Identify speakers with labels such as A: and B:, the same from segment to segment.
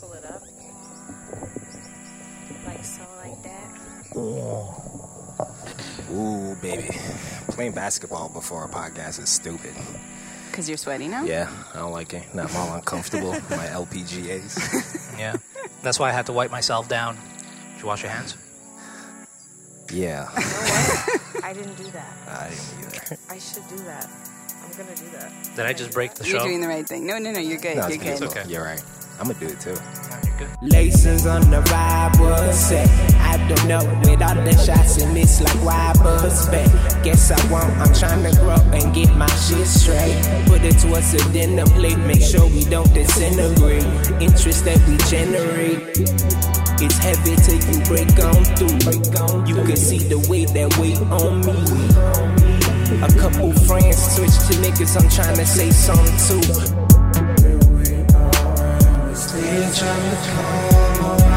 A: Pull it up. Like so, like that.
B: Ooh, baby. Playing basketball before a podcast is stupid.
C: Because you're sweaty now?
B: Yeah, I don't like it. Not all uncomfortable. My LPGAs.
D: Yeah. That's why I had to wipe myself down. Did you wash your hands?
B: Yeah,
A: You know what? I didn't do that.
B: I didn't either.
A: I should do that. I'm gonna do that.
D: Did I just break the
C: You're
D: show?
C: doing the right thing. No, no, no. You're good.
B: No,
C: you're good.
B: cool.
D: okay.
B: You're right. I'm gonna do it too.
D: No, you're good.
E: Laces on the ride was set. I don't know with all the shots and miss like why I was back. Guess I won't, I'm trying to grow and get my shit straight. Put it towards the dinner plate, make sure we don't disintegrate. Interest that we generate. It's heavy till you break on through. You can see the weight that weight on me. A couple friends switch to niggas, I'm trying to say something too. Still trying to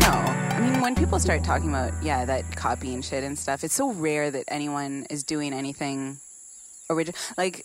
C: No. I mean, when people start talking about, yeah, that copying shit and stuff, it's so rare that anyone is doing anything original. Like,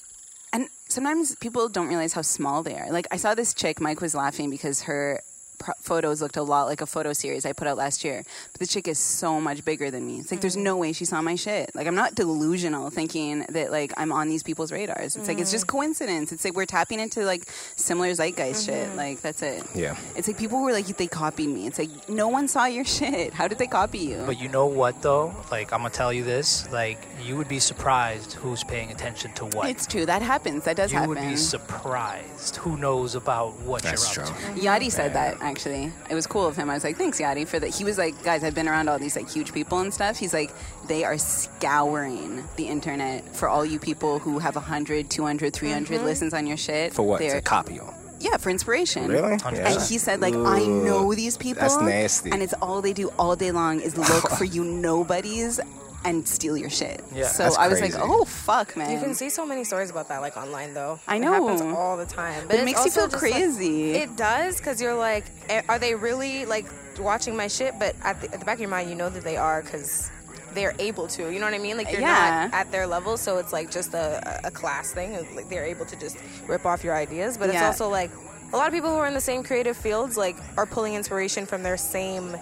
C: and sometimes people don't realize how small they are. Like, I saw this chick, Mike was laughing because her pro- photos looked a lot like a photo series I put out last year. But the chick is so much bigger than me. It's like, there's no way she saw my shit. Like, I'm not delusional thinking that, like, I'm on these people's radars. It's like, it's just coincidence. It's like we're tapping into, like, similar zeitgeist shit. Like, that's it.
B: Yeah.
C: It's like people were like, they copied me. It's like, no one saw your shit. How did they copy you?
D: But you know what though? Like I'm gonna tell you this. Like you would be surprised who's paying attention to what.
C: it's true. That happens. That does
D: you
C: happen.
D: would be surprised who knows about what
B: That's
D: you're
B: true.
D: up
C: Yachty said that, actually. It was cool of him. I was like, thanks, Yachty, for that. He was like, guys, I've been around all these like huge people and stuff. He's like, they are scouring the internet for all you people who have 100, 200, 300 listens on your shit.
B: For what?
C: They're,
B: To copy them.
C: yeah, for inspiration.
B: Really?
C: And he said, like, I know these people.
B: that's nasty.
C: And it's all they do all day long is look for you nobodies and steal your shit.
D: Yeah.
C: so
B: That's
C: I was like,
B: crazy.
C: oh, fuck, man.
A: You can see so many stories about that, like online, though.
C: I
A: it happens
C: know.
A: all the time.
C: It
A: it's
C: makes
A: also
C: you feel
A: just, like-
C: crazy.
A: it does, because you're like, eh, are they really like watching my shit? But at the, at the back of your mind, you know that they are, because they're able to. You know what I mean? Like they're
C: Yeah.
A: not at their level, so it's like just a, a class thing. and, Like they're able to just rip off your ideas. But it's
C: Yeah.
A: also like. A lot of people who are in the same creative fields like are pulling inspiration from their same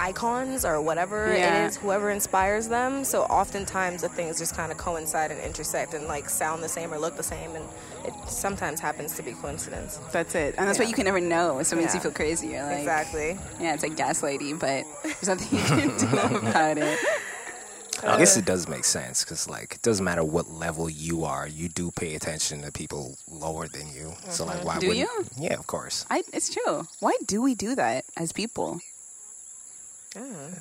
A: icons or whatever
C: Yeah.
A: it is, whoever inspires them. So oftentimes the things just kind of coincide and intersect and like sound the same or look the same, and it sometimes happens to be coincidence.
C: That's it. And that's what
A: Yeah.
C: you can never know. So it makes you
A: Yeah.
C: feel crazy. You're like,
A: exactly.
C: yeah, it's like gaslighting, but there's nothing you can do about it.
B: I guess it does make sense because, like, it doesn't matter what level you are, you do pay attention to people lower than you. So, like, why
C: Do
B: wouldn't
C: you?
B: Yeah, of course.
C: I, it's true. Why do we do that as people?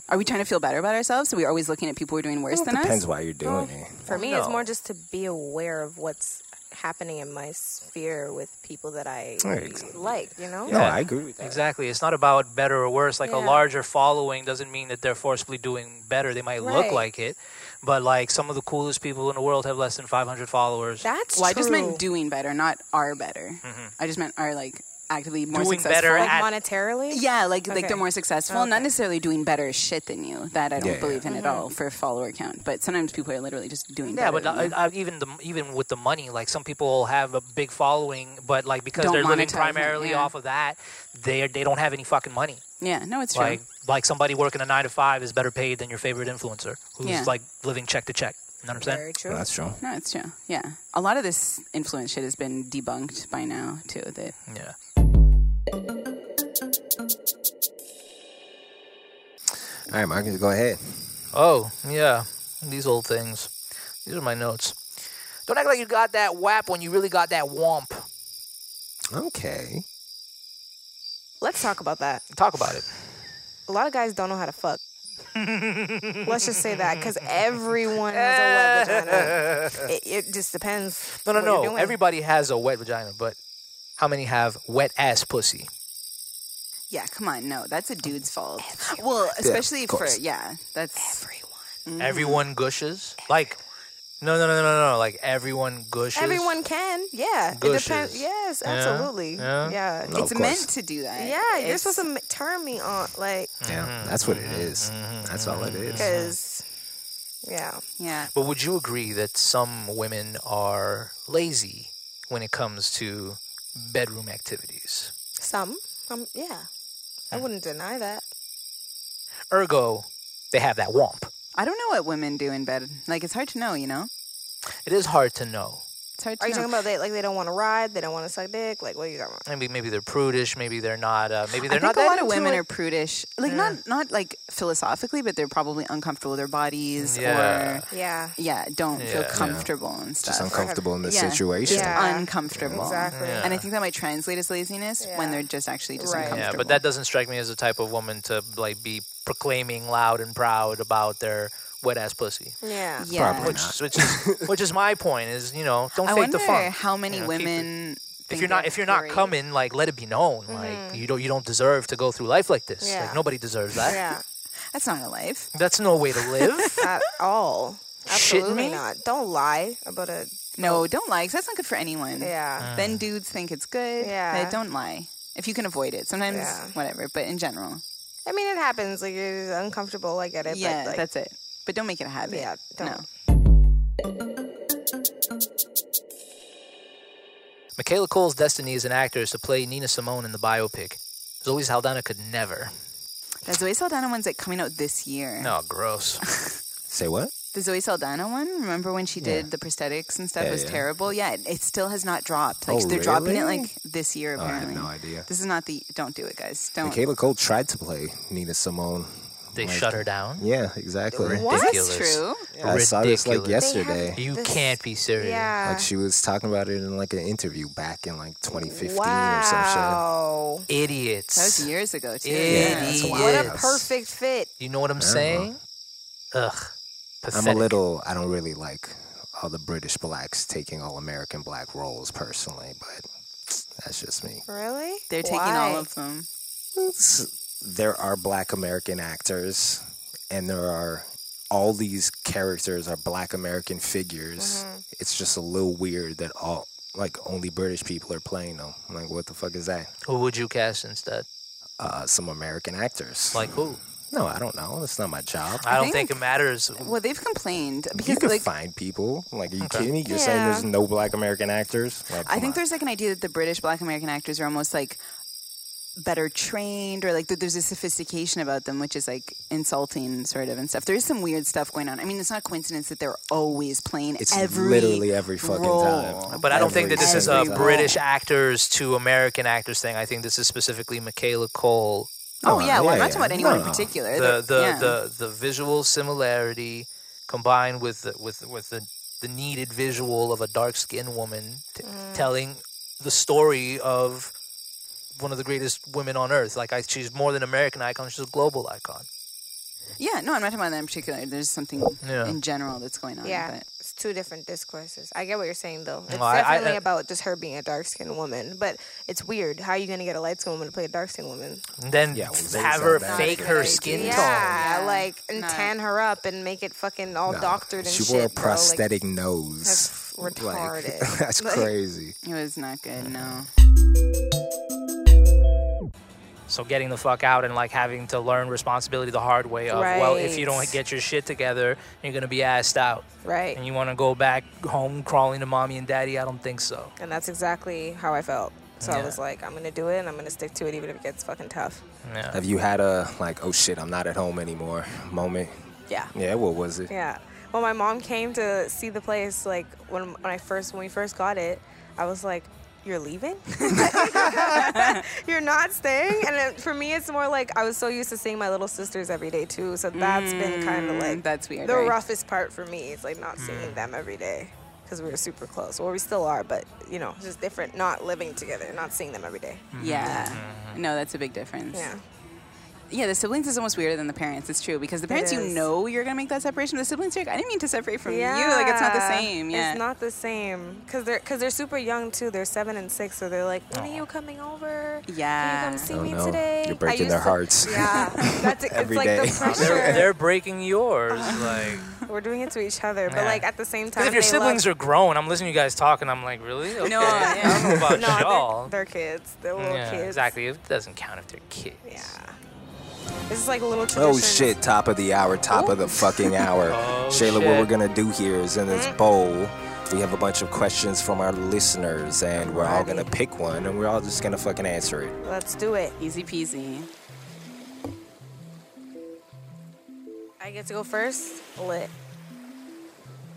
C: Are we trying to feel better about ourselves? So we're always looking at people who are doing worse
B: Well, it
C: than us?
B: depends why you're doing it.
A: For me, it's
D: No.
A: more just to be aware of what's happening in my sphere with people that I
B: Right.
A: like. You know?
B: No, I agree with that.
D: to. Exactly. It's not about better or worse. Like a
A: Yeah.
D: larger following doesn't mean that they're forcibly doing better. They might look
A: Right.
D: like it, but like some of the coolest people in the world have less than 500 followers.
A: That's
C: Well, I just
A: true. Mm-hmm.
C: meant doing better, not are better. I just meant are like actively more
D: Doing
C: successful.
D: better
A: like
D: at-
A: monetarily.
C: yeah, like like
A: Okay.
C: they're more successful, not
A: Okay. Mm-hmm.
C: necessarily doing better shit than you. That I don't
B: Yeah, yeah.
C: believe in at all for follower count. But sometimes people are literally just doing better.
D: Yeah, but
B: uh,
C: than you.
D: I, I, even the even with the money, like some people have a big following, but like because
C: Don't
D: they're living
C: monetize it,
D: primarily
C: yeah.
D: off of that, they they don't have any fucking money.
C: yeah, no, it's true.
D: Like like somebody working a nine to five is better paid than your favorite influencer who's
C: Yeah.
D: like living check to check. You know what I'm saying?
A: Very true.
B: Well, that's true.
C: no, it's true. Yeah, a lot of this influence shit has been debunked by now too. That
D: Yeah.
B: All right, Marcus, go ahead.
D: Oh yeah, these old things. These are my notes. Don't act like you got that whap when you really got that womp.
B: Okay.
A: Let's talk about that.
D: Talk about it.
A: A lot of guys don't know how to fuck. Let's just say that because everyone has a wet vagina. It, it just depends.
D: No, no,
A: what you're
D: no.
A: doing.
D: Everybody has a wet vagina, but how many have wet ass pussy?
C: yeah, come on, no, that's a dude's fault. Well, especially for
B: course.
C: yeah, that's
D: Everyone gushes. Like No, no, no, no, no. Like everyone gushes.
A: Everyone can. Yeah. It
D: Gushes.
A: depends. Yes,
D: Yeah,
A: absolutely.
D: yeah.
A: Yeah.
B: No,
C: it's
B: of course.
C: meant to do that.
A: Yeah, you're
C: It's-
A: supposed to m- turn me on, like,
B: Yeah, that's what it is. That's all it
D: Mm-hmm.
B: is.
A: because, yeah.
C: Yeah.
D: But would you agree that some women are lazy when it comes to bedroom activities?
A: Some, um, yeah.
D: Mm.
A: I wouldn't deny that.
D: Ergo, they have that womp.
C: I don't know what women do in bed. Like it's hard to know. You know,
D: It is hard to know.
C: it's hard to
A: Are you
C: know.
A: talking about they like they don't want to ride, they don't want to suck dick? Like, what are you talking about?
D: Maybe maybe they're prudish. Maybe they're not. Uh, maybe they're
C: I think
D: not.
C: a
D: that
C: lot of
D: into
C: women
D: it.
C: are prudish, like not not like philosophically, but they're probably uncomfortable with their bodies
D: Mm, Yeah.
C: or
A: Yeah,
C: yeah, don't feel
D: Yeah.
C: comfortable and
B: Just
C: stuff.
B: uncomfortable in the
C: Yeah.
B: situation.
A: Yeah.
C: uncomfortable,
A: exactly.
D: Oh, Yeah.
C: and I think that might translate as laziness when
A: Yeah.
C: they're just actually just
A: Right. Yeah, but
D: Yeah,
C: uncomfortable.
D: but that doesn't strike me as the type of woman to like be proclaiming loud and proud about their wet ass pussy.
A: Yeah.
C: yeah.
B: Probably.
D: Which, which is which is my point is you know don't
C: I
D: fake the
C: wonder
D: funk.
C: how many
D: You know, keep it.
C: women.
D: if
C: think
D: you're not
C: they're
D: if you're not
C: pretty.
D: coming like let it be known like you don't you don't deserve to go through life like this
A: Mm-hmm. Yeah.
D: like nobody deserves that
A: Yeah.
C: that's not a life.
D: that's no way to live
A: At all.
D: Shitting
A: Absolutely
D: me?
A: not. Don't lie about a
C: No, don't lie. 'cause that's not good for anyone.
A: yeah.
D: Mm.
C: Then dudes think it's good.
A: Yeah.
C: but don't lie if you can avoid it. Sometimes
A: Yeah.
C: whatever, but in general,
A: I mean, it happens. Like it's uncomfortable. I get it.
C: yeah,
A: but, like,
C: that's it. But don't make it a habit.
A: Yeah, don't.
C: No.
D: michaela cole's destiny as an actor is to play nina simone in the biopic zoe saldana could never
C: The Zoe Saldana one's like coming out this year.
D: no gross
B: Say what?
C: The Zoe Saldana one, remember when she did the prosthetics and stuff
B: Yeah,
C: was
B: yeah.
C: terrible? Yeah, it, it still has not dropped. Like
B: Oh,
C: they're dropping it
B: really?
C: like this year
B: Oh, I had
C: apparently.
B: no idea.
C: This is not the don't do it guys.
A: Oh.
C: Don't
B: Michaela Cole tried to play Nina Simone.
D: they
B: Like-
D: shut her down
B: Yeah, exactly.
D: What?
C: Is
D: Ridiculous.
C: this true?
B: Yeah, I saw this like
D: Ridiculous.
B: yesterday.
A: They
D: you
A: This-
D: can't be serious
A: yeah.
B: Like she was talking about it in like an interview back in like 2015 or some shit.
A: wow.
D: idiots
C: That was years ago too.
D: Yeah,
C: Yeah.
D: that's
B: wild.
A: What a
D: Yes.
A: perfect fit.
D: you know what i'm
B: Yeah.
D: saying ugh
B: I'm
D: pathetic
B: a little. I don't really like all the British blacks taking all American black roles personally, but that's just me.
A: Really?
C: They're taking
A: Why?
C: all of them.
B: It's- there are black American actors, and there are all these characters are black American figures.
A: Mm-hmm.
B: It's just a little weird that all like only British people are playing them. I'm like, what the fuck is that?
D: who would you cast instead
B: Uh, some American actors.
D: like who
B: no, I don't know. That's not my job.
D: i, don't think,
C: think-
D: it matters
C: Well, they've complained
B: You
C: because
B: can
C: like
B: find people. Like, are you kidding me? You're saying
A: Yeah.
B: there's no black American actors? Like,
C: I
B: come
C: think
B: on.
C: there's like an idea that the British Black American actors are almost like better trained or like that there's a sophistication about them which is like insulting sort of and stuff there is some weird stuff going on i mean it's not coincidence that they're always playing
B: It's
C: every
B: literally every fucking
C: role.
B: time.
D: But I don't think
B: Every
D: that this is a
B: single time.
D: British actors to American actors thing. I think this is specifically Michaela Cole.
C: oh
B: Oh,
C: yeah well i'm
B: yeah,
C: not talking about
B: yeah.
C: anyone in
B: No.
C: particular
D: The
C: They're-
D: the,
C: yeah.
D: the, the visual similarity combined with the, with with the, the needed visual of a dark skinned woman t- telling the story of one of the greatest women on earth. Like I, she's more than an American icon; she's a global icon.
C: yeah no i'm not talking about that in particular there's something
D: Yeah.
C: in general that's going on
A: Yeah.
C: but
A: It's two different discourses. I get what you're saying though. It's
D: No, I- I-
A: definitely
D: I-
A: about just her being a dark skinned woman. But it's weird. How are you gonna get a light skinned woman to play a dark skinned woman?
D: And then
B: Yeah, well,
D: f-
B: those
D: have
B: are
D: her
B: bad
D: fake
B: for
D: her
B: the
D: skin
B: idea.
D: tone.
A: Yeah,
C: Yeah.
A: like and
C: No.
A: tan her up and make it fucking all
B: Nah,
A: doctored and
B: She
A: shit.
B: wore a
A: bro. Like,
B: prosthetic nose.
A: that's retarded.
B: Like, that's
A: Like-
B: crazy.
C: it was not good no
D: So getting the fuck out and like having to learn responsibility the hard way of well, if you don't
A: Right.
D: get your shit together, you're gonna be assed out.
A: right.
D: And you want to go back home crawling to mommy and daddy? I don't think so.
A: And that's exactly how I felt. So
D: Yeah.
A: I was like, I'm gonna do it and I'm gonna stick to it even if it gets fucking tough.
D: Yeah.
B: Have you had a like, oh shit, I'm not at home anymore moment?
A: Yeah.
B: Yeah, what was it?
A: Yeah. Well, my mom came to see the place like when when I first when we first got it, I was like, "You're leaving? You're not staying?" And it, for me, it's more like I was so used to seeing my little sisters every day too. So that's been kind
D: Mm,
A: of like
C: that's weird,
A: The
C: right?
A: roughest part for me is like
D: Hmm.
A: not seeing them every day because we were super close. Well, we still are, but you know, just different. Not living together, not seeing them every day.
D: Hmm.
C: yeah
D: Mm-hmm.
C: no that's a big difference
A: Yeah.
C: yeah the siblings is almost weirder than the parents it's true because the parents you
A: is.
C: know you're gonna make that separation but the siblings you're like, i didn't mean to separate from you like it's not the same yeah
A: It's not the same because they're because they're super young too. They're seven and six, so they're like,
D: Oh.
A: "When are you coming over?
C: Yeah.
A: Can you come see
B: Oh,
A: me
B: no.
A: today?"
B: You're
A: I
B: breaking
A: used
B: their
A: to-
B: hearts.
A: Yeah, that's it.
B: Every
A: it's like
B: day.
A: the pressure.
D: They're, they're breaking yours. like
A: We're doing it to each other, but
D: Yeah.
A: like at the same time,
D: Because if your
A: they
D: siblings
A: love-
D: are grown, I'm listening to you guys talk, and I'm like, really? Okay.
C: No,
D: I don't know about
A: no, they're-
D: y'all.
A: They're, kids. They're little
D: yeah,
A: kids.
D: exactly. It doesn't count if they're kids.
A: Yeah. This is like a little tradition.
B: Oh shit, top of the hour, top of the fucking hour.
D: Oh,
B: Shayla, what
D: shit.
B: we're gonna do here is in
A: Mm.
B: this bowl, we have a bunch of questions from our listeners, and we're all gonna pick one, and we're all just gonna fucking answer it.
A: Let's do it.
C: Easy peasy.
A: I get to go first. Lit.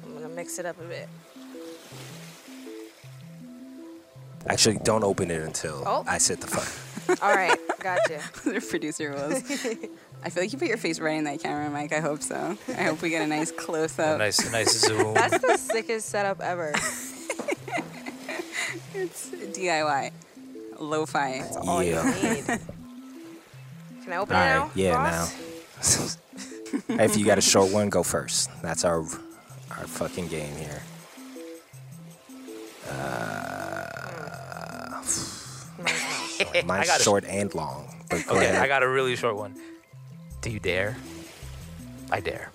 A: I'm gonna mix it up a bit.
B: Actually, don't open it until
A: Oh.
B: I sit the fuck.
A: All right, gotcha.
C: Their producer rules. I feel like you put your face right in that camera, Mike. I hope so. I hope we get a nice close
D: A
C: up.
D: nice, nice zoom.
A: That's the sickest setup ever.
C: It's DIY, lo-fi.
A: All Oh, you
B: yeah.
A: need. Can I open it
B: All
A: now?
B: right, yeah,
A: boss?
B: now. if you got a short one, go first. That's our our fucking game here. Short. Mine's
D: got a-
B: short and long. But go
D: okay,
B: ahead.
D: I got a really short one. Do you dare? I dare.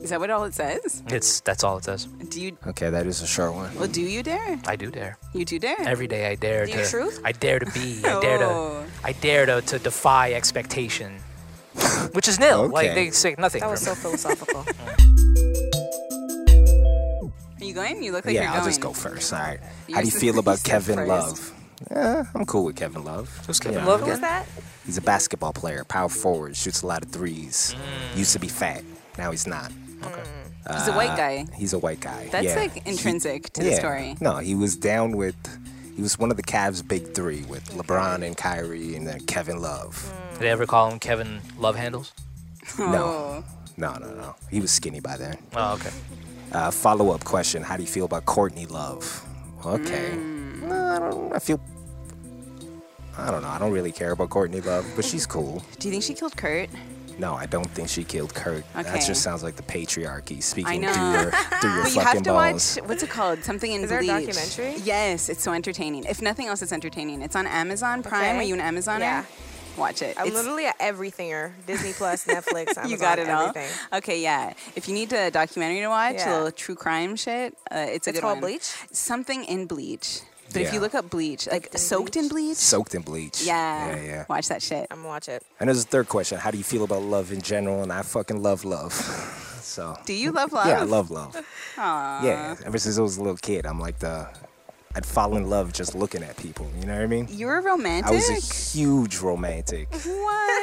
C: Is that what all it says?
D: It's that's all it says.
C: Do you?
B: okay, that is a short one.
C: Well, do you dare?
D: I do dare.
C: You do dare.
D: Every day I dare
A: Do you
D: to.
A: truth?
D: I dare to be. I dare
C: Oh.
D: to. I dare to, to defy expectation, which is nil. Like
B: Okay.
D: they say nothing.
A: That was
D: from
A: so philosophical.
C: Are you going? You look like
B: yeah,
C: you're
B: I'll
C: going.
B: just go first. All right.
C: You
B: How do you
C: said-
B: feel
C: you
B: about
C: said
B: Kevin
C: first.
B: Love? Yeah, I'm cool with Kevin Love.
D: Who's Kevin
B: Yeah.
D: Love
A: Who
D: again?
A: was that?
B: He's a basketball player, power forward, shoots a lot of threes.
C: Mm.
B: Used to be fat, now he's not.
C: He's a white guy.
B: He's a white guy.
C: That's
B: Uh, yeah.
C: like intrinsic to the
B: Yeah.
C: story.
B: No, he was down with. He was one of the Cavs' big three with LeBron and Kyrie and then Kevin Love.
C: Mm.
D: Did they ever call him Kevin Love Handles?
C: Oh.
B: No. No, no, no. He was skinny by then.
D: Oh, okay.
B: Uh, Follow up question How do you feel about Courtney Love? Okay.
C: Hmm.
B: No, I don't. I feel. I don't know. I don't really care about Courtney Love, but she's cool.
C: Do you think she killed Kurt?
B: No, I don't think she killed Kurt. That
C: Okay.
B: just sounds like the patriarchy
C: I
B: speaking
C: know.
B: through your, through your
C: But
B: fucking
C: you have to
B: balls.
C: watch what's it called? Something in
A: Is there a
C: Bleach.
A: documentary?
C: Yes, it's so entertaining. If nothing else, it's entertaining. It's on Amazon Prime.
A: Okay.
C: Are you an Amazoner?
A: Yeah.
C: Watch it.
A: I'm
C: It's-
A: literally at everythinger. Disney Plus, Netflix. Amazon,
C: you got it
A: everything.
C: all. Okay, yeah. If you need a documentary to watch,
A: Yeah.
C: a little true crime shit, uh, it's a
A: It's
C: good
A: called
C: one.
A: Bleach?
C: Something in Bleach. But if
B: Yeah.
C: you look up Bleach, like soaked in bleach.
B: Soaked in bleach.
C: yeah.
B: Yeah, yeah.
C: Watch that shit.
A: I'm gonna watch it.
B: And there's a third question. How do you feel about love in general? And I fucking love love. So
C: Do you love love?
B: yeah, I love love. Yeah, ever since I was a little kid, I'm like the I'd fall in love just looking at people. You know what I mean?
C: You're a romantic.
B: I was a huge romantic.
C: Mm-hmm. what?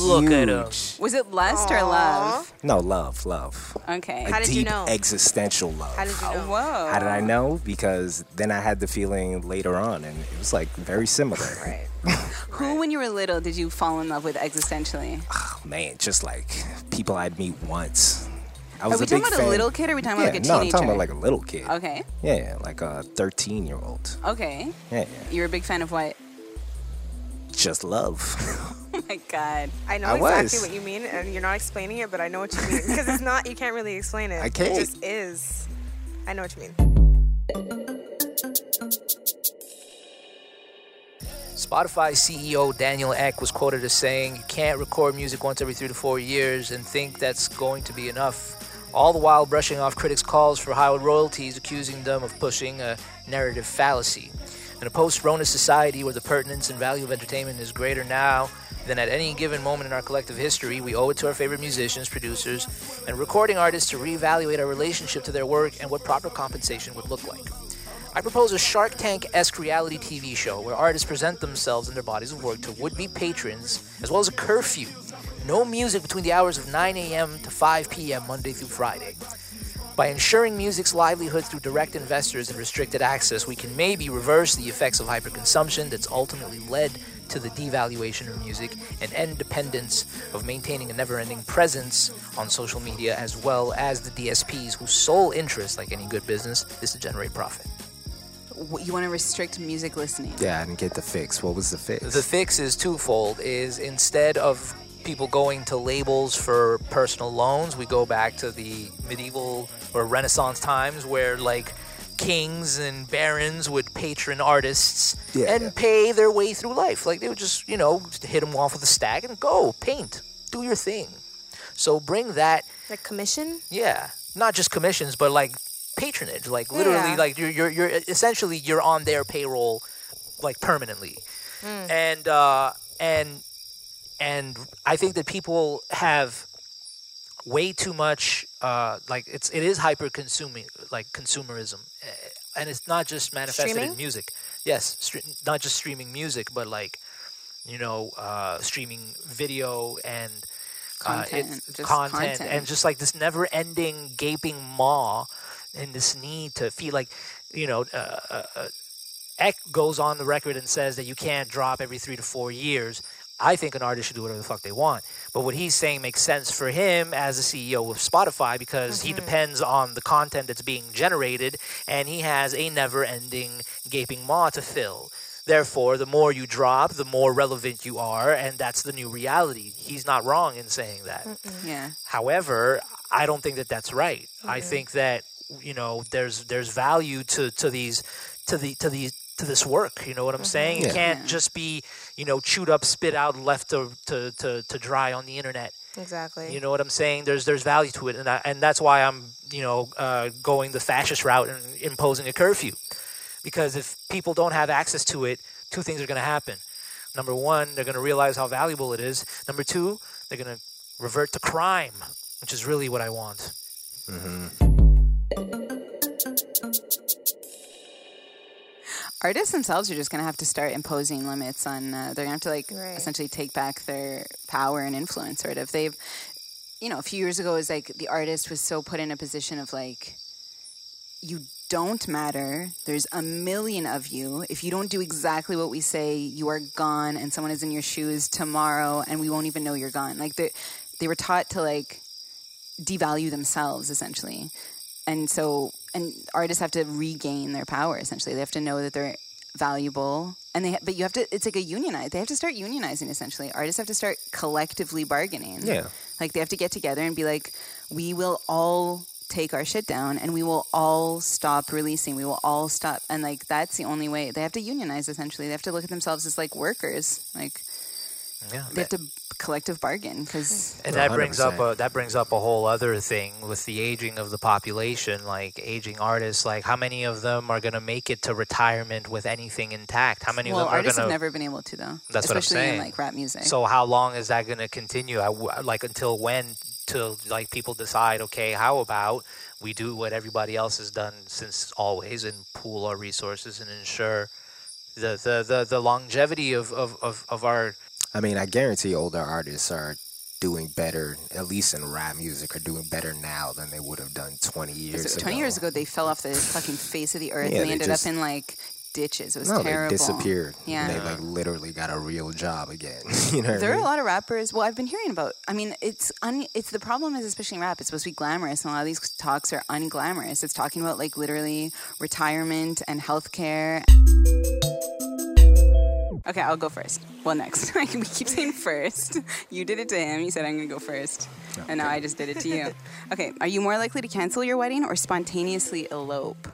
D: Look at him.
B: Huge.
C: Was it lust or love?
B: No, love, love.
C: Okay.
B: A
A: How did
B: deep
A: you know?
B: existential love.
A: How did you know?
C: Whoa.
B: How did I know? Because then I had the feeling later on, and it was like very similar.
A: Right.
C: Who, when you were little, did you fall in love with existentially?
B: Oh, man, just like people I'd meet once. I
C: Are
B: was
C: we
B: a big
C: talking about
B: fan.
C: a little kid or are we talking
B: yeah,
C: about like a
B: no, I'm
C: teenager?
B: talking about like a little kid.
C: okay.
B: Yeah, like a 13 year old.
C: Okay.
B: Yeah,
C: You're a big fan of what?
B: just love.
C: Oh my God.
A: I know
B: I
A: exactly
B: was.
A: what you mean, and you're not explaining it, but I know what you mean because it's not. You can't really explain it.
B: I can't.
A: It just is. I know what you mean.
D: Spotify CEO Daniel Eck was quoted as saying, You can't record music once every three to four years and think that's going to be enough. All the while brushing off critics' calls for high royalties, accusing them of pushing a narrative fallacy. In a post Rona society where the pertinence and value of entertainment is greater now than at any given moment in our collective history, we owe it to our favorite musicians, producers, and recording artists to reevaluate our relationship to their work and what proper compensation would look like. I propose a Shark Tank esque reality TV show where artists present themselves and their bodies of work to would be patrons, as well as a curfew. No music between the hours of 9 a.m. to 5 p.m. Monday through Friday. By ensuring music's livelihood through direct investors and restricted access, we can maybe reverse the effects of hyperconsumption that's ultimately led to the devaluation of music and end dependence of maintaining a never ending presence on social media, as well as the DSPs whose sole interest, like any good business, is to generate profit.
C: W- You want to restrict music listening.
B: yeah, I didn't get the fix. What was the fix?
D: The fix is twofold: is instead of people going to labels for personal loans, we go back to the medieval or Renaissance times where like kings and barons would patron artists
B: Yeah,
D: and
B: yeah.
D: pay their way through life. Like they would just you know just hit them off with a stack and go paint, do your thing. So bring that
A: Like commission?
D: yeah. not just commissions, but like patronage. Like literally,
A: Yeah.
D: like you're, you're you're essentially you're on their payroll, like permanently,
A: Mm.
D: and uh, and and I think that people have way too much uh, like it's it is hyper consuming like consumerism eh, and it's not just manifested in
A: Streaming?
D: music yes stre- not just streaming music but like you know uh, streaming video and uh, it-
C: Content, just
D: content,
C: content.
D: and just like this never ending gaping maw and this need to feel like you know uh, uh, uh, Eck goes on the record and says that you can't drop every three to four years. I think an artist should do whatever the fuck they want. But what he's saying makes sense for him as the CEO of Spotify because he depends on the content that's being generated and he has a never ending gaping maw to fill. Therefore, the more you drop, the more relevant you are, and that's the new reality. He's not wrong in saying that.
C: Yeah.
D: However, I don't think that that's right. I think that you know there's there's value to to these to the to the to this work. You know what I'm saying?
B: Yeah.
D: It can't just be you know chewed up, spit out, left to to to, to dry on the internet.
A: Exactly.
D: You know what I'm saying? There's there's value to it, and I, and that's why I'm you know uh, going the fascist route and imposing a curfew, because if people don't have access to it, two things are going to happen. Number one, they're going to realize how valuable it is. Number two, they're going to revert to crime, which is really what I want.
C: Artists themselves are just going to have to start imposing limits on. Uh, they're going to have to like
A: Right.
C: essentially take back their power and influence. Sort of. They've, you know, a few years ago it was like the artist was so put in a position of like, you don't matter. There's a million of you. If you don't do exactly what we say, you are gone, and someone is in your shoes tomorrow, and we won't even know you're gone. Like they, they were taught to like devalue themselves essentially and so and artists have to regain their power essentially they have to know that they're valuable and they ha- but you have to it's like a unionize they have to start unionizing essentially artists have to start collectively bargaining
B: Yeah.
C: like they have to get together and be like we will all take our shit down and we will all stop releasing we will all stop and like that's the only way they have to unionize essentially they have to look at themselves as like workers like
D: Yeah.
C: they have to collective bargain because
D: and that brings up
B: 100%.
D: a that brings up a whole other thing with the aging of the population like aging artists like how many of them are going to make it to retirement with anything intact how many
C: well
D: of them are going
C: artists
D: to
C: have never been able to though
D: That's what I'm
C: especially in
D: saying.
C: like rap music
D: So how long is that going to continue? I w like until when? Till like people decide, okay, how about we do what everybody else has done since always and pool our resources and ensure the the the, the longevity of, of of of our
B: I mean, I guarantee older artists are doing better, at least in rap music, are doing better now than they would have done 20 years
C: So
B: ago.
C: 20 uh, years ago, they fell off the fucking face of the earth
B: Yeah,
C: and they
B: they
C: ended
B: just-
C: up in like ditches. It was
B: No,
C: terrible.
B: they disappeared.
C: Yeah.
B: And they like literally got a real job again. you know what
C: There
B: I
C: are a
B: mean?
C: lot of rappers. Well, I've been hearing about. I mean, it's un, it's the problem is especially in rap. It's supposed to be glamorous, and a lot of these talks are unglamorous. It's talking about like literally retirement and healthcare. Okay, I'll go first. Well, next. we keep saying first. You did it to him. You said I'm going to go first, and now I just did it to you. Okay, are you more likely to cancel your wedding or spontaneously elope?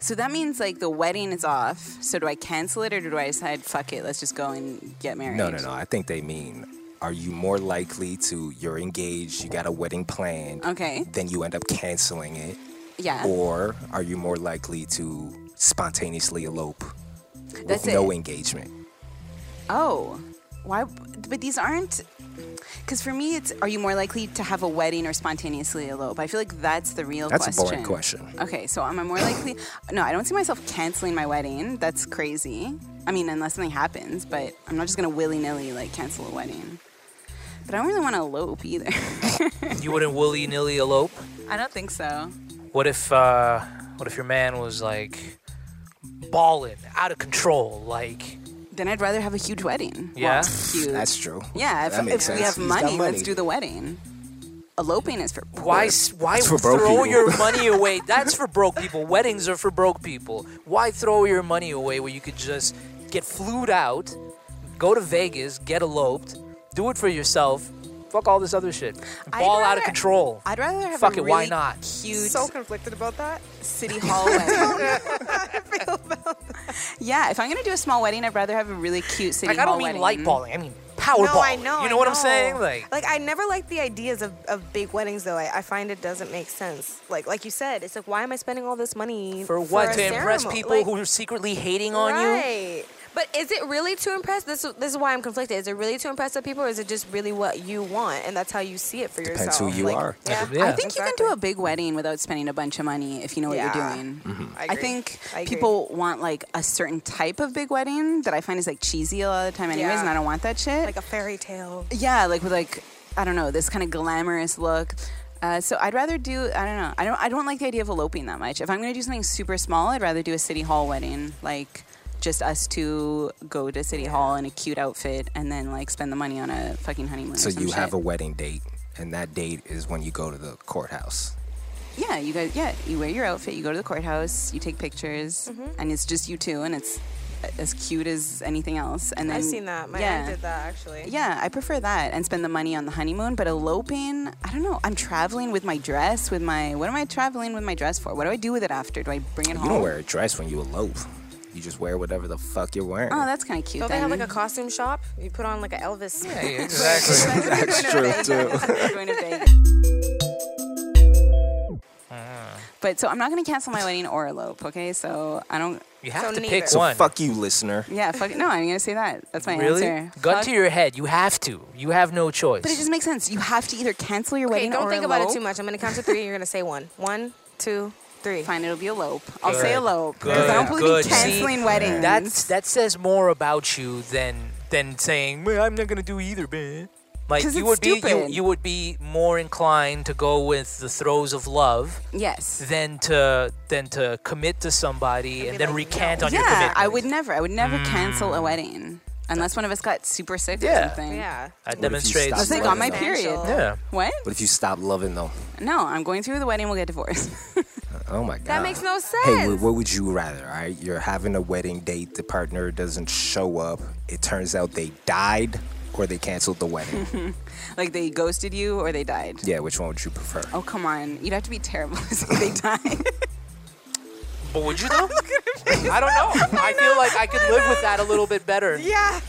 C: So that means like the wedding is off. So do I cancel it or do I decide fuck it? Let's just go and get married?
B: No, no, no. I think they mean are you more likely to you're engaged, you got a wedding planned,
C: Okay. Uh.
B: then you end up canceling it,
C: Yeah.
B: or are you more likely to spontaneously elope with
C: That's
B: no
C: it.
B: engagement?
C: Oh, why? But these aren't. Because for me, it's are you more likely to have a wedding or spontaneously elope? I feel like that's the real
B: That's a
C: question.
B: boring question.
C: Okay, so am I more likely? No, I don't see myself canceling my wedding. That's crazy. I mean, unless something happens, but I'm not just gonna willy nilly like cancel a wedding. But I don't really want to elope either.
D: you wouldn't willy nilly elope.
C: I don't think so.
D: What if uh, what if your man was like balling out of control, like
C: Then I'd rather have a huge wedding. Well,
D: Yeah?
C: huge.
B: That's true.
C: Yeah, if,
B: That makes
C: if we
B: sense.
C: have
B: He's got
C: money, let's do the wedding. Eloping is for poor
D: Why? s- Why
B: for broke
D: throw
B: people.
D: your money away? That's for broke people. Weddings are for broke people. Why throw your money away where you could just get flued out, go to Vegas, get eloped, do it for yourself. Fuck all this other shit.
C: I'd
D: Ball out
C: rather-
D: of control.
C: I'd rather have
D: Fuck
C: a
D: it, why
C: really
D: not?
C: Cute
A: So conflicted about that.
C: city hall wedding. Yeah, if I'm gonna do a small wedding, I'd rather have a really cute city
D: Like
C: hall
D: I don't
C: wedding.
D: mean
C: Mm-hmm.
D: light balling. I mean Powerball.
A: No, I know.
D: Oh, You
A: I
D: know what I'm
A: know.
D: saying? Like,
A: I never like the ideas of, of big weddings though. I, I find it doesn't make sense. Like, like you said, it's like, why am I spending all this money
D: for what?
A: a
D: to impress
A: ceremony?
D: people
A: Like,
D: who are secretly hating on you?
A: right. But is it really to impress? This this is why I'm conflicted. Is it really to impress the people, or is it just really what you want, and that's how you see it for
B: Depends who
A: yourself?
B: you
A: Like,
B: are.
A: Yeah.
D: Yeah.
C: I think you
A: Exactly.
C: can do a big wedding without spending a bunch of money if you know what you're
A: Yeah.
C: doing.
D: Mm-hmm.
A: I,
C: I
A: agree.
C: think
A: I agree.
C: people want like a certain type of big wedding that I find is like cheesy a lot of the time, anyways,
A: Yeah.
C: and I don't want that shit.
A: like a fairy tale.
C: yeah, like with like I don't know this kind of glamorous look. Uh, so I'd rather do I don't know I don't I don't like the idea of eloping that much. If I'm gonna do something super small, I'd rather do a city hall wedding, like just us two go to city hall in a cute outfit and then like spend the money on a fucking honeymoon.
B: So
C: or some
B: you have a
C: shit.
B: wedding date, and that date is when you go to the courthouse.
C: yeah you guys yeah you wear your outfit, you go to the courthouse, you take pictures,
A: Mm-hmm.
C: and it's just you two, and it's a- as cute as anything else. And then
A: I've seen that. My
C: Mm, yeah.
A: aunt did that actually.
C: Yeah, I prefer that and spend the money on the honeymoon. But eloping, I don't know. I'm traveling with my dress, with my. What am I traveling with my dress for? What do I do with it after? Do I bring it
B: You
C: home?
B: don't wear a dress when you elope. You just wear whatever the fuck you're wearing.
C: Oh, that's kind of cute.
A: Don't they have
C: then.
A: like a costume shop? You put on like an Elvis.
D: Yeah, exactly.
B: that's true too.
C: Going to Vegas.
D: Ah.
C: But so I'm not gonna cancel my wedding or elope, okay? So I don't.
D: You have
A: So
D: to
A: neither.
D: pick
B: So
D: one.
B: fuck you, listener.
C: Yeah, fuck it. No, I'm gonna say that. That's my
D: really?
C: answer.
D: Gun
C: Fuck-
D: to your head. You have to. You have no choice.
C: But it just makes sense. You have to either cancel your
A: Okay,
C: wedding
A: don't
C: or
A: think
C: elope.
A: about it too much. I'm gonna count to three. and You're gonna say one. One, two, three.
C: Fine, it'll be elope. I'll
D: Good.
C: say elope because I don't
D: Good.
C: believe in
D: Good.
C: canceling
D: See,
C: weddings.
D: That's that says more about you than than saying "Well, I'm not gonna do either, man. Like
C: 'Cause
D: you
C: it's
D: would be you,
C: stupid.
D: you would be more inclined to go with the throes of love
C: yes.
D: than to than to commit to somebody and then
A: like,
D: recant on your
C: Yeah,
D: commitment.
C: I would never. I would never cancel a wedding unless one of us got super sick or
D: Mm. Yeah.
C: something.
A: Yeah.
D: That
B: What if you
D: demonstrates.
B: stop
C: It's like on my
B: Yeah.
C: period.
A: Substantial.
D: yeah.
C: What?
B: But if you stop loving them,
C: No, I'm going through the wedding. We'll get divorced.
B: oh my god.
A: That makes no sense.
B: Hey, wh- what would you rather? All right, you're having a wedding date. The partner doesn't show up. It turns out they died or they canceled the wedding.
C: like they ghosted you or they died.
B: yeah, which one would you prefer?
C: Oh come on! You'd have to be terrible to say they died.
D: But would you though? I don't know. I feel like I could live with that a little bit better.
A: yeah.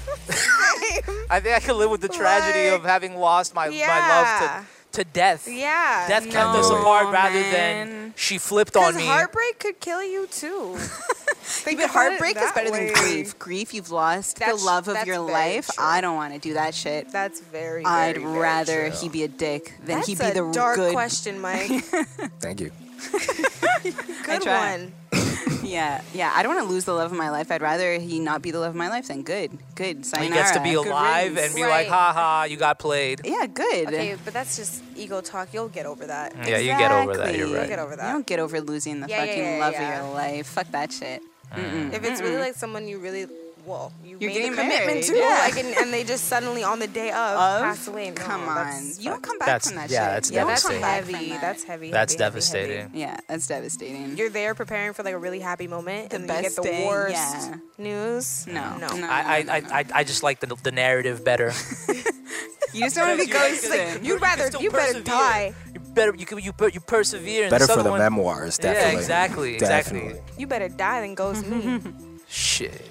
D: I think I could live with the tragedy of
A: Like,
D: having lost my my
A: yeah.
D: love to to death.
A: yeah.
D: Death kept
B: No,
D: us apart rather
C: man.
D: than she flipped
A: Because
D: on me.
A: heartbreak could kill you too. Think about
C: but
A: it
C: heartbreak is
A: that
C: better
A: way.
C: than grief. Grief, you've lost
A: That's-
C: the love of
A: that's
C: your
A: very
C: life.
A: true.
C: I don't want to do that shit.
A: That's very.
C: I'd
A: very, very
C: rather
A: true.
C: he be a dick than
A: That's
C: he be
A: a
C: the
A: dark
C: good.
A: question, Mike.
B: Thank you.
A: Good
C: try.
A: one.
C: Yeah, yeah. I don't want to lose the love of my life. I'd rather he not be the love of my life than good. Good.
D: he
C: Sayonara.
D: gets to be
C: Good
D: alive
C: riddance.
D: and be like,
A: Right.
D: ha ha, you got played.
C: Yeah, good.
A: Okay, but that's just ego talk. You'll get over that.
D: Yeah, you get over that. You're
C: Exactly.
D: right.
A: get over that.
C: You don't get over losing the
A: Yeah, yeah,
C: fucking
A: yeah,
C: love
A: yeah.
C: of your life. Fuck that shit.
A: If it's really like someone you really, well, you
C: You're
A: made
C: getting
A: a commitment
C: married.
A: to,
C: Yeah.
A: like, and, and they just suddenly on the day of,
C: Of?
A: pass away. No,
C: come on.
A: that's
C: You don't
A: fucked.
C: come back
D: That's-
C: from that
D: yeah,
C: shit.
D: that's
C: You
A: Yeah,
C: don't
A: that's
C: come
D: devastating.
C: back from
A: heavy.
C: that.
A: That's heavy.
D: That's
A: heavy, heavy,
D: devastating.
A: heavy.
C: Yeah, that's devastating.
A: You're there preparing for like a really happy moment,
C: The
A: and then you
C: best
A: get the
C: day,
A: worst
C: yeah.
A: news.
C: no,
A: no.
D: I, I, I, I just like the, the narrative better.
C: you just don't want to be ghosted.
A: You'd rather
D: still
A: you better
D: persevere.
A: die.
D: You better you can- you per- you persevere. and
B: Better for the
D: someone-
B: memoirs, definitely.
D: Yeah, exactly, exactly.
B: Definitely.
A: You better die than ghost
C: Mm-hmm,
A: me.
D: Shit.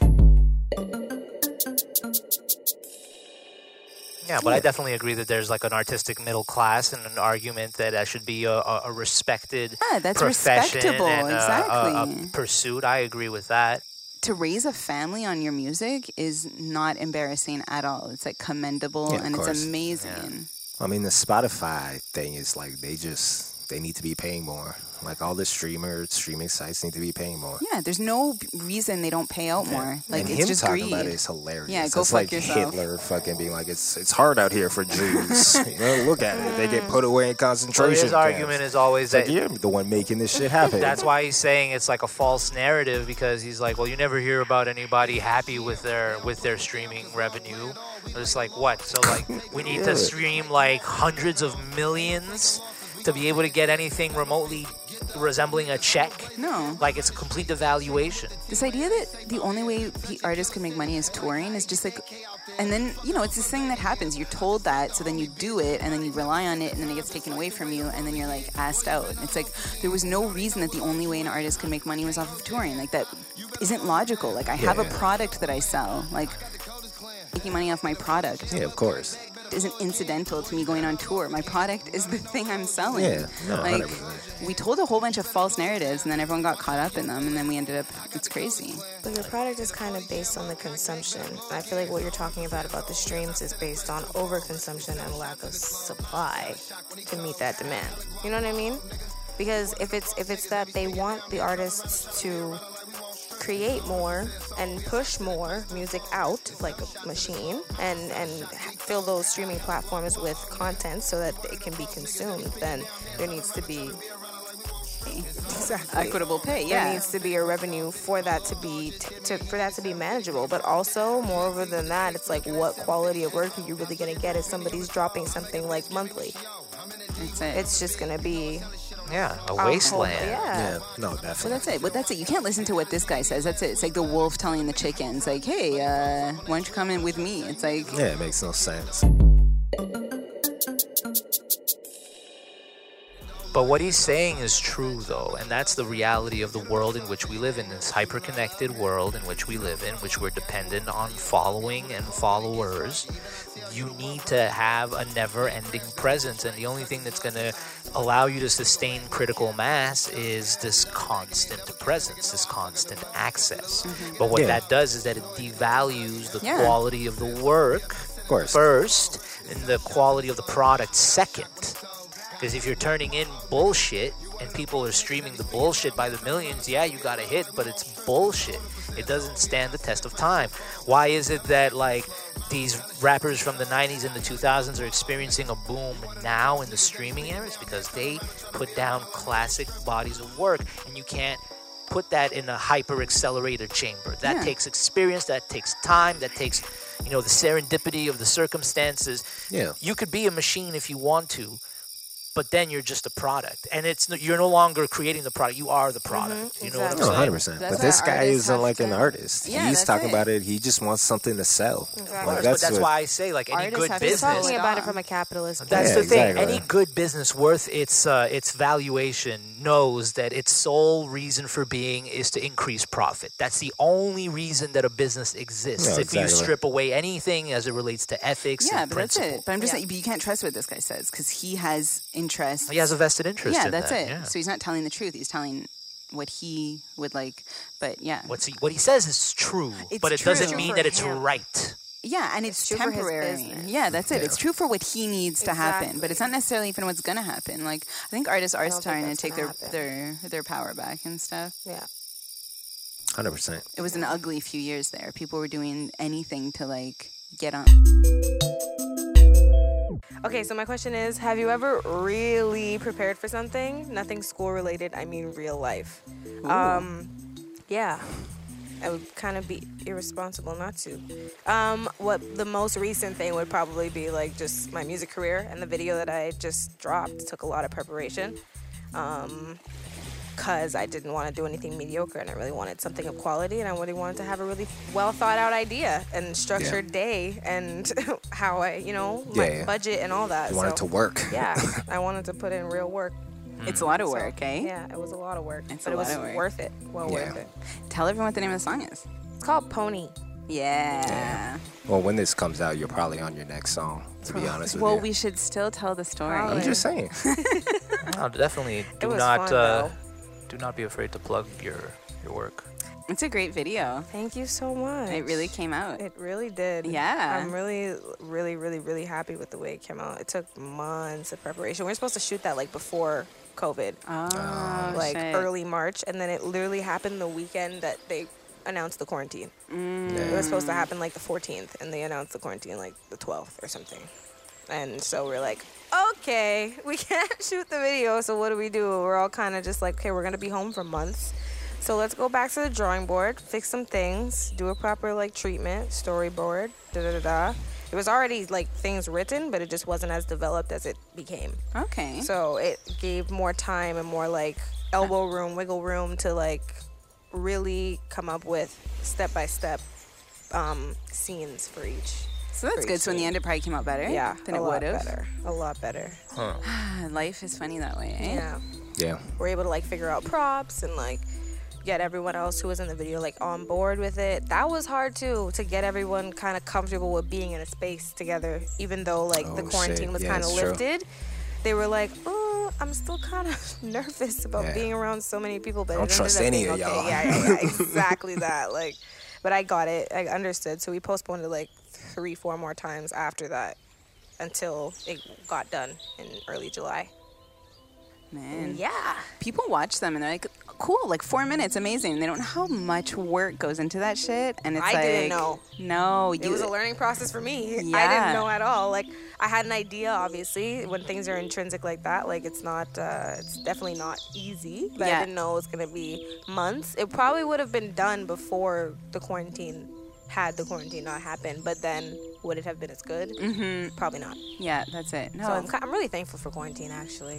D: Yeah, but I definitely agree that there's like an artistic middle class and an argument that that should be a, a, a respected
C: Yeah, that's
D: profession
C: respectable,
D: and a- a, a,
C: exactly.
D: pursuit. I agree with that.
C: to raise a family on your music is not embarrassing at all. It's like commendable
B: Yeah, of
C: and
B: course.
C: it's amazing.
B: I mean, the Spotify thing is like they just they need to be paying more. Like all the streamer streaming sites need to be paying more.
C: Yeah, there's no b- reason they don't pay out more. Like
B: and
C: it's
B: him
C: just
B: talking
C: greed.
B: about it is hilarious.
C: Yeah, go
B: That's
C: fuck
B: like
C: yourself.
B: Hitler fucking being like, it's it's hard out here for Jews. You know, look at it; they get put away in
D: But
B: concentration
D: his
B: camps.
D: argument is always
B: It's like
D: that
B: you're the one making this shit happen.
D: that's why he's saying it's like a false narrative because he's like, well, you never hear about anybody happy with their with their streaming revenue. It's like what? So like we need to stream like hundreds of millions to be able to get anything remotely resembling a check.
C: No.
D: Like it's a complete devaluation.
C: This idea that the only way pe- artists can make money is touring is just like, and then you know it's this thing that happens. You're told that, so then you do it, and then you rely on it, and then it gets taken away from you, and then you're like assed out. It's like there was no reason that the only way an artist could make money was off of touring. Like that isn't logical. Like I have a
B: Yeah.
C: product that I sell. Like making money off my product.
B: Yeah, of course.
C: isn't incidental to me going on tour. My product is the thing I'm selling.
B: Yeah, no,
C: Oh, like uh,
B: 100%.
C: we told a whole bunch of false narratives, and then everyone got caught up in them, and then we ended up. It's crazy.
F: But your product is kind of based on the consumption. I feel like what you're talking about about the streams is based on overconsumption and lack of supply to meet that demand. You know what I mean? Because if it's if it's that they want the artists to create more and push more music out like a machine and and fill those streaming platforms with content so that it can be consumed then there needs to be exactly
C: Equitable pay.
F: there
C: Yeah.
F: needs to be a revenue for that to be t- to, for that to be manageable. But also, moreover than that, it's like what quality of work are you really gonna get if somebody's dropping something like monthly?
C: That's it.
F: It's just gonna be
D: Yeah, a
F: a
D: wasteland.
F: Whole, yeah.
B: Yeah, no,
C: well,
B: definitely.
C: that's it. Well, that's it. You can't listen to what this guy says. That's it. It's like the wolf telling the chickens, like, "Hey, uh, why don't you come in with me?" It's like,
B: Yeah, it makes no sense.
D: But what he's saying is true, though, and that's the reality of the world in which we live in this hyper-connected world in which we live in, which we're dependent on following and followers. You need to have a never-ending presence, and the only thing that's going to allow you to sustain critical mass is this constant presence, this constant access. But what
B: Yeah.
D: that does is that it devalues the
C: Yeah.
D: quality of the work
B: Of course.
D: first and the quality of the product second. Because if you're turning in bullshit and people are streaming the bullshit by the millions, yeah, you got a hit, but it's bullshit. It doesn't stand the test of time. Why is it that, like, these rappers from the 90s and the 2000s are experiencing a boom now in the streaming era? It's because they put down classic bodies of work, and you can't put that in a hyper accelerator chamber. That
C: Yeah.
D: takes experience, that takes time, that takes, you know, the serendipity of the circumstances.
B: Yeah.
D: You could be a machine if you want to, but then you're just a product, and it's no, you're no longer creating the product. You are the product.
C: Mm-hmm.
D: you know
B: No,
D: what
B: hundred
D: I'm saying?
B: percent.
C: That's
B: But this
C: why
B: guy
C: artists
B: isn't
C: have
B: like
C: to-
B: an artist.
C: Yeah,
B: He's
C: that's
B: talking
C: it.
B: about it. He just wants something to sell. Like,
D: But that's
B: what-
D: why I say like any
C: Artists
D: good
C: have to
F: He's
D: business.
F: talking
C: Business.
F: about it from a capitalist.
D: That's
B: Yeah,
D: the thing.
B: exactly.
D: Any good business worth its uh, its valuation knows that its sole reason for being is to increase profit. That's the only reason that a business exists.
B: Yeah,
D: if you
B: exactly.
D: strip away anything as it relates to ethics
C: yeah,
D: and
C: but that's
D: principle,
C: it. But I'm just
F: Yeah.
C: saying, but you can't trust what this guy says because he has interests.
D: he has a vested interest.
C: yeah,
D: in
C: that's
D: that,
C: it.
D: yeah.
C: So he's not telling the truth. He's telling what he would like. But yeah,
D: What's he, what he says is true,
C: It's
D: but it
C: true.
D: doesn't
C: True
D: mean
F: for
D: that it's
F: him.
D: right.
C: Yeah, and it's,
F: true for his
C: temporary.
F: business.
C: Yeah, that's it. It's true for what he needs to happen, but
F: Exactly.
C: it's not necessarily even what's going to happen. Like I think artists are
F: don't think
C: starting to
F: that's
C: take
F: gonna
C: their, their their power back and stuff.
F: yeah.
B: Hundred percent.
C: It was an ugly few years there. People were doing anything to like get on.
A: Mm. Okay, so my question is Have you ever really prepared for something? Nothing school related, I mean real life. Um, yeah, I would kind of be irresponsible not to. Um, what the most recent thing would probably be like just my music career and the video that I just dropped took a lot of preparation. Um, because I didn't want to do anything mediocre and I really wanted something of quality and I really wanted to have a really well thought out idea and structured day and how I, you know, my
B: Yeah, yeah.
A: budget and all that.
B: He wanted
A: so,
B: to work.
A: yeah, I wanted to put in real work.
C: It's a lot of
A: so,
C: work, eh?
A: Yeah, it was a lot of work,
C: It's
A: but
C: a
A: it
C: lot
A: was
C: of work.
A: worth it. Well
B: Yeah.
A: worth it.
C: Tell everyone what the name of the song is.
A: It's called Pony.
C: Yeah.
B: Well, when this comes out, you're probably on your next song. To be honest with
C: Well,
B: you.
C: we should still tell the story.
B: I'm just saying.
D: No, definitely do
A: was fun,
D: not uh,
A: though.
D: do not be afraid to plug your your work.
C: It's a great video.
A: Thank you so much.
C: It really came out.
A: It really did.
C: Yeah.
A: I'm really, really, really, really happy with the way it came out. It took months of preparation. We were supposed to shoot that like before COVID.
C: oh,
A: like
C: shit.
A: early March, and then it literally happened the weekend that they announced the quarantine.
C: Mm.
A: It
B: Yeah.
A: was supposed to happen like the 14th, and they announced the quarantine like the 12th or something. And so we're like, okay, we can't shoot the video, so what do we do? We're all kind of just like, okay, we're gonna be home for months. So let's go back to the drawing board, fix some things, do a proper like treatment, storyboard, da da da da. It was already like things written, but it just wasn't as developed as it became.
C: Okay.
A: So it gave more time and more like elbow room, wiggle room to like really come up with step by step um, scenes for each.
C: So that's
A: for
C: good.
A: each
C: So in the
A: scene.
C: end, it probably came out better.
A: yeah,
C: Than
A: a
C: it
A: lot
C: would have.
A: better, a lot better.
C: Life is funny that way. Eh?
A: Yeah,
B: yeah.
A: we're able to like figure out props and like get everyone else who was in the video like on board with it. That was hard too to get everyone kind of comfortable with being in a space together, even though like the
B: Oh,
A: quarantine
B: shit.
A: was
B: Yeah,
A: kind of
B: it's true.
A: lifted. They were like, "Oh, I'm still kind of nervous about
B: Yeah.
A: being around so many people, but
B: I don't
A: it ended
B: trust
A: up
B: any
A: being
B: of
A: okay.
B: y'all.
A: Yeah, yeah, yeah, exactly that. Like, but I got it. I understood. So we postponed it like three, four more times after that until it got done in early July.
C: Man.
A: Yeah.
C: People watch them and they're like, cool, like four minutes, amazing. They don't know how much work goes into that shit. And it's
A: I
C: like,
A: didn't know.
C: No, you.
A: It was a learning process for me. I
C: Yeah.
A: didn't know at all. Like I had an idea, obviously, when things are intrinsic like that. Like it's not, uh, it's definitely not easy. But
C: Yeah.
A: I didn't know it was gonna be months. It probably would have been done before the quarantine, had the quarantine not happened. But then, would it have been as good? Mm-hmm. Probably not.
C: yeah, that's it. No,
A: So I'm,
C: Oh, it's-
A: ki- I'm really thankful for quarantine, actually.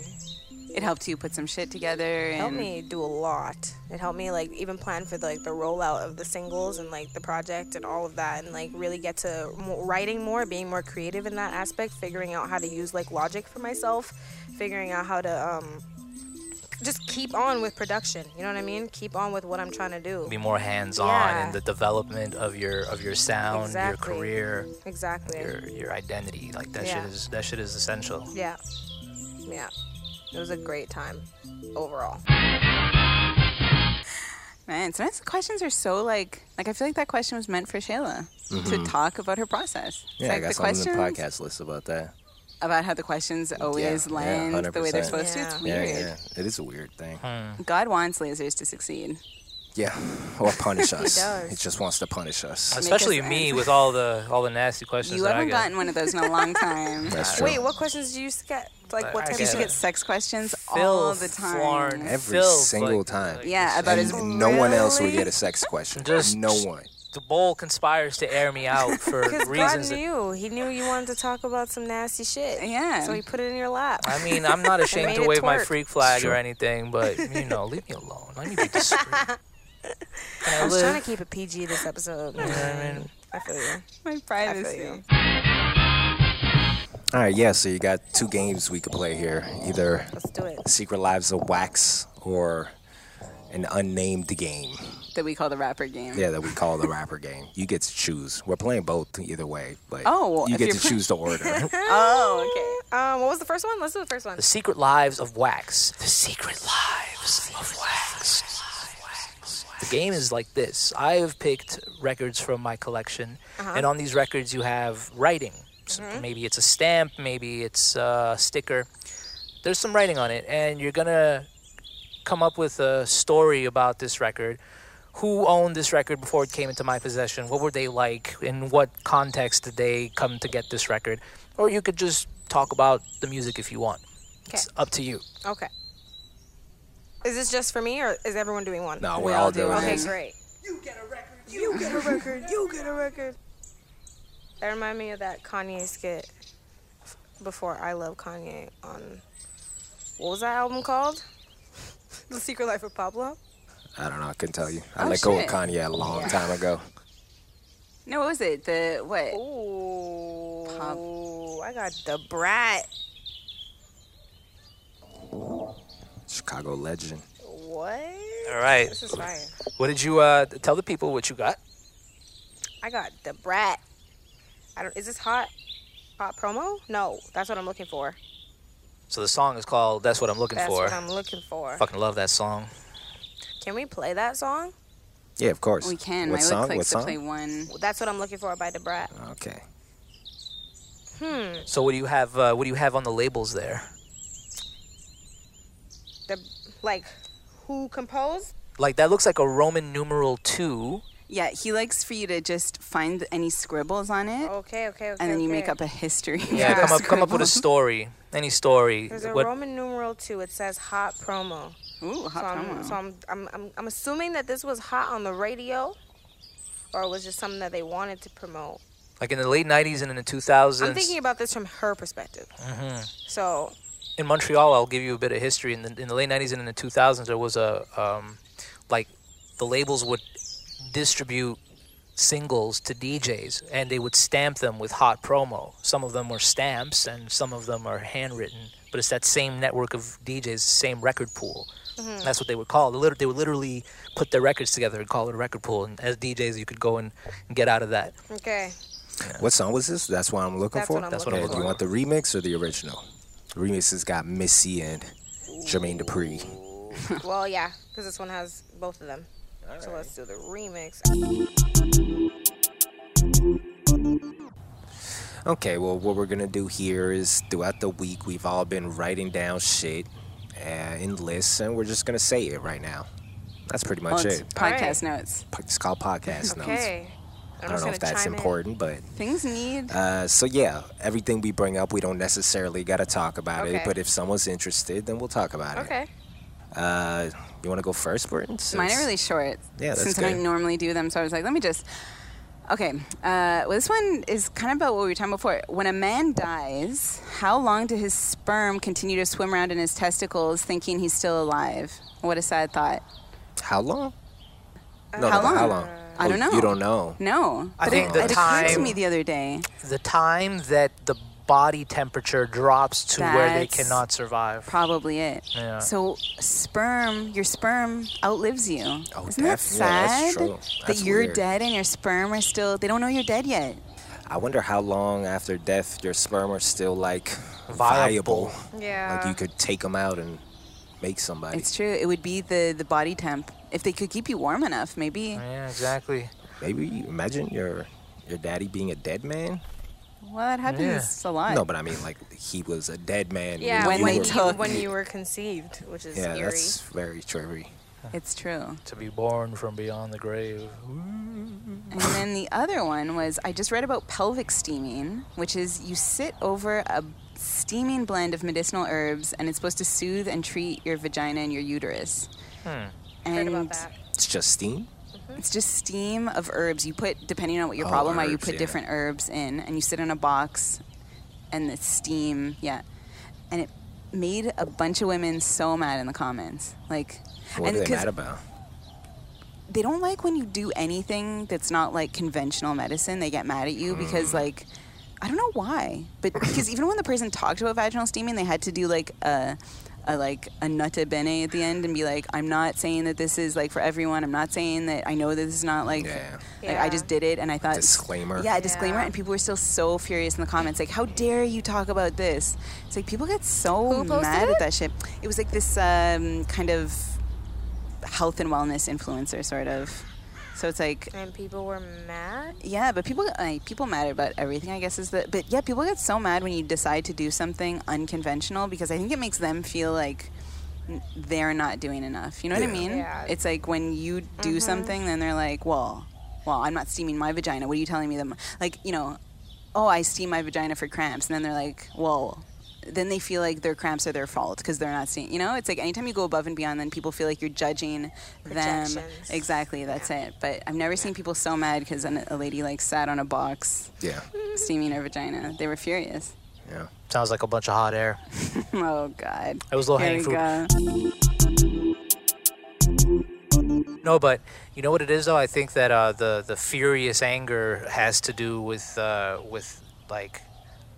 C: it helped you put some shit together.
A: It helped
C: And
A: me do a lot. It helped me like even plan for like the rollout of the singles and like the project and all of that, and like really get to mo- writing more, being more creative in that aspect, figuring out how to use like logic for myself, figuring out how to um, just keep on with production. You know what I mean? Keep on with what I'm trying to do.
D: Be more hands-on
A: Yeah.
D: in the development of your of your sound,
A: Exactly.
D: your career,
A: Exactly.
D: your your identity. Like that
A: Yeah.
D: shit is that shit is essential.
A: Yeah. Yeah. It was a great time overall.
C: Man, sometimes the questions are so like, like I feel like that question was meant for Shayla to talk about her process. It's
B: Mm-hmm. Yeah,
C: like
B: I got
C: the
B: something
C: questions
B: on the podcast list about that.
C: about how the questions always
B: yeah,
C: land the way they're
B: 100%.
C: supposed to.
A: Yeah.
C: It's
B: Yeah,
C: weird.
B: yeah. It is a weird thing.
C: God wants lasers to succeed.
B: Yeah. Or punish us.
A: does.
B: He just wants to punish us.
D: Especially
C: us
D: me
C: angry.
D: with all the all the nasty questions
C: You
D: that I
C: haven't
D: get.
C: gotten one of those in a long time.
B: That's true.
A: Wait, what questions do you s- get? Like what type
D: I
C: You
A: of
D: guess-
C: should
A: shit?
C: get sex questions all
D: Filth,
C: the time.
D: Lauren.
B: Every
D: Filth,
B: single
D: like-
B: time.
D: like-
C: Yeah, about his
B: And no one else would
A: Really?
B: get a sex question.
D: Just-
B: no one.
D: The bowl conspires to air me out for
A: Because God
D: reasons. that-
A: knew. He knew you wanted to talk about some nasty shit.
C: Yeah.
A: So he put it in your lap.
D: I mean, I'm not ashamed
A: made
D: to
A: it
D: wave my
A: twerk.
D: freak flag
B: Sure.
D: or anything, but you know, leave me alone. Let me be discreet. Can I
A: I was
D: live?
A: trying to keep it PG this episode.
D: You know what I mean?
A: I feel you.
C: My
A: I feel
C: privacy.
A: you.
B: All right, yeah, so you got two games we could play here either
A: Let's do it.
B: Secret Lives of Wax or an unnamed game.
C: That we call the rapper game.
B: Yeah, that we call the rapper game. You get to choose. We're playing both either way, but
C: Oh, well,
B: you
C: if
B: get
C: you're
B: to
C: play-
B: choose the order.
C: Oh, okay.
A: Um, what was the first one? Let's do the first one.
D: The Secret Lives of Wax. The Secret Lives of Wax. The game is like this. I have picked records from my collection, and on these records you have writing. So Maybe it's a stamp, maybe it's a sticker. There's some writing on it, and you're gonna come up with a story about this record. Who owned this record before it came into my possession? What were they like? In what context did they come to get this record? Or you could just talk about the music if you want. It's up to you.
A: Okay. Is this just for me or is everyone doing one?
B: no,
C: We
B: we're
C: all
B: all
C: do
B: doing
C: one.
A: Okay,
B: this.
A: great. You get a record. You get a record. You get a record. That reminded me of that Kanye skit f- before I Love Kanye on. What was that album called? the Secret Life of Pablo?
B: I don't know. I couldn't tell you. I
C: Oh,
B: let go
C: shit.
B: of Kanye a long time ago.
C: No, what was it? The what?
A: Ooh,
C: Pop-
A: I got the brat.
B: Chicago legend.
A: What?
D: All right.
A: This is fire.
D: What did you uh, tell the people what you got?
A: I got the brat. I don't. Is this hot? Hot promo? No, that's what I'm looking for.
D: So the song is called That's What I'm Looking
A: That's
D: For.
A: what I'm looking for.
D: Fucking love that song.
A: Can we play that song?
B: Yeah, of course.
C: We can.
B: What
C: My
B: song?
C: lip
B: What
C: clicks to
B: song?
C: play one.
A: That's what I'm looking for by the brat.
B: Okay.
D: So what do you have uh, what do you have on the labels there?
A: The like, who composed?
D: Like that looks like a Roman numeral 2.
C: Yeah, he likes for you to just find any scribbles on it,
A: Oh, Okay, okay, okay.
C: and then you make
A: okay.
C: up a history.
D: Yeah,
C: for
D: come
C: the
D: up come up with a
C: scribbles.
D: story. Any story.
A: There's a
D: What-
A: Roman numeral two. It says hot promo.
C: Ooh,
A: So
C: hot
A: I'm,
C: promo.
A: so I'm, I'm, I'm, I'm assuming that this was hot on the radio, or it was just something that they wanted to promote.
D: like in the late 90s and in the 2000s.
A: I'm thinking about this from her perspective. So
D: in Montreal, I'll give you a bit of history. In the, in the late 90s and in the 2000s, there was a, um, like, the labels would distribute singles to DJs and they would stamp them with hot promo. Some of them were stamps and some of them are handwritten, but it's that same network of DJs, same record pool.
C: Mm-hmm.
D: That's what they would call. it. They lit- They would literally put their records together and call it a record pool. And as DJs, you could go and get out of that.
A: Okay.
B: What song was this? That's what I'm looking
A: That's
B: for.
A: what I'm That's what
D: looking I'm
B: Do you
D: looking
B: want the remix or the original? The remix has got Missy and Jermaine Dupri.
A: Well, yeah, because this one has both of them. so let's do the remix.
B: Okay, well, what we're gonna do here is throughout the week, we've all been writing down shit uh, in lists, and we're just gonna say it right now. That's pretty
C: Well,
B: much
C: it's
B: it.
C: podcast notes.
B: It's called podcast notes.
A: Okay.
B: I don't know if that's important, but
C: Things need.
B: uh, so yeah, everything we bring up, we don't necessarily gotta talk about it.
A: Okay.
B: But if someone's interested, then we'll talk about it.
A: Okay.
B: Uh, you want to go first, Britain?
C: Mine are really short.
B: Yeah, that's
C: Since I
B: good.
C: don't normally do them, so I was like, let me just. Okay, uh, well, this one is kind of about what we were talking before. When a man dies, how long did his sperm continue to swim around in his testicles, thinking he's still alive? What a sad thought.
B: How long?
A: Uh,
B: No,
C: How
B: no,
C: long?
B: How long?
C: I don't
B: Oh,
C: know.
B: You don't know.
C: No,
D: I
C: but
D: think
C: it,
D: the
C: Oh. it occurred to
D: time-
C: me the other day.
D: The time that the body temperature drops to where they
C: That's-
D: cannot survive.
C: Probably it.
D: Yeah.
C: So sperm, your sperm outlives you.
B: Oh,
C: Isn't that
B: def- yeah,
C: sad?
B: that's true. That's
C: that you're
B: weird.
C: dead and your sperm are still. They don't know you're dead yet.
B: I wonder how long after death your sperm are still like
D: Viable.
B: viable.
A: Yeah.
B: Like you could take them out and make somebody.
C: It's true. It would be the the body temp if they could keep you warm enough. Maybe.
D: Yeah, exactly.
B: Maybe imagine your your daddy being a dead man.
C: Well, that happens a lot.
B: No, but I mean like he was a dead man.
A: Yeah, when,
C: When
B: you
C: they
A: you,
B: were-
C: took-
A: when you were conceived, which is
B: Yeah,
A: eerie.
B: that's very trippy.
C: it's true.
D: To be born from beyond the grave.
C: And then the other one was I just read about pelvic steaming, which is you sit over a steaming blend of medicinal herbs, and it's supposed to soothe and treat your vagina and your uterus.
B: Hmm.
A: Heard
C: And
A: about that.
B: It's just steam.
C: It's just steam of herbs. You put depending on what your
B: Oh,
C: problem are, you
B: herbs,
C: put
B: yeah.
C: different herbs in, and you sit in a box, and the steam, yeah, and it made a bunch of women so mad in the comments, like,
B: What
C: and
B: are they
C: because
B: mad about?
C: they don't like when you do anything that's not like conventional medicine. They get mad at you
B: Mm.
C: because like. I don't know why, but because even when the person talked about vaginal steaming, they had to do like a, a like a nutta bene at the end and be like, "I'm not saying that this is like for everyone. I'm not saying that I know this is not like,
B: Yeah.
C: like, I just did it and I thought
B: Disclaimer.
C: Yeah, a disclaimer.
A: uh, Yeah.
C: And people were still so furious in the comments, like, "How dare you talk about this?" It's like people get so
A: Who posted
C: mad
A: it?
C: at that shit. It was like this um, kind of health and wellness influencer sort of. So it's like
A: And people were mad.
C: yeah, but people like, people mad about everything. I guess is that. But yeah, people get so mad when you decide to do something unconventional because I think it makes them feel like n- they're not doing enough. You know what I
B: Yeah.
C: mean?
A: Yeah.
C: It's like when you do something, then they're like, "Well, well, I'm not steaming my vagina. What are you telling me that?" my-" Like you know, oh, I steam my vagina for cramps, and then they're like, "Well." Then they feel like their cramps are their fault because they're not seeing. You know, it's like anytime you go above and beyond, then people feel like you're judging them.
A: Projections.
C: Exactly, that's it. But I've never seen people so mad because a lady like sat on a box
B: Yeah.
A: Mm-hmm.
C: steaming her vagina. They were furious.
B: Yeah.
D: Sounds like a bunch of hot air.
C: Oh God.
D: It was low-hanging
C: Here we
D: fruit.
C: go.
D: No, but you know what it is though. I think that uh, the the furious anger has to do with uh, with like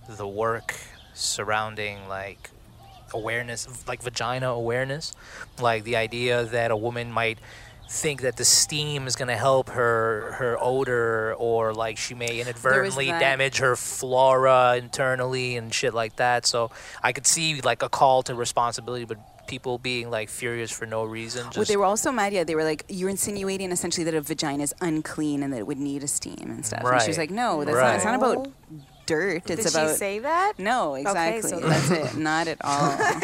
D: the work surrounding like awareness, like vagina awareness, like the idea that a woman might think that the steam is going to help her her odor or like she may inadvertently
C: that.
D: damage her flora internally and shit like that so i could see like a call to responsibility but people being like furious for no reason just
C: Well, they were also mad. Yeah, they were like, "You're insinuating essentially that a vagina is unclean and that it would need a steam and stuff." And she was
D: Right.
C: like, "No, that's not. It's not about dirt. It's
A: Oh, Did
C: about
A: she say that?
C: no,
A: Okay,
C: exactly.
A: so
C: that's it. Not at all.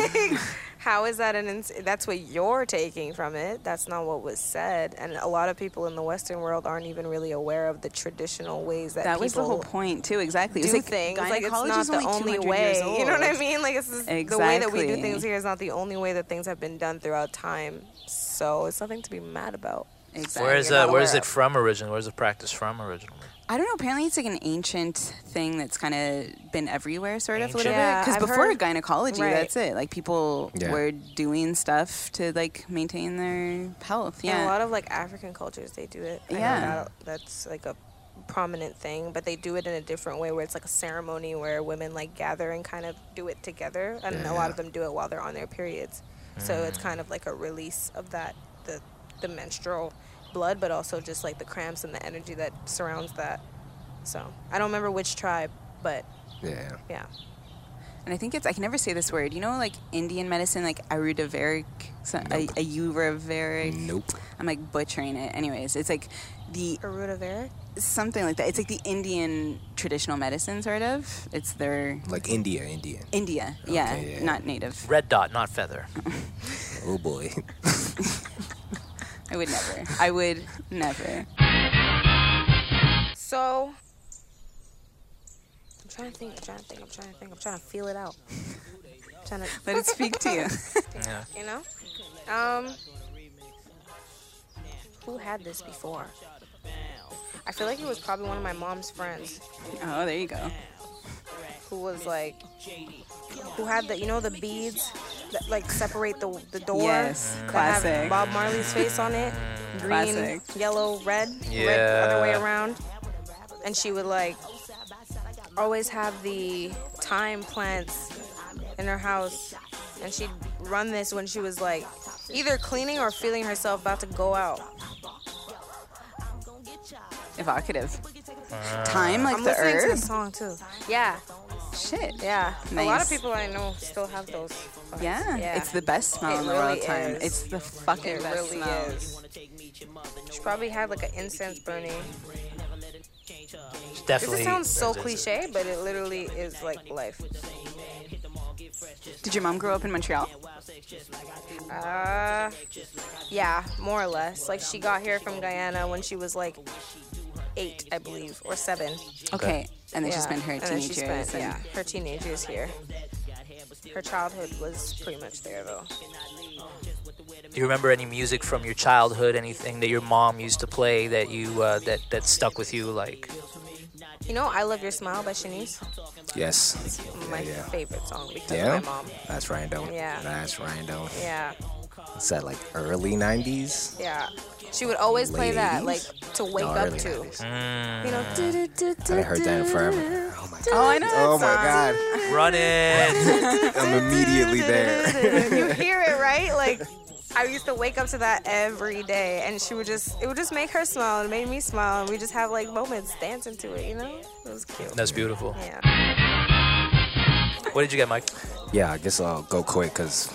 A: How is that an? Ins- that's what you're taking from it. That's not what was said. And a lot of people in the Western world aren't even really aware of the traditional ways that,
C: that
A: people
C: was the whole point too. Exactly.
A: do
C: it was like
A: things. Like it's
C: gynecology
A: not
C: is
A: the only
C: 200
A: way.
C: years
A: You know what I
C: old.
A: mean? Like it's just the way that we do
C: Exactly.
A: things here is not the only way that things have been done throughout time. So it's nothing to be mad about.
C: Exactly.
D: Where is
A: you're
D: uh,
A: not
D: where is
A: aware
D: it
A: of.
D: from originally? Where is the practice from originally?
C: I don't know. Apparently, it's like an ancient thing that's kind of been everywhere, sort of a little
D: Ancient?
A: Yeah,
C: bit. Because
A: I've
C: before
A: heard-
C: gynecology,
A: right.
C: that's it. Like people
B: Yeah.
C: were doing stuff to like maintain their health.
A: In
C: Yeah,
A: a lot of like African cultures, they do it. I know
C: Yeah.
A: that- that's like a prominent thing, but they do it in a different way where it's like a ceremony where women like gather and kind of do it together. And a lot of them do it while they're on their periods. So
C: Mm.
A: it's kind of like a release of that, the, the menstrual blood, but also just like the cramps and the energy that surrounds that. So I don't remember which tribe, but
B: Yeah.
A: yeah.
C: and I think it's I can never say this word. You know, like Indian medicine, like ayurvedic, so, a, ayurvedic.
B: Nope.
C: I'm like butchering it. Anyways, it's like the
A: Arudavera?
C: something like that. It's like the Indian traditional medicine, sort of. It's their
B: Like India, Indian.
C: India, yeah,
B: Okay, yeah.
C: not native.
D: Red dot, not feather.
B: Oh boy.
C: I would never. I would never.
A: So I'm trying to think, I'm trying to think, I'm trying to think, I'm trying to feel it out. I'm trying to
C: Let it speak to you.
D: Yeah.
A: you know um who had this before i feel like it was probably one of my mom's friends
C: Oh, there you go.
A: who was like who had the you know the beads that like separate the the door
C: Yes,
A: that
C: classic. Mm.
A: have bob marley's face on it green
C: Classic.
A: yellow red red the
D: Yeah.
A: other way around and she would like always have the thyme plants in her house and she'd run this when she was like either cleaning or feeling herself about to go out
C: Evocative. Time like
A: i'm
C: the
A: listening to
C: herb.
A: the song too yeah
C: Shit.
A: yeah a lot
C: Nice.
A: of people i know still have those plants.
C: Yeah.
A: yeah
C: It's the best smell
A: It
C: in the
A: really
C: world. Time.
A: is.
C: It's the fucking
A: It
C: best
A: really
C: smell.
A: is. She probably had like an incense burning.
D: It's
A: This
D: definitely.
A: sounds so cliche, but it literally is like life.
C: Did your mom grow up in Montreal?
A: Uh, yeah, more or less. Like she got here from Guyana when she was like eight, I believe, or seven.
C: Okay. And then
A: yeah.
C: she spent her
A: And then
C: teenage
A: she
C: years.
A: spent,
C: in-
A: yeah, her teenage years here. Her childhood was pretty much there though.
D: Do you remember any music from your childhood? Anything that your mom used to play that you uh, that that stuck with you? Like,
A: You know, I Love Your Smile by Shanice.
B: yes.
A: My
B: Yeah, yeah.
A: favorite song because
B: Yeah.
A: of my mom.
B: That's random.
A: Yeah.
B: That's random.
A: Yeah.
B: Is that like early 90s?
A: Yeah. She would always play that, like
B: Ladies?
A: to wake
B: No,
A: up
B: early
A: to.
B: 90s.
A: You know, do do do
B: I
A: do.
B: haven't heard that in forever. Oh my god.
C: Oh, I know.
B: Oh
C: that song.
B: my
D: run it.
B: god. I'm immediately there.
A: you hear it, right? Like I used to wake up to that every day, and she would just it would just make her smile and it made me smile, and we just have like moments dancing to it, you know? It was cute.
D: That's beautiful.
A: Yeah.
D: What did you get, Mike?
B: Yeah, I guess I'll go quick because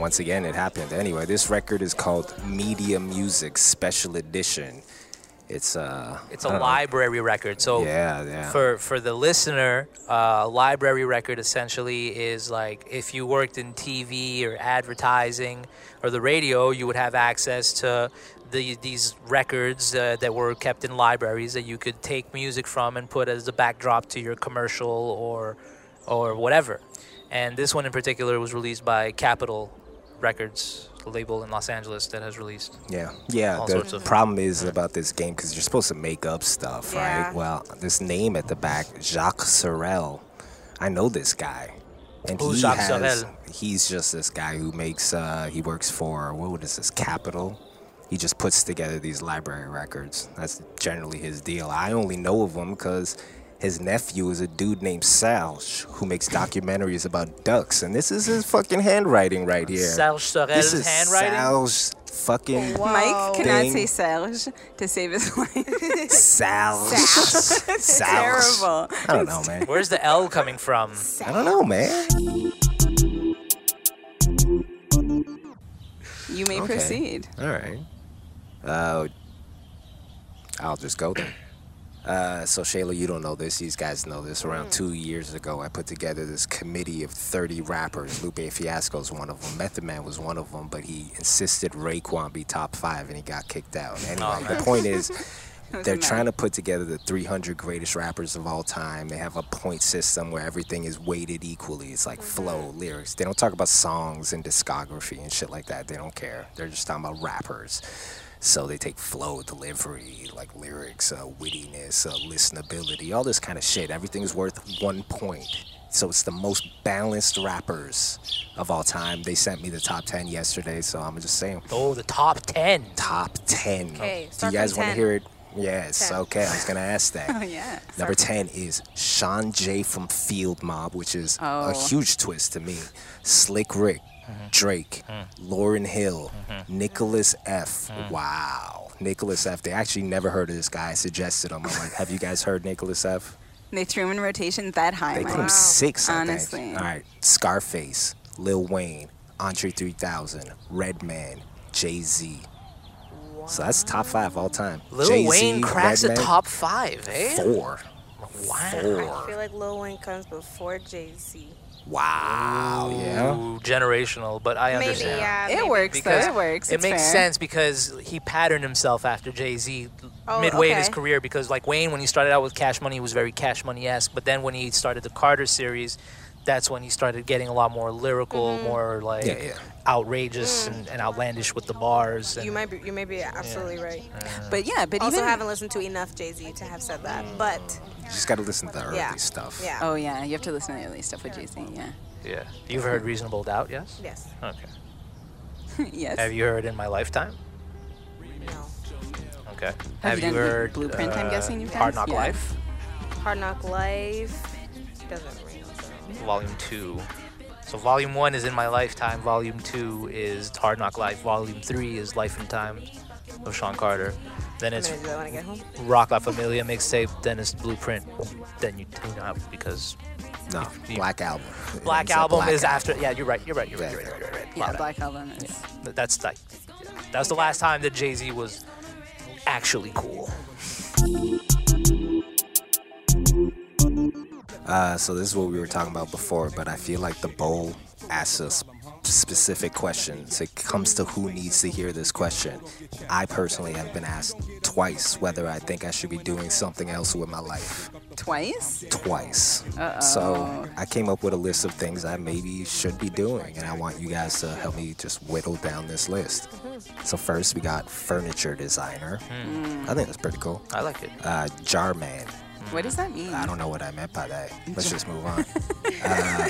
B: once again it happened. Anyway, this record is called Media Music Special Edition. It's uh
D: It's
B: I
D: a
B: don't know.
D: library record. So
B: Yeah, yeah.
D: Oh. for for the listener, uh, library record essentially is like if you worked in TV or advertising or the radio, you would have access to the, these records uh, that were kept in libraries that you could take music from and put as the backdrop to your commercial or or whatever. And this one in particular was released by Capitol Records the label in Los Angeles that has released.
B: Yeah, yeah.
D: All
B: the
D: sorts of-
B: problem is about this game because you're supposed to make up stuff,
A: Yeah.
B: right? Well, this name at the back, Jacques Sorel. I know this guy, and
D: Who's
B: he
D: Jacques
B: has.
D: Sorel?
B: He's just this guy who makes. Uh, he works for what is this? Capital. He just puts together these library records. That's generally his deal. I only know of him because his nephew is a dude named Serge who makes documentaries about ducks, and this is his fucking handwriting right here.
D: Serge Sorel's
B: this is
D: handwriting.
B: Serge's fucking
C: Mike cannot
B: Ding.
C: say Serge to save his life.
B: Sal.
C: It's
B: Sal.
C: terrible.
B: I don't know, man.
D: Where's the L coming from?
B: I don't know, man.
C: You may
B: Okay.
C: proceed.
B: All right. Uh, I'll just go then. Uh, so Shayla, you don't know this. These guys know this.
C: Mm.
B: Around two years ago, I put together this committee of 30 rappers. Lupe Fiasco is one of them. Method Man was one of them, but he insisted Raekwon be top five, and he got kicked out. Anyway, the point is, they're trying to put together the 300 greatest rappers of all time. They have a point system where everything is weighted equally. It's like flow, lyrics. They don't talk about songs and discography and shit like that. They don't care. They're just talking about rappers. So they take flow, delivery, like lyrics, uh, wittiness, uh, listenability, all this kind of shit. Everything's worth one point. So it's the most balanced rappers of all time. They sent me the top 10 yesterday, so I'm just saying
D: Oh, the top ten.
B: top 10.
A: Okay,
B: Do
A: start
B: you guys
A: from 10.
B: want to hear it? Yes,
A: 10.
B: okay, I was going to ask that.
C: Oh, yeah.
B: Number 10 is Sean J from Field Mob, which is a
C: Oh.
B: huge twist to me. Slick Rick, Drake, Lauren Hill, Nicholas F. Wow. Nicholas F. They actually never heard of this guy. I suggested him. I'm like, have you guys heard Nicholas F?
C: They threw him in rotation that high.
B: They
C: Mike.
B: put him six, I
C: Honestly.
B: think. All right. Scarface, Lil Wayne, Andre 3000, Redman, Jay Z. So that's top five all time.
D: Lil
B: Jay-Z,
D: Wayne cracks
B: Redman,
D: a top five, eh?
B: four.
D: Wow.
A: I
B: Four.
A: feel like Lil Wayne comes before Jay Z.
B: Wow. Yeah.
D: Ooh, generational, but I
A: Maybe,
D: understand.
A: yeah.
C: It
A: maybe.
C: works, though. It works.
D: It
C: It's
D: makes
C: fair.
D: sense because he patterned himself after Jay Z
A: Oh,
D: midway in his
A: okay.
D: career. Because like Wayne, when he started out with Cash Money, he was very Cash Money esque. But then when he started the Carter series, that's when he started getting a lot more lyrical,
C: Mm-hmm.
D: more like
B: Yeah, yeah.
D: outrageous
C: Mm.
D: and, and outlandish with the bars. And
A: You might be, you may be absolutely right.
C: But yeah, but
A: Also,
C: even
A: haven't listened to enough Jay Z to have said that, but
B: You just got to listen to the early
A: yeah,
B: stuff.
A: yeah,
C: Oh yeah, you have to listen to the early stuff with Jay Z. Yeah.
D: yeah, you've heard Reasonable Doubt, yes?
A: yes,
D: Okay.
C: yes.
D: Have you heard In My Lifetime?
A: no,
D: Okay.
C: Have you done
D: heard
C: Blueprint, I'm
D: uh,
C: guessing you've done?
D: Hard Knock
C: Yeah.
D: Life,
A: Hard Knock Life doesn't ring. a bell.
D: Volume Two. So Volume One is In My Lifetime. Volume Two is Hard Knock Life. Volume Three is Life and Time of Sean Carter. Then
A: I'm
D: it's
A: gonna do that when I get home.
D: Rock La Familia mixtape. Then it's Blueprint. Then you tune out because
B: No, Black Album. It
D: Black
B: ends up
D: Album
B: Black
D: is
B: Album.
D: after. Yeah, you're right. You're right. You're right. You're right. You're right. You're right. My
C: yeah,
D: bad.
C: Black Album is.
D: Th- That's like yeah. that was the last time that Jay Z was actually cool.
B: Uh, so this is what we were talking about before, but I feel like the bowl asks us specific questions. It comes to who needs to hear this question. I personally have been asked twice whether I think I should be doing something else with my life.
C: Twice.
B: Twice. So I came up with a list of things I maybe should be doing, and I want you guys to help me just whittle down this list. So first we got furniture designer. I think that's pretty cool.
D: I like it.
B: Uh, jar man.
C: What does that mean?
B: I don't know what I meant by that. Let's just move on. Uh,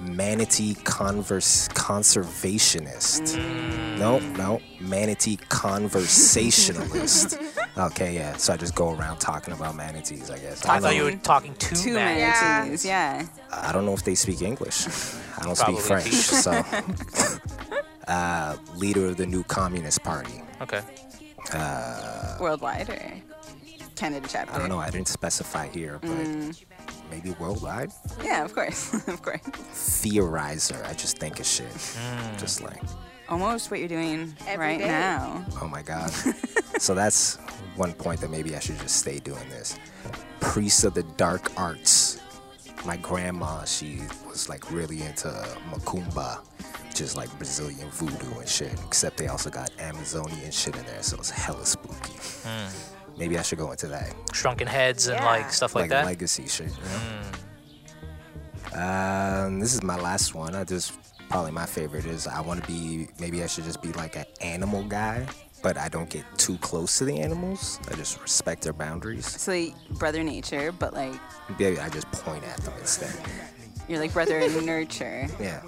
B: manatee converse conservationist. No, no. Manatee conversationalist. okay, yeah. So I just go around talking about manatees, I guess. I
D: I thought
B: don't,
D: you were talking too,
C: Two
D: mad.
C: manatees. Yeah.
B: I don't know if they speak English. I don't
D: Probably
B: speak French,
D: teach.
B: so. uh, leader of the new Communist Party.
D: Okay.
C: Worldwide or Canada chapter.
B: I don't know. I didn't specify here, but maybe worldwide.
C: Yeah, of course, of course.
B: Theorizer. I just think of shit.
D: Mm.
B: Just like.
C: Almost what you're doing
A: Every
C: right
A: day.
C: now.
B: Oh my God. so that's one point that maybe I should just stay doing this. Priest of the Dark Arts. My grandma, she was like really into Macumba, which is like Brazilian voodoo and shit, except they also got Amazonian shit in there, so it's hella spooky. Maybe I should go into that.
D: Shrunken heads and
A: Yeah.
D: like stuff like, that.
B: legacy shit, you know? Um, this is my last one. I just probably my favorite is I want to be maybe I should just be like an animal guy, but I don't get too close to the animals. I just respect their boundaries.
C: So like, brother nature, but like
B: Maybe I just point at them instead.
C: you're like brother nurture.
B: Yeah.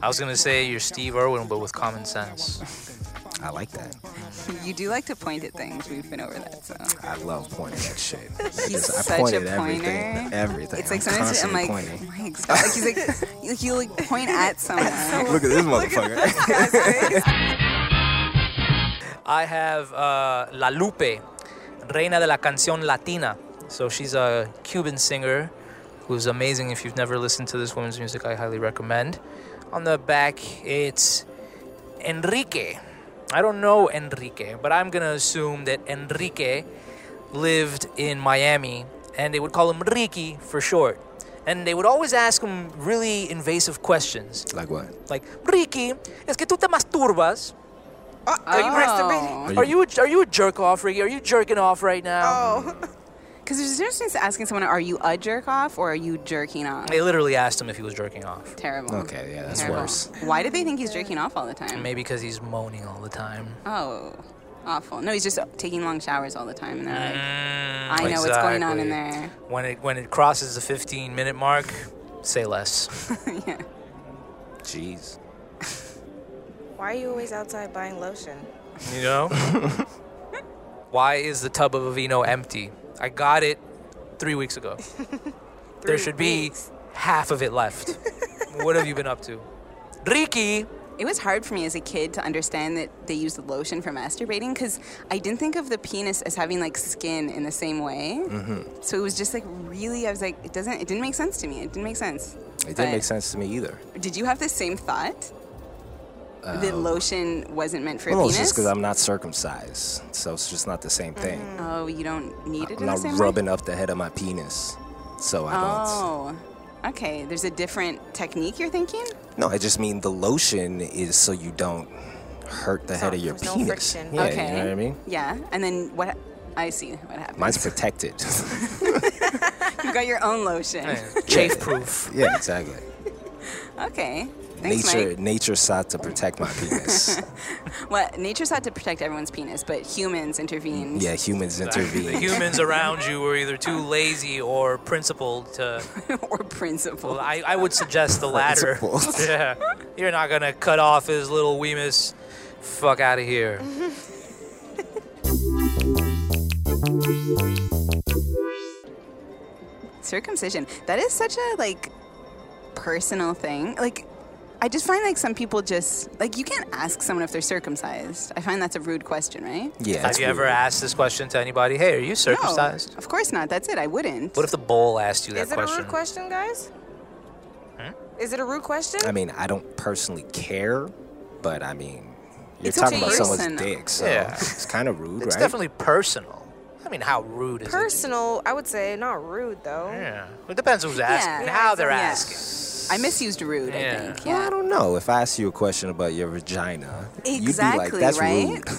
D: I was gonna say you're Steve Irwin, but with common sense.
B: I like that.
C: You do like to point at things. We've been over that. So
B: I love pointing at shit. I
C: He's
B: just- I
C: such
B: point
C: a
B: at everything.
C: pointer.
B: Everything.
C: it's like
B: I'm
C: sometimes I'm
B: constantly
C: like,
B: pointing.
C: Mike, stop. like he's like, you- you like point at someone.
B: Look at this motherfucker.
D: I have uh, La Lupe, Reina de la Canción Latina. So she's a Cuban singer who's amazing. If you've never listened to this woman's music, I highly recommend. On the back, it's Enrique. I don't know Enrique, but I'm gonna assume that Enrique lived in Miami, and they would call him Ricky for short. And they would always ask him really invasive questions.
B: like what?
D: Like, Ricky, es que tú te masturbas.
C: Oh. Oh.
D: Are you, are you a, are you a jerk off, Ricky? Are you jerking off right now?
C: Because there's a difference in asking someone, "Are you a jerk off?" or "Are you jerking off?"
D: They literally asked him if he was jerking off.
C: Terrible.
B: Okay, yeah, that's
C: Terrible.
B: worse.
C: Why did they think he's jerking off all the time?
D: Maybe because he's moaning all the time.
C: Oh, awful. No, he's just taking long showers all the time, and they're like, "I know what's going on in
D: Exactly.
C: there."
D: When it when it crosses the 15 minute mark, say less.
C: yeah.
B: Jeez.
A: Why are you always outside buying lotion?
D: You know? Why is the tub of Aveeno empty? I got it three weeks ago. there should
A: weeks.
D: be half of it left. what have you been up to? Ricky!
C: It was hard for me as a kid to understand that they used lotion for masturbating because I didn't think of the penis as having like skin in the same way.
B: Mm-hmm.
C: So it was just like really, I was like, it doesn't, it didn't make sense to me. It didn't make sense.
B: It
C: But-
B: didn't make sense to me either.
C: Did you have the same thought? that lotion wasn't meant for a
B: Um, Well, it's
C: penis?
B: just because I'm not circumcised, so it's just not the same thing.
C: oh, you don't need it in
B: I'm
C: the
B: not
C: same
B: rubbing
C: way?
B: up the head of my penis, so I
C: Oh, okay. There's a different technique you're thinking?
B: don't. No, I just mean the lotion is so you don't hurt the head of your
A: there's no
B: penis.
A: friction.
B: yeah,
C: okay.
B: you know what I mean.
C: Yeah. And then what? I see what happened.
B: Mine's protected.
C: you got your own lotion.
D: Chafe proof.
B: yeah, exactly.
C: Okay. Thanks,
B: nature,
C: Mike.
B: nature sought to protect my penis.
C: Well, nature's had to protect everyone's penis, but humans intervened.
B: yeah, humans
D: The
B: intervene.
D: humans around you were either too lazy or principled to.
C: or principle.
D: Well, I, I would suggest the latter.
B: Principled.
D: yeah. You're not going to cut off his little Weemus. Fuck out of here.
C: Circumcision. That is such a like personal thing. Like I just find like some people just like you can't ask someone if they're circumcised. I find that's a rude question, right?
B: Yeah.
D: Have
B: it's
D: you ever
B: weird.
D: asked this question to anybody? Hey, are you circumcised?
C: No, of course not. That's it. I wouldn't.
D: What if the bowl asked you that
A: Is it
D: question?
A: a rude question, guys? Is it a rude question?
B: I mean, I don't personally care, but I mean, you're
C: It's up
B: talking
C: to
B: about
C: you.
B: someone's
C: Personal.
B: dick, so
D: Yeah.
B: it's kind of rude,
D: It's
B: right?
D: definitely personal. I mean, how rude is
A: Personal, I would say, not rude though.
D: it? Yeah. It depends who's asking and
C: Yeah,
D: how they're
C: yeah.
D: asking.
C: I misused rude,
D: Yeah.
C: I think.
B: Well, I
C: Yeah.
B: don't know. If I ask you a question about your vagina, you'd be
C: Exactly,
B: like, "That's
C: right?
B: rude."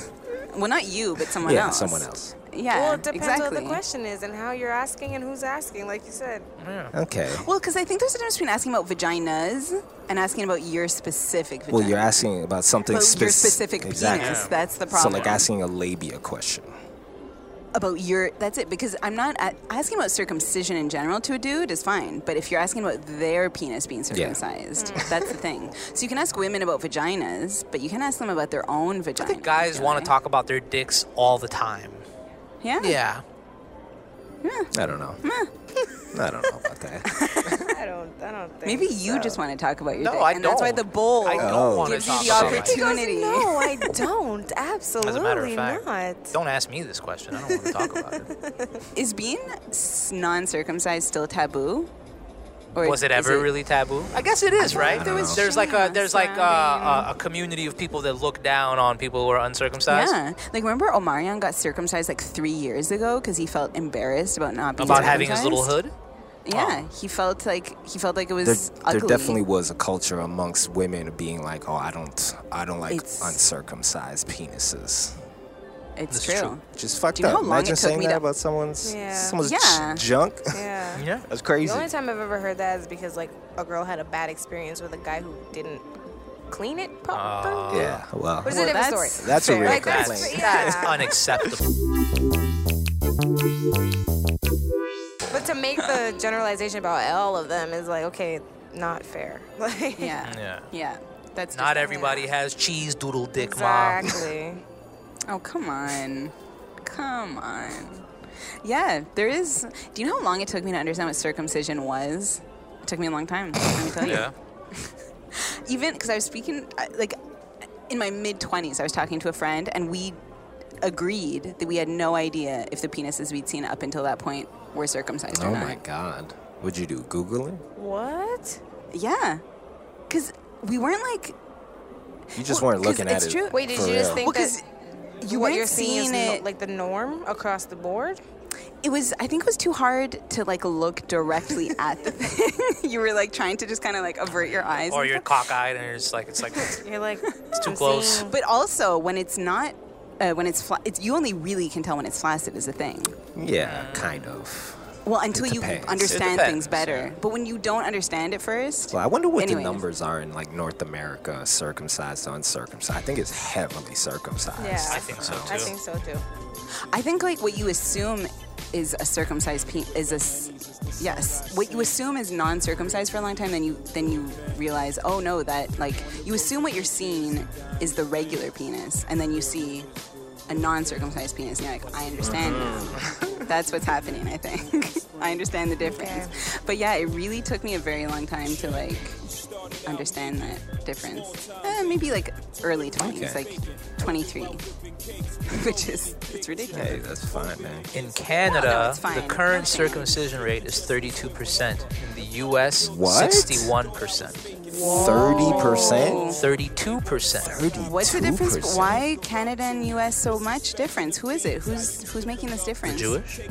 C: Well, not you, but someone
B: yeah,
C: else.
B: someone else.
C: Yeah.
A: Well, it depends
C: exactly.
A: what the question is and how you're asking and who's asking, like you said.
D: Hmm.
B: Okay.
C: Well, because I think there's a difference between asking about vaginas and asking about your specific vagina.
B: Well, you're asking about something
C: about
B: spec-
C: your specific
B: exactly.
C: penis. That's the
B: So,
C: problem.
B: like asking a labia question.
C: about your that's it because I'm not a- asking about circumcision in general to a dude is fine, but if you're asking about their penis being circumcised, that's the thing. So you can ask women about vaginas, but you can ask them about their own vagina.
D: I think guys
C: you
D: want
C: know?
D: to talk about their dicks all the time.
C: Yeah.
D: Yeah.
B: I don't know. I don't know about that.
A: I don't, I don't think.
C: Maybe you just want to talk about your
D: No,
C: dick,
D: I
C: and that's why
D: don't.
C: the bowl
D: I don't
B: Oh.
D: want to
C: gives you
D: talk
C: the
D: about my-
A: He goes,
C: opportunity.
A: no, I don't. Absolutely
D: As a matter of fact,
A: not.
D: don't ask me this question. I don't want to talk about it.
C: Is being s- non-circumcised still taboo? Or
D: Was it
C: is
D: ever really taboo? I guess it is, right?
B: there was
D: there's like a
C: shame
D: there's like a, a,
C: surrounding-
D: a community of people that look down on people who are uncircumcised.
C: Yeah, like remember Omarion got circumcised like three years ago because he felt embarrassed about not being
D: About having his
C: circumcised.
D: little hood.
C: Yeah, he felt like he felt like it
B: There,
C: was
B: there
C: ugly.
B: definitely was a culture amongst women of being like, "Oh, I don't, I don't like
C: It's-
B: uncircumcised penises."
C: It's
D: That's
C: true.
D: true.
B: Which is fucked
C: Do you know
B: up.
C: how long it
B: Imagine
C: took
B: saying
C: me
B: that
C: to-
B: about someone's
A: Yeah.
B: someone's
C: Yeah.
B: j- junk.
A: Yeah.
D: Yeah.
B: That's crazy.
A: The only time I've ever heard that is because like a girl had a bad experience with a guy who didn't clean it
D: Oh.
A: properly.
B: yeah.
A: Or
B: Well,
A: is
C: Well,
A: it a different
C: that's-
A: story?
B: that's a
C: fair.
B: real
A: Like, that's-
B: complaint.
D: That's
A: Yeah.
D: unacceptable.
A: But to make the generalization about all of them is like, okay, not fair. Like,
C: Yeah.
D: Yeah.
C: Yeah. That's
D: Not
C: just-
D: everybody has cheese doodle dick, mom.
A: Exactly.
C: Oh, come on. Come on. Yeah, there is. Do you know how long it took me to understand what circumcision was? It took me a long time. Let me tell you.
D: Yeah.
C: Even because I was speaking, I- like, in my mid 20s, I was talking to a friend, and we agreed that we had no idea if the penises we'd seen up until that point were circumcised
B: Oh
C: or not.
B: my god. What'd you do? Googling?
A: what?
C: Yeah. Because we weren't like.
B: You just
C: Well,
B: weren't
C: 'cause
B: looking at
C: it's
B: it.
C: true.
A: Wait, did
B: for
A: you
B: real.
A: just think
C: Because
A: that
C: you
A: what
C: weren't
A: you're seeing
C: seeing
A: is no-
C: it.
A: like the norm across the board?
C: it was i think it was too hard to like look directly at the thing you were like trying to just kind of like avert your eyes
D: Or
C: and
D: you're
C: stuff.
D: cockeyed and it's like it's like it's
A: You're like, it's
D: too close.
C: but also when it's not uh, when it's, fla- it's you only really can tell when it's flaccid is the thing.
B: Yeah, kind of.
C: Well, until
B: It
C: you
B: depends.
D: It
C: understand
D: depends,
C: things better. But when you don't understand it first,
B: So I wonder what
C: Anyways.
B: the numbers are in like North America, circumcised, uncircumcised. I think it's heavily circumcised.
A: Yeah. I
D: think so,
A: I
D: too.
A: think so too.
C: I think like what you assume is a circumcised pe- is a s- yes. What you assume is non-circumcised for a long time, then you then you realize, oh no, that like you assume what you're seeing is the regular penis, and then you see a non-circumcised penis, and you're like, I understand now. That's what's happening. I think I understand the difference. But yeah, it really took me a very long time to like understand that difference. Eh, maybe like early twenties,
B: Okay.
C: like 23, which is it's ridiculous.
B: Hey, that's fine, man.
D: In Canada,
C: it's fine.
D: the current
C: Nothing.
D: circumcision rate is 32%. In the US,
B: What?
D: 61%.
B: Thirty percent.
D: 32%.
B: Thirty.
C: What's the difference? Why Canada and U.S. so much difference? Who is it? Who's who's making this difference?
D: Jewish?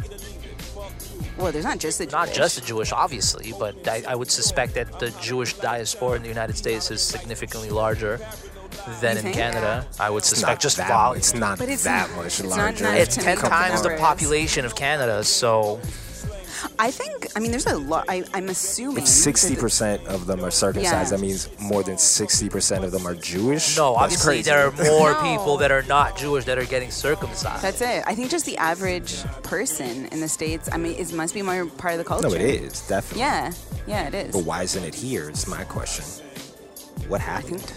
C: Well, there's not just the Jewish.
D: Not just the Jewish, obviously, but I, I would suspect that the Jewish diaspora in the United States is significantly larger than
C: You
D: in
C: think?
D: Canada. I would
B: It's
D: suspect
B: not
D: just
B: that.
D: vol-
B: It's not
C: But it's
B: that
C: not-
B: much
C: it's not
B: larger.
C: nice
D: It's
C: to
D: ten
C: me.
D: times the
C: Numbers.
D: population of Canada, so
C: I think. I mean, there's a lot. I, I'm assuming.
B: If sixty percent of them are circumcised,
C: Yeah.
B: that means more than sixty percent of them are Jewish.
D: no.
B: That's
D: Obviously,
B: crazy.
D: there are more
A: No.
D: people that are not Jewish that are getting circumcised.
C: That's it. I think just the average person in the states. I mean, it must be more part of the culture.
B: No, it is definitely.
C: Yeah. Yeah, it is.
B: But why isn't it here? Is my question. What happened?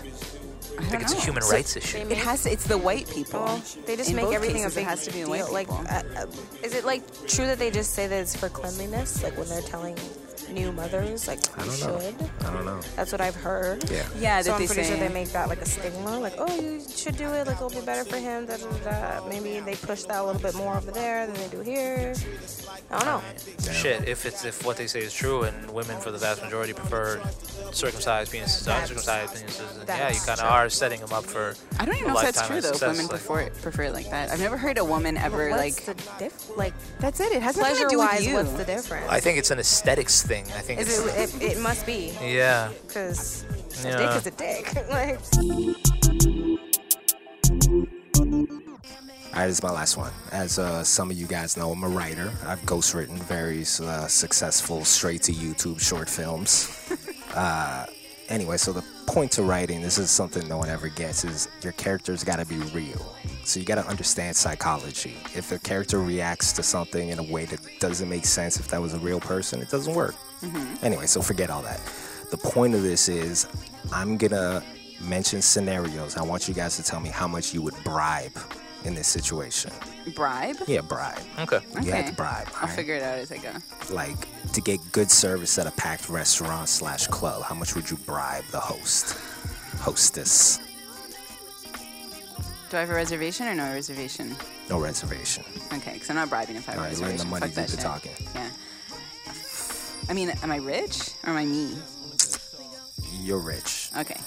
C: I
D: I think it's a human rights issue.
C: It has. To, it's the white people.
A: Well, they just
C: In
A: make
C: both
A: everything
C: cases,
A: a big
C: it has to be
A: deal.
C: white
A: like,
C: people.
A: uh, uh, is it like true that they just say that it's for cleanliness? Like when they're telling new mothers, like
B: I
A: you
B: don't know.
A: should.
B: I don't know.
A: That's what I've heard.
B: Yeah.
C: Yeah,
A: So
C: that
A: I'm
C: they
A: pretty
C: say.
A: sure they make that like a stigma, like oh you should do it, like it'll be better for him. Da, da, da. Maybe they push that a little bit more over there than they do here. I don't know.
D: Shit, if it's if what they say is true and women for the vast majority prefer circumcised penises, to
A: That's-
D: uncircumcised penises, then yeah, you
A: that's
D: kind of are setting them up for.
C: I don't even
D: a
C: know if that's
D: lifetime
C: true
D: of
C: though. If
D: success,
C: women
D: like-
C: prefer it, prefer it like that. I've never heard a woman ever
A: What's
C: like.
A: the diff- like
C: that's it. It has nothing to do with
A: pleasure-wise?
C: you.
A: What's the difference?
D: I think it's an aesthetics thing. I think
A: is
D: it's,
A: it, it, it must be
D: yeah.
A: because a dick
D: Yeah.
A: is a dick. like
B: All right, this is my last one. As uh, some of you guys know, I'm a writer. I've ghostwritten very uh, successful straight to YouTube short films. uh, anyway, so the point to writing, this is something no one ever gets, is your character's got to be real. So you got to understand psychology. If a character reacts to something in a way that doesn't make sense, if that was a real person, it doesn't work. Anyway, so forget all that. The point of this is, I'm gonna mention scenarios. I want you guys to tell me how much you would bribe in this situation.
C: bribe.
B: Yeah, bribe.
D: Okay.
B: You have
C: Okay.
B: to bribe.
C: I'll
B: alright?
C: figure it out as I go.
B: Like to get good service at a packed restaurant slash club. How much would you bribe the host, hostess?
C: Do I have a reservation or no reservation?
B: No reservation.
C: Okay, because I'm not bribing if I have
B: All
C: a
B: right, letting
C: reservation.
B: the money
C: Fuck
B: do
C: that
B: the
C: shit.
B: talking.
C: Yeah. I mean, am I rich or am I me?
B: You're rich.
C: Okay.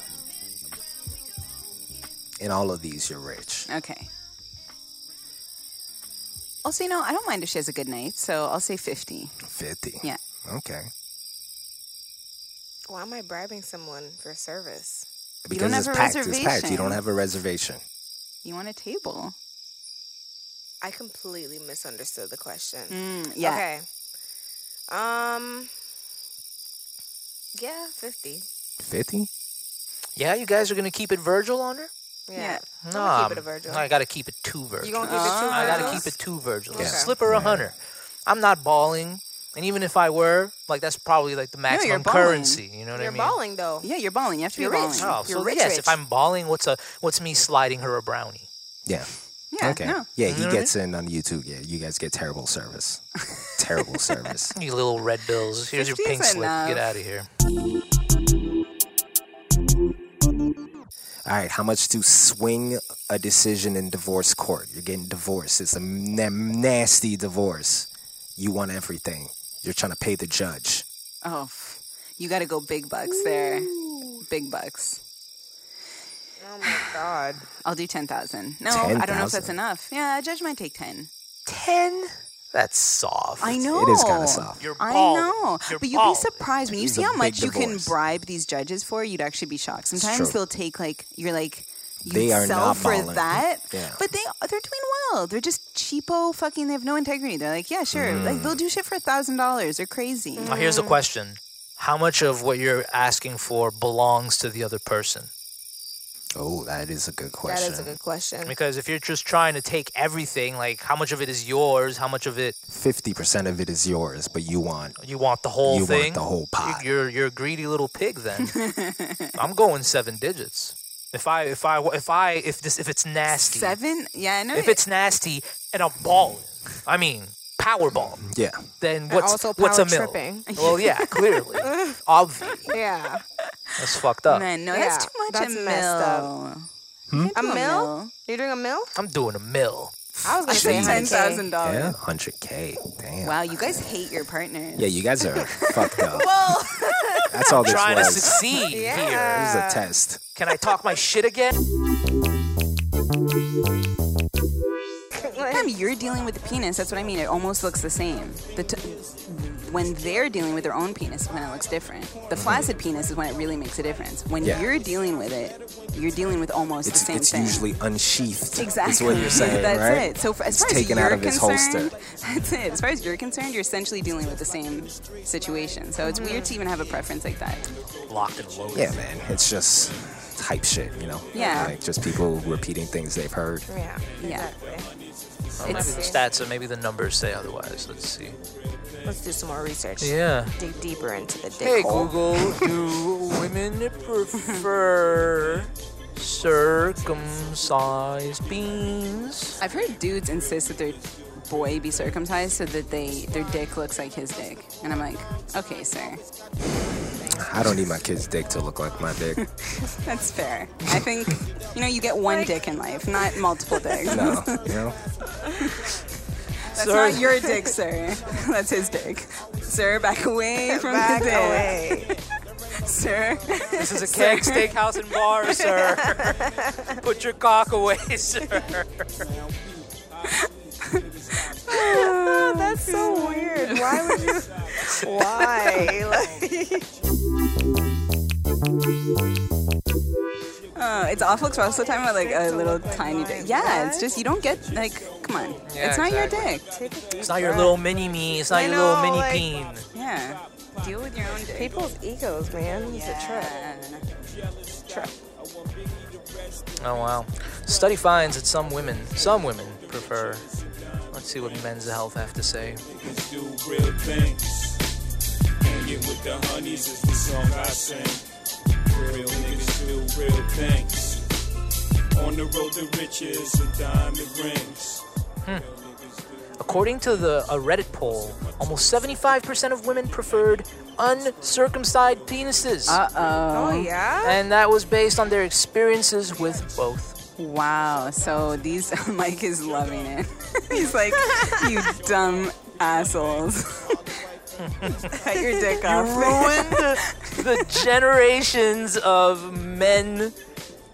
B: In all of these, you're rich.
C: Okay. Also, you know, I don't mind if she has a good night, so I'll say 50.
B: 50.
C: Yeah.
B: Okay.
A: why am I bribing someone for service?
B: Because
C: don't
B: it's
C: have a
B: packed. It's packed. You
C: reservation.
B: don't have a reservation.
C: You want a table?
A: I completely misunderstood the question.
C: Mm, yeah.
A: Okay. Um. Yeah, fifty.
B: 50?
D: Yeah, you guys are gonna keep it Virgil on her?
A: Yeah.
C: Yeah.
A: I'm
D: No,
A: gonna keep it a Virgil.
D: I gotta keep it two Virgil.
A: you gonna keep it two?
D: I gotta
A: Virgils?
D: keep it two Virgils.
A: Okay.
D: Slip her a hundred. I'm not balling, and even if I were, like that's probably like the maximum
C: you're balling.
D: currency. You know what
A: You're
D: I mean?
A: balling though.
C: Yeah, you're balling. You have to
A: You're
C: be
A: rich.
C: balling.
D: Oh,
A: You're
D: so
A: rich,
D: yes,
A: rich.
D: if I'm balling, what's a what's me sliding her a brownie?
B: Yeah.
C: Yeah.
B: okay.
C: No.
B: Yeah,
D: You know
B: he
D: what I
B: gets in on YouTube. Yeah, you guys get terrible service. terrible service.
D: You little red bills. Here's your
C: 50 is
D: pink slip. Get
C: enough.
D: out of here.
B: All right, how much to swing a decision in divorce court? You're getting divorced. It's a na- nasty divorce. You want everything. You're trying to pay the judge.
C: Oh, f- you got to go big bucks there. Big bucks.
A: Oh my god.
C: I'll do 10,000. No, I don't know if
B: 10,000.
C: that's enough. Yeah, a judge might take 10.
D: Ten? That's soft.
C: I know.
B: It is kind of soft.
D: You're
C: I
D: balling.
C: know,
D: You're
C: but you'd
D: balling.
C: be surprised when you
B: This is
C: see
B: a
C: how
B: big
C: much you can
B: divorce.
C: bribe these judges for. You'd actually be shocked. Sometimes
B: true.
C: they'll take like you're like
B: They
C: you'd
B: are
C: sell
B: not
C: for
B: balling.
C: that.
B: Yeah.
C: But they they're doing well. They're just cheapo fucking. They have no integrity. They're like, yeah, sure.
B: Mm.
C: Like they'll do shit for a thousand dollars. They're crazy.
A: Mm.
D: Now, here's the question: How much of what you're asking for belongs to the other person?
B: Oh, that is a good
A: That
B: question.
A: is a good question.
D: Because if you're just trying to take everything, like how much of it is yours? How much of it
B: Fifty percent of it is yours, but you want
D: you want the whole
B: you
D: thing?
B: want the whole pot.
D: You're you're a greedy little pig. Then I'm going seven digits. If I if I if I if this if it's nasty,
C: Seven? Yeah, I know.
D: if it's nasty and a ball, I mean Powerball,
B: yeah,
D: then
A: And
D: what's
A: also
D: what's
A: power
D: a mill?
A: tripping.
D: Well, yeah, clearly, obvi.
A: Yeah.
D: That's fucked up.
C: Man, no,
A: Yeah,
C: Oh, that's too much.
A: that's
C: a
A: messed
C: mill.
A: up.
B: Hmm?
C: You can't
A: A
C: do
A: mill? You're doing a mill?
D: I'm doing a mill.
A: I was
C: I
A: gonna say
C: said ten
A: 100K.
C: thousand
B: yeah,
C: dollars.
B: hundred k. Damn.
C: Oh, Wow, you guys hate your partners.
B: Yeah, you guys are fucked up.
C: Well,
B: That's all this
D: Trying to
B: was.
D: succeed here.
B: This is a test.
D: Can I talk my shit again?
C: Anytime you're dealing with the penis, that's what I mean. It almost looks the same. The t- when they're dealing with their own penis, is when it looks different. The flaccid penis is when it really makes a difference. When
B: Mm-hmm. Yeah.
C: you're dealing with it, you're dealing with almost
B: It's
C: the same
B: it's
C: thing.
B: usually unsheathed.
C: exactly.
B: That's what you're saying,
C: That's
B: right?
C: it. So for, as
B: It's
C: far
B: taken
C: as
B: out
C: you're
B: of its
C: concerned,
B: holster.
C: that's it. As far as you're concerned, you're essentially dealing with the same situation. So it's weird to even have a preference like that.
D: Locked and loaded.
B: Yeah, man. It's just hype shit, you know?
C: Yeah.
B: Like just people repeating things they've heard.
A: Yeah.
C: Yeah.
D: Maybe
C: It's-
D: the stats or maybe the numbers say otherwise. Let's see.
A: Let's do some more research.
D: Yeah.
A: Dig deeper into the dick
D: Hey
A: hole.
D: Google, do women prefer circumcised beans?
C: I've heard dudes insist that their boy be circumcised so that they their dick looks like his dick, and I'm like, okay, sir,
B: I don't need my kid's dick to look like my dick.
C: that's fair. I think you know you get one dick in life, not multiple dicks.
B: No. You know?
C: that's
D: Sir.
C: not your dick, sir. That's his dick, sir. Back away from
A: Back
C: the dick,
A: away.
C: sir.
D: This is a keg steakhouse and bar, sir. Put your cock away, sir.
A: Oh, That's so weird. Why would you? Why? Like,
C: Oh, it's awful. 'cause We're also talking about like a little tiny dick. Yeah, it's just you don't get like, come on,
D: Yeah,
C: it's not your
D: exactly.
C: dick.
A: take a
D: It's not your little mini me. It's not
A: I
D: your little
A: know,
D: mini
A: like-
D: peen.
C: Yeah, deal with your own dick.
A: People's egos, man. It's a trip.
D: Oh wow. Study finds that some women, some women prefer. Let's see what Men's Health have to say.
G: do real things. Hanging with the honeys is the song I sing. Real niggas do real things. On the road to riches and diamond rings.
D: According to the a Reddit poll, almost 75% of women preferred uncircumcised penises,
A: Oh yeah.
D: and that was based on their experiences with both.
C: Wow. So these Mike is loving it. He's like, you dumb assholes. Cut your dick off.
D: Ruined the generations of men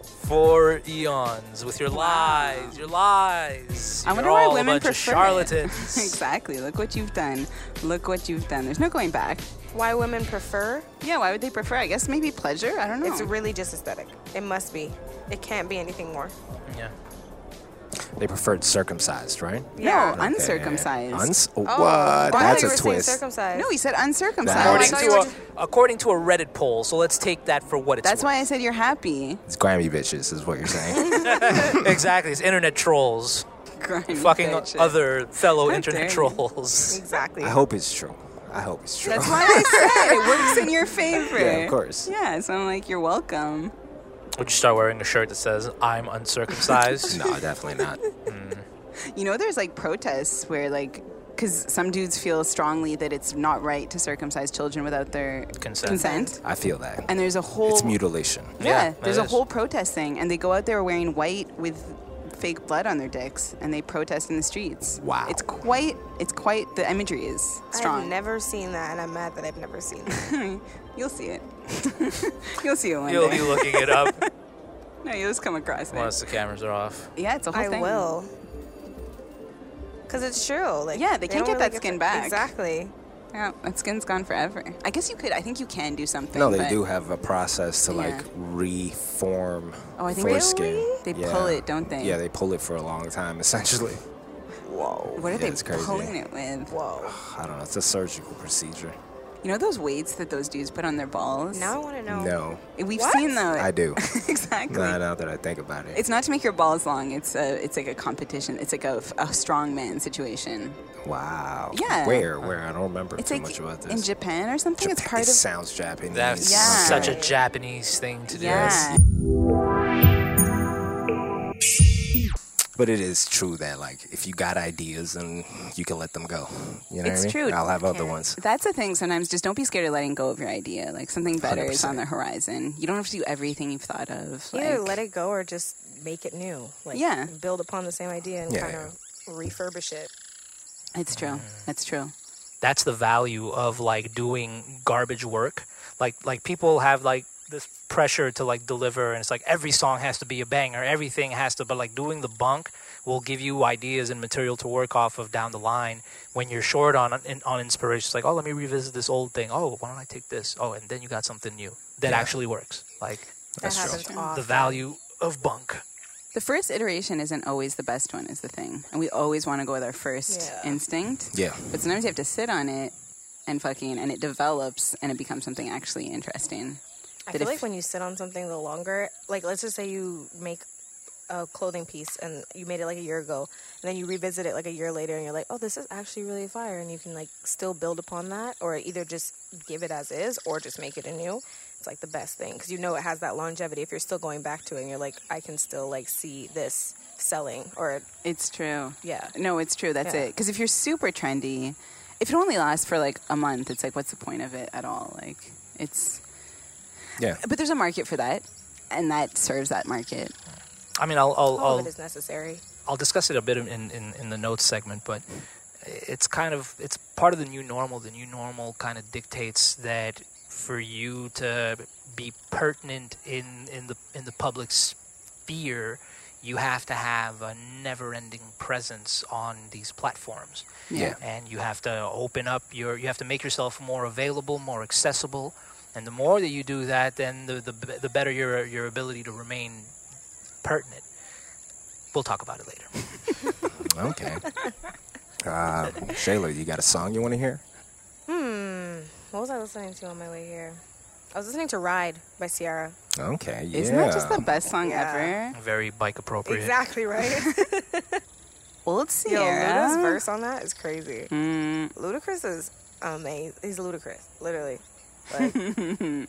D: for eons with your lies, your lies.
C: I wonder
D: You're
C: why
D: all a
C: women
D: bunch of
C: prefer it.
D: charlatans.
C: exactly. Look what you've done. Look what you've done. There's no going back.
A: Why women prefer?
C: Yeah. Why would they prefer? I guess maybe pleasure. I don't know.
A: It's really just aesthetic. It must be. It can't be anything more.
D: Yeah.
B: They preferred circumcised, right?
A: Yeah.
C: No, uncircumcised.
B: Uns-
A: Oh,
B: oh,
A: I thought
B: what? That's
A: you
B: a
A: were saying
B: twist.
A: Circumcised.
C: no, he said
B: According
C: uncircumcised.
D: According
A: thought
D: to,
A: you were
D: a, according to a Reddit poll, so let's take that for what it's
C: That's
D: worth.
C: why I said you're happy.
B: It's grimy bitches, is what you're saying.
D: exactly, it's internet trolls.
C: Grimy
D: fucking
C: bitches.
D: other fellow
C: How dare
D: internet
C: you.
D: trolls.
A: exactly.
B: I hope it's true. I hope it's true.
C: That's why I said it works in your favor.
B: Yeah, of course.
C: Yeah. So I'm like, you're welcome.
D: Would you start wearing a shirt that says "I'm uncircumcised"?
B: no, definitely not.
C: You know, there's like protests where like, because some dudes feel strongly that it's not right to circumcise children without their
D: Consent.
C: consent.
B: I feel that.
C: And there's a whole
B: it's mutilation.
C: yeah,
D: Yeah,
C: there's
D: it
C: a
D: is.
C: whole protest thing, and they go out there wearing white with fake blood on their dicks, and they protest in the streets.
B: Wow.
C: it's quite it's quite the imagery is
A: I've
C: strong.
A: never seen that, and I'm mad that I've never seen that.
C: You'll see it. You'll see it one
D: You'll
C: day.
D: be looking it up
C: No, you'll just come across it.
D: once the cameras are off.
C: Yeah, it's a whole
A: I
C: thing.
A: will. Cause it's true. Like
C: Yeah, they can't
A: don't
C: get that
A: really
C: skin
A: to-
C: back.
A: Exactly.
C: Yeah, that skin's gone forever. I guess you could. I think you can do something.
B: No, they
C: but
B: do have a process to
C: Yeah.
B: like reform
C: Oh, I think they-
B: foreskin.
C: They
B: Yeah.
C: pull it, don't they?
B: Yeah, they pull it for a long time, essentially.
A: Whoa.
C: What are
B: Yeah, it's
C: they
B: crazy.
C: pulling it with?
A: Whoa.
B: I don't know. It's a surgical procedure.
C: You know those weights that those dudes put on their balls?
A: Now I want to know.
B: No,
C: We've
A: What?
C: seen those.
B: I do.
C: exactly.
B: Nah, now that I think about it.
C: It's not to make your balls long. It's a, it's like a competition. It's like a, a strong man situation.
B: wow.
C: Yeah.
B: Where? Where? I don't remember
C: It's
B: too
C: like
B: much about this.
C: in Japan or something. It's
B: Japan-
C: part
B: it
C: of
B: sounds Japanese.
D: That's
C: Yeah.
D: such a Japanese thing to do.
C: yeah.
B: But it is true that like if you got ideas and you can let them go. You know
C: It's
B: what I mean?
C: true.
B: I'll have other ones.
C: That's the thing. Sometimes just don't be scared of letting go of your idea. Like something better is
B: 100%.
C: on the horizon. You don't have to do everything you've thought of.
A: Either
C: like-
A: let it go or just make it new. Like,
C: Yeah.
A: Build upon the same idea and
B: Yeah,
A: kind of refurbish it.
C: It's true. That's true.
D: that's the value of like doing garbage work. Like like people have like this pressure to like deliver and it's like every song has to be a banger, everything has to but like doing the bunk will give you ideas and material to work off of down the line when you're short on on- on inspiration. It's like, "Oh, let me revisit this old thing. Oh, why don't I take this? Oh, and then you got something new that actually works." Like
A: That happens
D: the
A: often.
D: value of bunk.
C: The first iteration isn't always the best one, is the thing. And we always want to go with our first
A: Yeah.
C: instinct.
B: Yeah.
C: But sometimes you have to sit on it and fucking, and it develops and it becomes something actually interesting.
A: I
C: That
A: feel
C: if-
A: like when you sit on something the longer, like let's just say you make a clothing piece and you made it like a year ago, and then you revisit it like a year later, and you're like, oh, this is actually really fire, and you can like still build upon that, or either just give it as is, or just make it anew. It's like the best thing because you know it has that longevity. If you're still going back to it, and you're like, I can still like see this selling, or
C: It's true.
A: Yeah.
C: No, it's true. That's
A: Yeah.
C: it. Because if you're super trendy, if it only lasts for like a month, it's like, what's the point of it at all? Like, it's.
B: Yeah.
C: But there's a market for that, and that serves that market.
D: I mean, I'll
A: all
D: I'll,
A: of
D: I'll
A: it is necessary.
D: I'll discuss it a bit in, in, in the notes segment, but it's kind of it's part of the new normal. The new normal kind of dictates that for you to be pertinent in, in the in the public sphere, you have to have a never-ending presence on these platforms
B: Yeah.
D: and you have to open up your you have to make yourself more available more accessible and the more that you do that then the the, the better your your ability to remain pertinent we'll talk about it later
B: Okay. Uh, Shayla, you got a song you want to hear?
A: What was I listening to on my way here? I was listening to Ride by Ciara.
B: Okay. Yeah.
C: Isn't that just the best song
A: Yeah.
C: ever?
D: very bike appropriate
A: Exactly right. Yo,
C: Old Sierra.
A: Luda's verse on that is crazy.
C: Mm,
A: Ludacris is amazing. He's ludicrous, literally. Like,
D: Yeah, my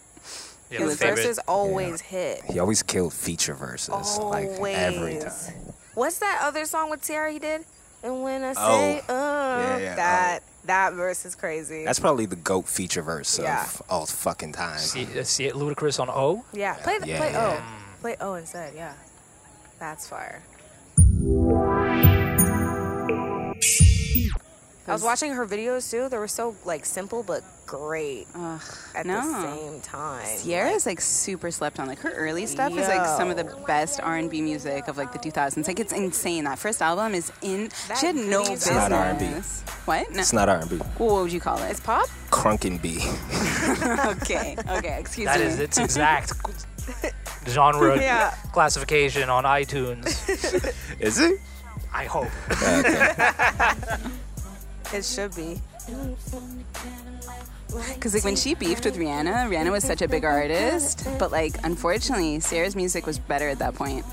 A: his
D: favorite.
A: verses always hit.
B: He always killed feature verses. Like
A: Always.
B: every time.
A: What's that other song with Tiara he did? And when I
B: Oh.
A: say, oh,
B: Yeah, yeah, Oh.
A: that that verse is crazy.
B: That's probably the goat feature verse
A: Yeah.
B: of all fucking time.
D: See, uh, see it ludicrous on O.
A: yeah. Play the,
B: Yeah,
A: play
B: yeah.
A: O, play O instead. Yeah, that's fire. I was watching her videos too. They were so like simple but great
C: ugh.
A: at the
C: no.
A: same time.
C: Sierra's like super slept on. Like her early stuff is like some of the best R and B music of like the 2000s. Like it's insane. That first album is in.
A: That
C: she had no
A: goodies
C: business.
A: It's not
B: R&B.
C: What? No.
B: It's not R&B.
C: what would you call it?
A: It's pop.
B: Crunkin' B.
C: okay. Okay. Excuse
D: That
C: me.
D: is its exact genre
A: Yeah.
D: classification on iTunes.
B: Is it?
D: I hope.
A: It should be.
C: Because like when she beefed with Rihanna, Rihanna was such a big artist, but like unfortunately, Sierra's music was better at that point.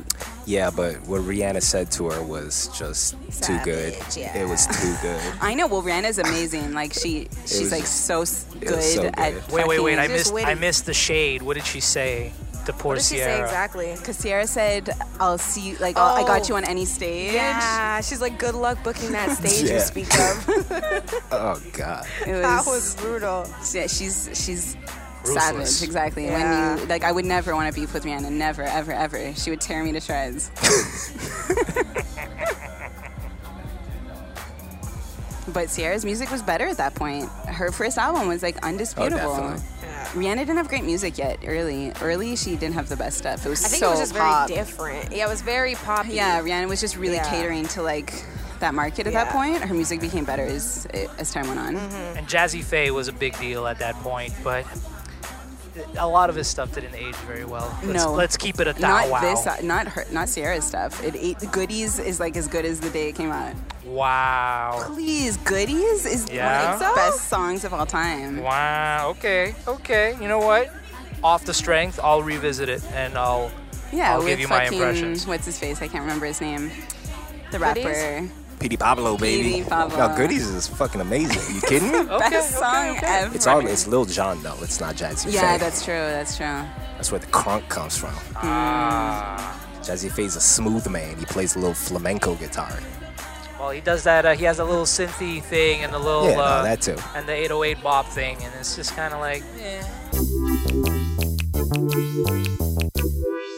B: Yeah, but what Rihanna said to her was just too good. It was too good.
C: I know. Well, Rihanna's amazing. Like she, she's
B: was
C: like
B: just-
C: so s-
B: it
C: good,
B: was so
C: at.
B: good.
D: Wait, wait, wait! I missed. I
A: witty.
D: missed the shade. What did she say to poor
A: What did she
D: Sierra?
A: say exactly?
C: Because Sierra said, "I'll see you. Like I'll, I got
A: Oh.
C: you on any stage."
A: Yeah, she's like, good luck booking that stage you
B: Yeah.
A: speak of.
B: Oh god.
C: It was,
A: that was brutal.
C: yeah, she's she's
D: Ruthless.
C: savage. Exactly.
A: Yeah.
C: When you like, I would never want to beef with Rihanna. Never, ever, ever. She would tear me to shreds. but Sierra's music was better at that point. Her first album was like undisputable.
B: definitely.
C: Rihanna didn't have great music yet. Early, early, she didn't have the best stuff. It was
A: I think
C: so
A: it was just
C: pop.
A: very different. Yeah, it was very poppy.
C: Yeah, Rihanna was just really
A: Yeah.
C: catering to like that market at
A: Yeah.
C: that point. Her music became better as as time went on.
H: And Jazzy Faye was a big deal at that point, but a lot of his stuff didn't age very well. Let's,
C: No.
H: let's keep it a thou
C: Not
H: wow.
C: this,
A: uh,
C: uh, not her, not Sierra's stuff. It, it Goodies is like as good as the day it came out.
H: wow.
C: Please, Goodies is
H: Yeah?
C: one of the best songs of all time.
H: Wow. Okay. Okay. You know what? Off the strength, I'll revisit it and I'll.
C: Yeah,
H: I'll
C: with
H: give you my
C: fucking-
H: impressions.
C: What's his face? I can't remember his name. The rapper.
B: P.D. Pablo, baby.
C: P.D. Pablo. Oh
B: No, Goodies is fucking amazing. you kidding me?
H: Okay.
C: Best
H: okay,
C: song
H: okay.
C: ever.
B: It's on. It's Lil Jon though. It's not Jazzy
C: yeah,
B: Faye.
C: that's true. That's true.
B: That's where the crunk comes from.
C: Ah.
B: Jazzy Faye's a smooth man. He plays a little flamenco guitar.
H: Well, he does that. Uh, he has a little synthy thing and a little.
B: Yeah, no,
H: uh,
B: that too.
H: And the 808 bop thing, and it's just kind of like.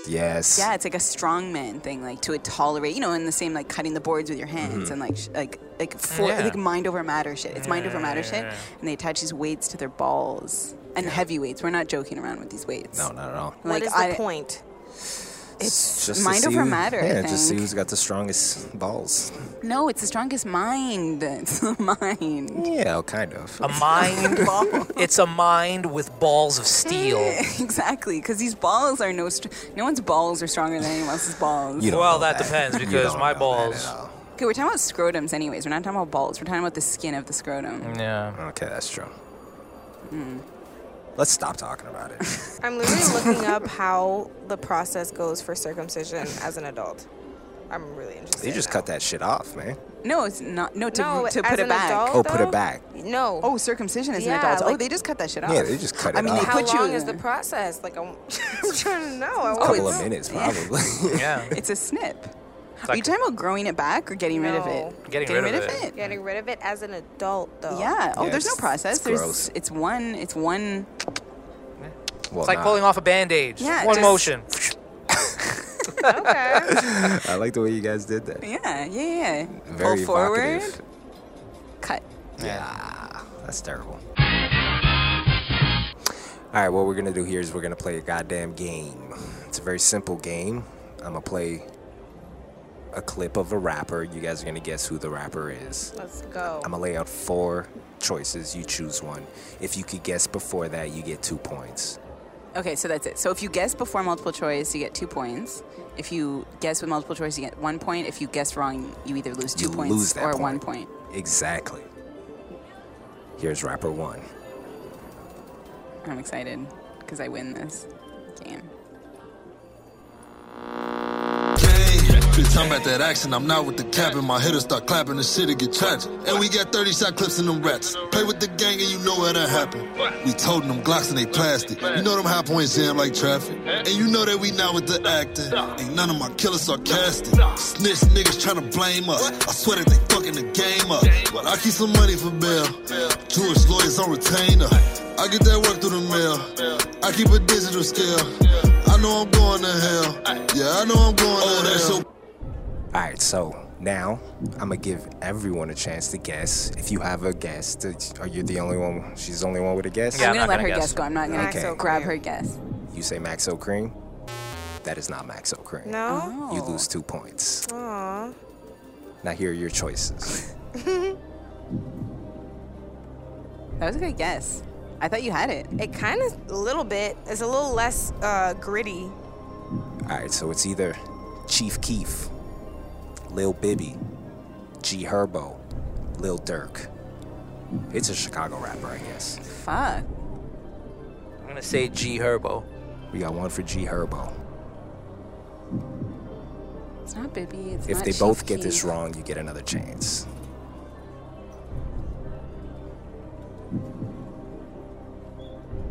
B: Yes.
C: Yeah, it's like a strongman thing, like to tolerate, you know, in the same like cutting the boards with your
B: Mm-hmm.
C: hands and like sh- like like for
H: Yeah.
C: like mind over matter shit. It's mind over matter shit, and they attach these weights to their balls and heavy weights. We're not joking around with these weights.
B: No, not at all.
A: what
C: Like,
A: is
C: I-
A: the point?
B: It's just to
C: mind
B: see
C: over
B: who-
C: matter, I
B: Yeah, just see
C: think.
B: who's got the strongest balls.
C: No, it's the strongest mind. It's the mind.
B: Yeah, kind of.
H: A mind. it's a mind with balls of steel.
C: exactly, because these balls are no str- no one's balls are stronger than anyone else's balls.
B: You don't
H: Well,
B: know
H: that depends,
B: You
H: because
B: don't
H: my
B: know that
H: balls-
B: at all.
C: Okay, we're talking about scrotums, anyways. We're not talking about balls. We're talking about the skin of the scrotum.
B: Mm.
H: Yeah.
B: Okay, that's true.
C: Hmm.
B: Let's stop talking about it.
A: I'm literally looking up how the process goes for circumcision as an adult. I'm really interested.
B: They just
A: now.
B: cut that shit off, man.
C: No, it's not. No, to,
A: No,
C: to
A: as
C: put it
A: an
C: back.
A: adult,
B: Oh, put
A: though?
B: it back.
A: No.
C: Oh, circumcision is
A: Yeah,
C: an adult. oh,
A: like-
C: they just cut that shit off.
B: Yeah, they just cut
C: I
B: it
C: mean,
B: off.
C: they
A: how
C: put you
A: long
C: in
A: is the
C: a-
A: process? Like, I'm, I'm trying to know. I
B: A
C: Oh,
A: want
B: couple
A: to
B: of
A: know.
B: minutes, probably.
H: Yeah.
C: It's a snip. Are
H: like-
C: you talking about growing it back or getting rid of
A: No.
C: it?
H: Getting rid of it.
A: Getting rid of it as an adult, though.
C: Yeah. Oh,
B: Yeah,
C: there's no
B: it's-
C: process.
B: it's
C: there's
B: gross.
C: it's one it's one
B: Well,
H: It's like
B: nah.
H: pulling off a band aid.
C: Yeah,
H: One
C: just-
H: motion.
A: Okay.
B: I like the way you guys did that.
C: yeah, yeah, yeah.
B: Very
C: Pull forward,
B: evocative.
C: cut.
B: That's terrible. All right, what we're gonna do here is we're gonna play a goddamn game. It's a very simple game. I'm gonna play a clip of a rapper. You guys are gonna guess who the rapper is.
A: Let's go.
B: I'm gonna lay out four choices. You choose one. If you could guess before that, you get two points.
C: Okay, so that's it. So if you guess before multiple choice, you get two points. If you guess with multiple choice, you get one point. If you guess wrong, you either lose two
B: You
C: points
B: lose that
C: or
B: point.
C: one point.
B: Exactly. Here's rapper one.
C: I'm excited because I win this game.
I: Bitch, I'm at that action. I'm not with the cap, and my hitters start clapping. The shit it get tragic. And we got 30 shot clips in them rats. Play with the gang, and you know what done happened. We toting them Glocks and they plastic. You know them high points jam like traffic. And you know that we not with the acting. Ain't none of my killers sarcastic. Snitch niggas tryna blame us. I swear that they fucking the game up. But I keep some money for bail. Jewish lawyers on retainer. I get that work through the mail. I keep a digital scale. I know I'm going to hell. Yeah, I know I'm going
E: Oh,
I: to hell.
B: All right, so now I'm gonna give everyone a chance to guess. If you have a guess, that- are you the only one? She's the only one with a guess.
H: Yeah,
C: I'm,
H: I'm
C: gonna
H: not
C: let
H: gonna
C: her
H: guess.
C: guess go. I'm not gonna
B: Okay.
C: grab her guess.
B: You say Maxo Cream. That is not Maxo Cream.
A: no?
B: You lose two points.
A: Aw.
B: Now here are your choices.
C: That was a good guess. I thought you had it.
A: It kind of, a little bit, it's a little less uh, gritty.
B: All right, so it's either Chief Keef, Lil Bibby, G Herbo, Lil Durk. It's a Chicago rapper, I guess.
C: Fuck.
H: I'm gonna say G Herbo.
B: We got one for G Herbo.
C: It's not Bibby. It's
B: If
C: not
B: they both get this
C: Chief Keef.
B: wrong, you get another chance.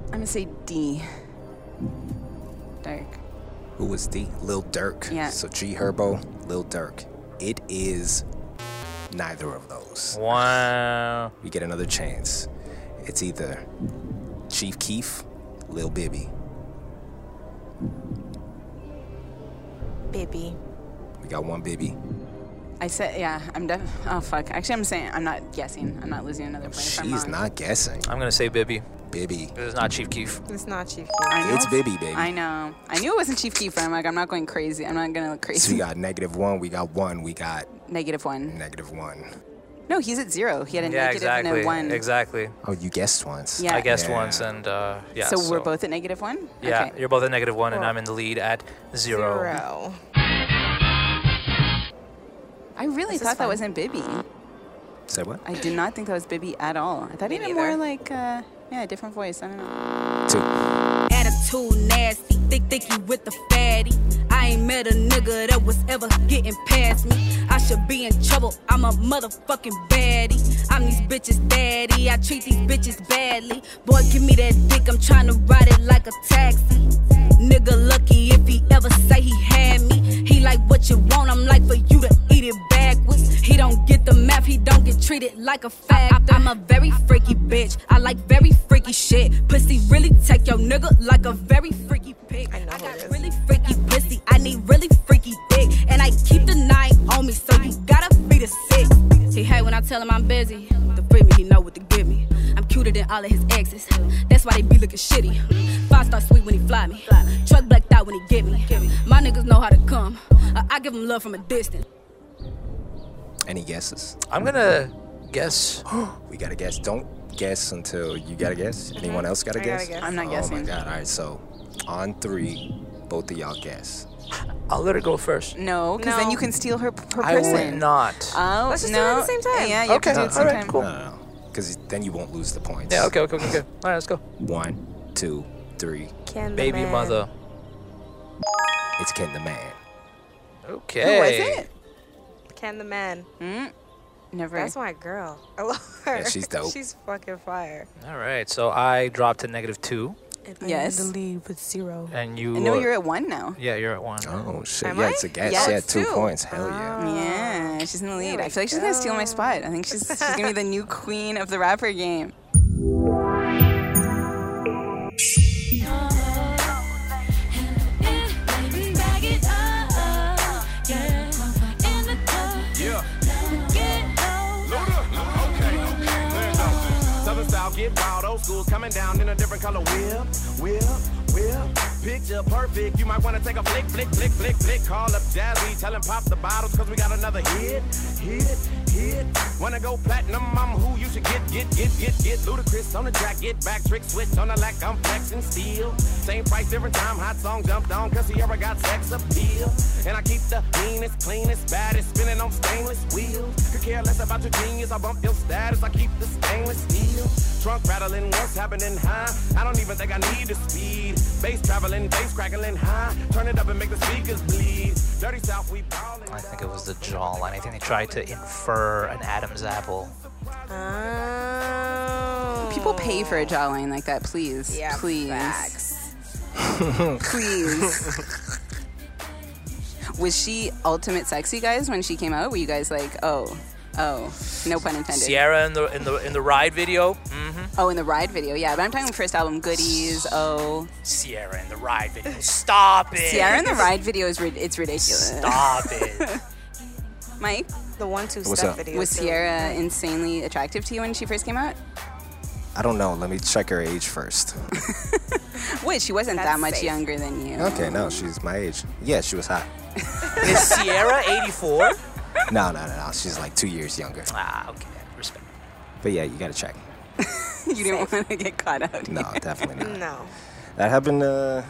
C: I'm gonna say D. Dark.
B: Who was D? Lil Durk.
C: Yeah.
B: So G Herbo, Lil Durk. It is neither of those.
H: Wow.
B: You get another chance. It's either Chief Keef, Lil Bibby.
A: Baby.
B: We got one Bibby.
C: I said, yeah. I'm def. Oh fuck. Actually, I'm saying I'm not guessing. I'm not losing another point. if I'm
B: She's
C: wrong.
B: not guessing.
H: I'm gonna say Bibby.
B: Bibby.
H: This is not Chief Keef.
A: It's not Chief
C: I know
B: It's
C: if-
B: Bibby, baby.
C: I know. I knew it wasn't Chief Keeper. I'm like, I'm not going crazy. I'm not gonna look
B: So we
C: crazy.
B: got negative one, we got one, we got
C: Negative one.
B: Negative one.
C: No, he's at zero. He had a
D: yeah,
C: negative and
D: exactly.
C: a one.
D: Exactly.
B: Oh, you guessed once.
C: Yeah.
D: I guessed
B: Yeah.
D: once, and uh, yeah.
C: so, we're both at negative one?
D: Yeah,
C: Okay.
D: you're both at negative one, and I'm in the lead at zero.
A: Bro.
C: I
A: This
C: really
A: is
C: thought that
A: fun.
C: wasn't Bibby.
B: Say what?
C: I did not think that was Bibby at all. I thought
A: Me
C: he had more
A: neither.
C: like, uh, yeah, different voice. I don't know.
B: Two.
J: Attitude nasty, think think you with the fatty. I ain't met a nigga that was ever getting past me. I should be in trouble, I'm a motherfucking baddie. I'm these bitches daddy, I treat these bitches badly. Boy, give me that dick, I'm tryna ride it like a taxi. Nigga lucky if he ever say he had me. He like what you want, I'm like for you to eat it backwards. He don't get the math, he don't get treated like a factor. I'm a very freaky bitch. I like very freaky shit. Pussy really take your nigga like a very freaky pig. I,
A: know who it
J: got
A: is.
J: really freaky pussy. I need really freaky dick. And I keep the nine on me, so you gotta be the six. He hate when I tell him I'm busy. The free me, he know what to give me. I'm cuter than all of his exes. That's why they be looking shitty. Five star sweet when he fly me. Truck blacked out when he get me. My niggas know how to come. I- I give him love from a distance.
B: Any guesses?
D: I'm gonna guess.
B: We gotta guess. Don't guess until you gotta guess. Anyone else gotta
A: I gotta
B: guess?
A: guess.
C: I'm not
B: oh
C: guessing.
B: my god! All right, so on three, both of y'all guess.
D: I'll let her go first.
C: No, because then
A: No.
C: you can steal her, her
D: I
C: person.
D: will not.
C: Oh,
A: Let's just do
C: no.
A: it at the same time.
C: Yeah, you
D: Okay.
C: have to do it at the
D: All
C: same
D: right,
C: time.
D: cool.
B: No, no, no. Because Uh, then you won't lose the points.
D: yeah. Okay. Okay. Okay. okay. All right. Let's go.
B: One, two, three.
A: Can the
D: Baby
A: man-
D: mother.
B: It's Ken the Man.
D: Okay.
C: Who was Oh, it?
A: Can the man.
C: Never.
A: That's my girl. I love her.
B: Yeah, she's dope.
A: she's fucking fire.
D: All right. So I dropped to negative two,
C: Yes.
A: The lead with zero.
D: and you.
C: no,
D: are-
C: you're at one now.
D: Yeah, you're at one.
B: Oh shit!
A: Am
B: yeah,
A: I? Um,
B: it's a guess.
C: Yeah,
B: yeah,
A: it's
B: two
A: two.
B: points. Hell yeah!
C: Yeah, she's in the lead.
A: we
C: I feel like she's gonna steal my spot. I think she's, she's gonna be the new queen of the rapper game.
E: Southern style, get wild. Old school's coming down in a different color. Whip, whip, whip. Picture perfect. You might want to take a flick, flick, flick, flick, flick. Call up Jazzy, tell him pop the bottles, cause we got another hit, hit, hit. Wanna go platinum? I'm who you should get, get, get, get, get. Ludacris on the track, get back, trick switch on the lack. I'm flexing steel. Same price, different time. Hot song jumped on, cause Sierra got sex appeal. And I keep the meanest, cleanest, baddest, spinning on stainless wheels. Could care less about your genius. I bump your status, I keep the stainless steel. Trunk rattling, what's happening, huh? I don't even think I need the speed. Bass traveling, bass crackling, huh? Turn it up and make the speakers bleed. Dirty South, we ballin'.
D: I think it was the jawline. I think they tried to infer an Adam's apple.
A: Oh.
C: People pay for a jawline like that, please.
A: Yeah,
C: please.
A: facts.
C: please. Was she ultimate sexy, guys, when she came out? Were you guys like, oh, oh, no pun intended?
D: Sierra in the in the in the ride video. Mm-hmm.
C: Oh, in the Ride video, yeah. But I'm talking first album, Goodies, oh.
D: Sierra in the ride video. Stop it.
C: Sierra in the Ride video, is rid- it's ridiculous.
D: Stop it.
C: Mike,
A: The one two
B: What's
A: step
B: up?
A: video.
C: was
A: too.
C: Sierra insanely attractive to you when she first came out?
B: I don't know. Let me check her age first.
C: Wait, she wasn't that
A: That's
C: much
A: safe.
C: younger than you.
B: Okay, no, she's my age. Yeah, she was hot.
D: Is Sierra 84?
B: No, no, no, no. She's like two years younger.
D: Ah, okay. Respect.
B: But yeah, you gotta check.
C: you didn't want to get caught out.
B: No, definitely not.
A: No.
B: That happened uh,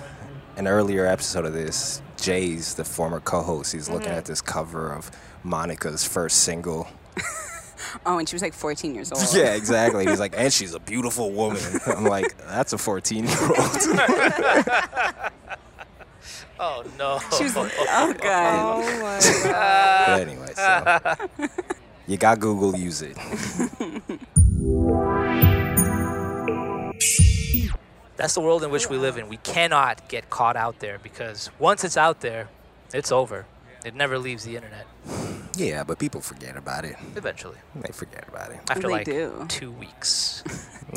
B: an earlier episode of this. Jay's the former co-host. He's looking
D: Mm-hmm.
B: at this cover of Monica's first single.
C: Oh, and she was like 14 years old.
B: Yeah, exactly. He's like, and she's a beautiful woman. I'm like, that's a 14 year old.
D: Oh no.
C: She was, oh, God.
A: Oh my god.
B: But anyway, so you got Google, use it.
D: That's the world in which we live in. We cannot get caught out there because once it's out there, it's over. It never leaves the internet
B: Yeah, but people forget about it.
D: eventually
B: They forget about it.
D: after
C: They
D: like
C: do.
D: 2 weeks.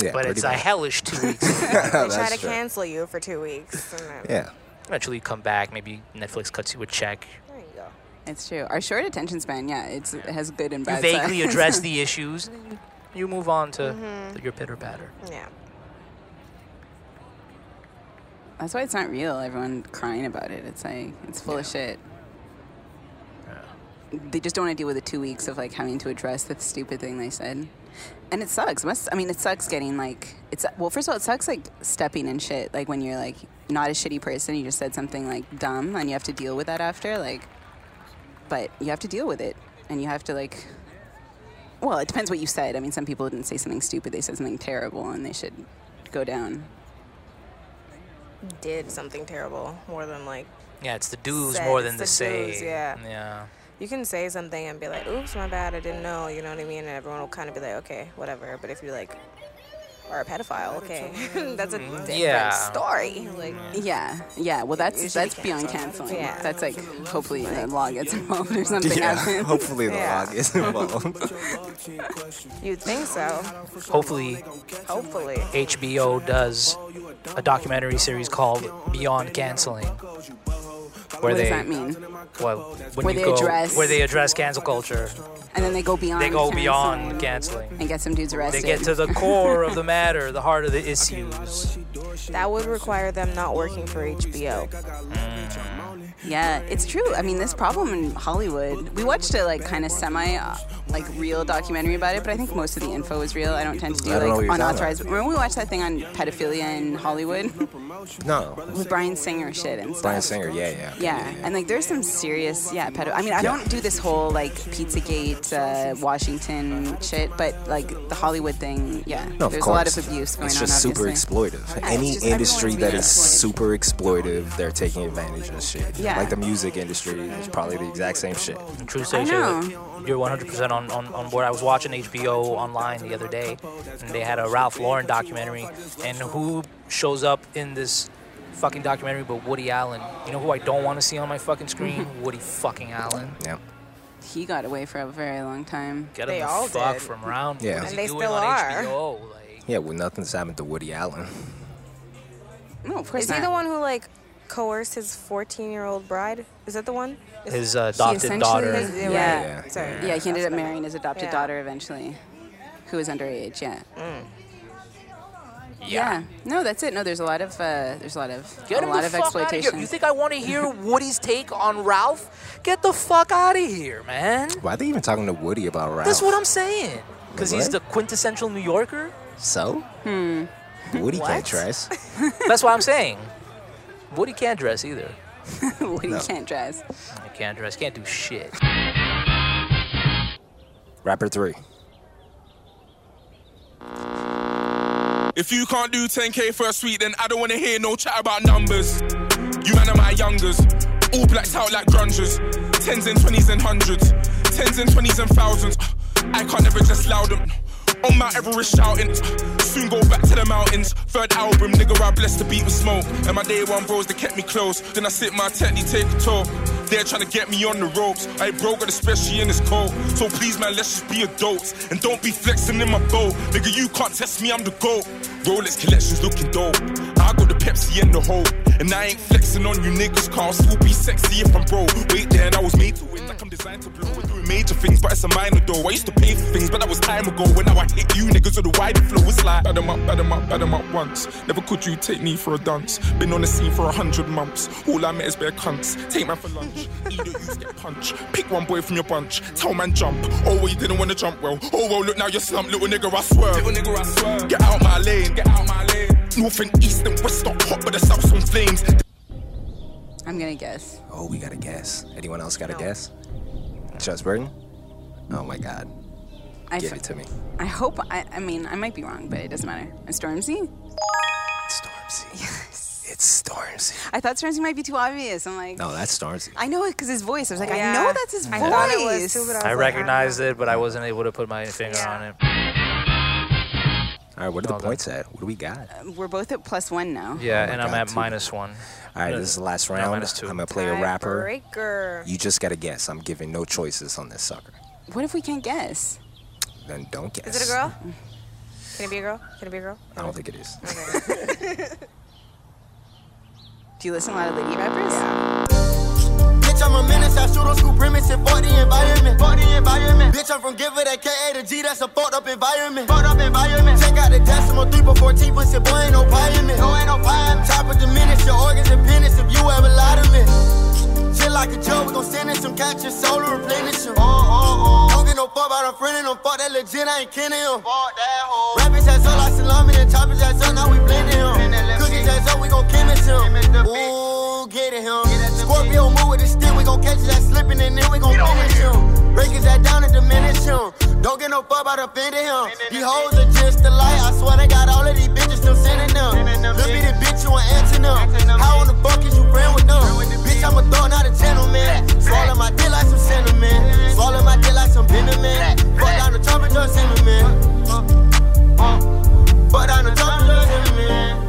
B: Yeah,
D: but
B: pretty
D: it's a
B: much.
D: hellish 2 weeks.
A: They try
B: That's
A: to
B: true.
A: cancel you for two weeks. and then-
B: Yeah.
D: Eventually you come back, maybe Netflix cuts you a check.
A: There you go.
C: It's true. Our short attention span, yeah, it's, it has good and
D: You
C: bad
D: vaguely
C: sides.
D: address the issues and then you, you move on to
C: Mm-hmm.
D: your pitter patter.
A: Yeah.
C: That's why it's not real. Everyone crying about it. It's like, it's full of shit. they just don't want to deal with the two weeks of like having to address the stupid thing they said. And it sucks. Must I mean it sucks getting like it's well first of all it sucks like stepping in shit like when you're like not a shitty person you just said something like dumb and you have to deal with that after like but you have to deal with it and you have to like well it depends what you said. I mean some people didn't say something stupid they said something terrible and they should go down.
A: Did something terrible more than like
D: Yeah, it's the do's
A: Said
D: more
A: it's
D: than the,
A: the
D: say.
A: do's, yeah.
D: Yeah.
A: you can say something and be like, "Oops, my bad, I didn't know." You know what I mean? And everyone will kind of be like, "Okay, whatever." But if you like are a pedophile, okay, that's a
B: Mm-hmm.
A: different
D: Yeah.
A: story. Like,
C: Yeah, yeah. Well, that's
A: should be
C: that's beyond canceling.
A: Yeah.
C: That's like hopefully the law gets involved or something
B: Yeah,
C: happens.
B: hopefully the
A: Yeah.
B: log is involved.
A: you'd think so.
D: Hopefully,
A: Hopefully,
D: HBO does a documentary series called Beyond Canceling. Where
C: What
D: they,
C: does that mean?
D: Well, when
C: Where
D: you
C: they
D: go,
C: address-
D: where they address cancel culture,
C: And then they go beyond.
D: they go beyond
C: canceling
D: canceling.
C: and get some dudes
D: They
C: arrested.
D: get to the core of the matter, the heart of the issues.
A: that would require them not working for HBO.
C: yeah, it's true. I mean, this problem in Hollywood. We watched a like kind of semi, uh, like real documentary about it, but I think most of the info was real. I don't tend to do
B: I don't know
C: like
B: what you're talking
C: unauthorized. Remember we watched that thing on pedophilia in Hollywood
B: no,
C: with Brian Singer shit and stuff.
B: Brian Singer. Yeah, yeah.
C: Yeah, and like there's some serious, yeah, pedo. I mean, I don't do this whole like Pizzagate, uh, Washington shit, but like the Hollywood thing, yeah.
B: No, of
C: there's
B: course.
C: a lot of abuse going
B: it's
C: on.
B: just super
C: obviously.
B: exploitive.
C: Yeah,
B: Any
C: it's just
B: industry
C: everyone
B: that is
C: being
B: super exploitive, they're taking advantage of shit.
C: Yeah.
B: Like the music industry is probably the exact same shit.
D: True say
C: know.
D: You're 100% on, on, on board. I was watching HBO online the other day, and they had a Ralph Lauren documentary. And who shows up in this fucking documentary but Woody Allen? You know who I don't want to see on my fucking screen? Woody fucking Allen.
B: Yeah.
C: He got away for a very long time.
D: Get
A: They
D: him
A: all
D: the fuck
A: did.
D: from around.
B: Yeah.
D: What
B: And
D: is he
A: they
D: doing
A: still
D: on
A: are.
D: HBO? Like,
B: Yeah, well, nothing's happened to Woody Allen.
C: No, of course
A: Is he
C: not.
A: the one who like coerced his 14-year-old bride? Is that the one? Is-
D: his uh, adopted
C: essentially-
D: daughter.
A: is- yeah,
C: Yeah.
A: right. Sorry.
C: Yeah, he ended up marrying his adopted
A: Yeah.
C: daughter eventually, who was underage. Yeah.
D: Yeah.
C: No, that's it. No, there's a lot of uh, there's a lot of
D: Get
C: a
D: him
C: lot
D: the
C: of
D: fuck outta
C: exploitation.
D: here. You think I want to hear Woody's take on Ralph? Get the fuck out of here, man.
B: Why are they even talking to Woody about Ralph?
D: That's what I'm saying. Because he's
B: What?
D: the quintessential New Yorker.
B: So? Hmm. Woody can't dress.
D: That's what I'm saying. Woody can't dress either.
C: Woody can't dress.
D: I can't dress. Can't do shit.
B: Rapper three.
G: If you can't do 10k for a sweet, then I don't wanna hear no chat about numbers. You man are my youngers, all blacked out like grungers. Tens and twenties and hundreds, tens and twenties and thousands. I can't ever just loud them. On Mount Everest shouting, soon go back to the mountains. Third album, nigga, I blessed to beat with smoke. And my day one bros, they kept me close. Then I sit my tent, they take a toll. They're trying to get me on the ropes. I ain't broke, got especially in this cold. So please, man, let's just be adults and don't be flexing in my boat. Nigga, you can't test me, I'm the goat. Rolex collections looking dope. I got the Pepsi and the hope. And I ain't flexing on you niggas, cause I'll still be sexy if I'm broke. Wait, then I was made to win, like I'm designed to blow. We're doing major things, but it's a minor though. I used to pay for things, but that was time ago. When now I hit you niggas with a wider flow, it's like, bad 'em up, bad 'em up, bad 'em up once. Never could you take me for a dance. Been on the scene for a hundred months. All I met is bare cunts. Take man for lunch. Either you get punch. Pick one boy from your bunch. Tell man jump. Oh, well, you didn't want to jump well. Oh, well, look now you're slumped, little nigga, I swear. Little nigga, I swear. Get out my lane. Get out my lane. North and east and west are hot, but the south's on flames.
C: I'm gonna guess.
B: Oh, we got a guess. Anyone else got a guess? Just Burton? Oh my god.
C: I
B: Give
C: f-
B: it to me.
C: I hope. I, I mean, I might be wrong, but it doesn't matter. Stormzy.
B: Stormzy. Yes. It's Stormzy.
C: I thought Stormzy might be too obvious. I'm like,
B: No, that's Stormzy.
C: I know it because his voice. I was like,
A: Yeah.
C: I know that's his voice.
A: I thought it was too, but I, was
D: I
A: like,
D: recognized it, but I wasn't able to put my finger on it.
B: All right, what are the
D: Well done.
B: points at? What do we got?
C: We're both at plus one now.
D: Yeah,
B: my
D: and I'm
B: God,
D: at
B: two.
D: minus one.
B: All right, this is the last
D: No,
B: round.
D: minus two.
B: I'm gonna play a rapper.
A: "Ah, Breaker.
B: You just gotta guess. I'm giving no choices on this sucker.
C: What if we can't guess?
B: Then don't guess.
A: Is it a girl? Can it be a girl? Can it be a girl?
B: I don't think it is.
C: Do you listen to a lot of lady rappers?
E: Bitch, I'm a menace. I shoot on school premises for the environment. For the environment. Bitch, I'm from Give It a KA to G. That's a fucked up environment. Fucked up environment. Check out the decimal three before T. But your boy ain't no pioneer. No ain't no pioneer. Chop or diminish your organs and penis if you ever lie to me. Shit like a joke, we gon' send it some catch your soul to replenish Oh, you.
K: caught a friend and I'm fuck that legit, I ain't kidding him. Fuck that hoe. Rappers that's up like salami and choppers that's up, now we blending him. Cookies that's up, we gon' chemist him. Ooh, get it him. Scorpio move with the stick, we gon' catch that slipping and then we gon' finish him. Break his ass down and diminish him. Don't get no fuck about offending him. These hoes are just a lie, I swear they got all of these bitches still sending them. Look at the bitch, you an antonym. How in the fuck is you friend with them? Bitch, I'm a thorn, not a gentleman. Swallow my dick like some cinnamon. Swallow my dick like some venom. Fuck down the trumpet, just cinnamon. Fuck down the trumpet, just cinnamon.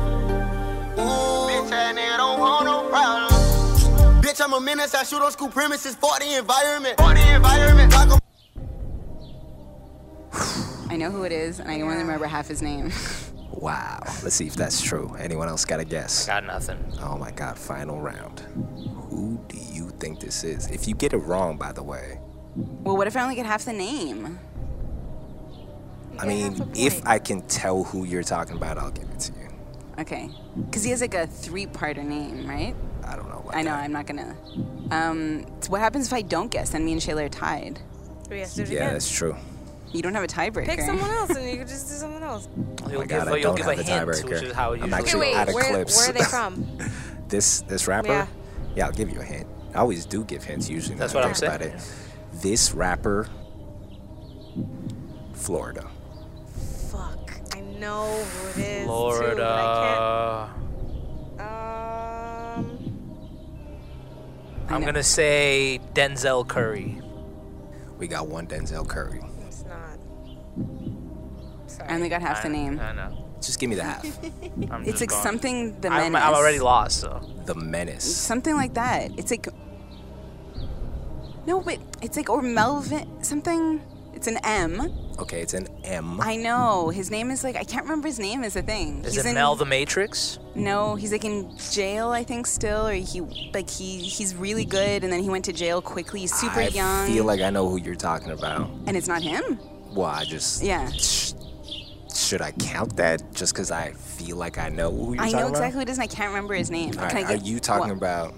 K: Ooh. Bitch, that nigga don't want no problem. Bitch, I'm a menace. I shoot on school premises. For the environment. For the environment. Talk about
C: I know who it is, and I can only remember half his name.
B: Wow. Let's see if that's true. Anyone else got a guess?
H: Got nothing.
B: Oh my God, final round. Who do you think this is? If you get it wrong, by the way,
C: Well, what if I only get half the name?
B: I mean, if I can tell who you're talking about, I'll give it to you.
C: Okay. Because he has like a three-parter name, right?
B: I don't know. About
C: I know,
B: that.
C: I'm not gonna. Um, so what happens if I don't guess? Then me and Shayla are tied.
A: We have to do it
B: Yeah,
A: again.
B: that's true.
C: You don't have a tiebreaker.
A: Pick someone else and you could just do someone else.
B: Oh
H: You'll
B: my
H: give,
B: God,
H: a-
B: I
H: you'll
B: don't
H: give
B: have
H: a
B: a
H: hint, which
B: tiebreaker.
H: is how it
B: I'm
H: usually
B: actually
H: works.
B: out of
A: where,
B: clips.
A: where are they from?
B: This this rapper.
A: Yeah.
B: Yeah. I'll give you a hint. I always do give hints. Usually,
H: That's
B: now
H: what
B: I
H: I'm
B: think
H: saying,
B: About it. This rapper, Florida.
A: Fuck. I know who it is. Too, but I
H: Florida.
A: can't. Um,
C: I
H: I'm
C: know.
H: gonna say Denzel Curry.
B: We got one Denzel Curry.
A: it's not.
C: I only got half the
H: I-
C: name.
H: I know.
B: Just give me the half.
H: I'm
C: It's
H: just
C: like
H: going-
C: something the
H: I'm,
C: menace.
H: I'm already lost, so
B: the Menace.
C: Something like that. It's like. No, but it's like or Melvin something. It's an M.
B: Okay, it's an M.
C: I know his name is like I can't remember his name. Is the thing.
H: is
C: he's
H: it
C: in,
H: Mel the Matrix?
C: No, he's like in jail. I think still, or he like he he's really good, and then he went to jail quickly. He's super
B: I
C: young,
B: feel like I know who you're talking about.
C: and it's not him.
B: Well, I just
C: Yeah.
B: Sh- should I count that just because I feel like I know who you're
C: I
B: talking
C: know
B: about?
C: exactly who it is, and I can't remember his name.
B: All
C: Can
B: right,
C: I
B: are
C: get-
B: you talking
C: Wha-
B: about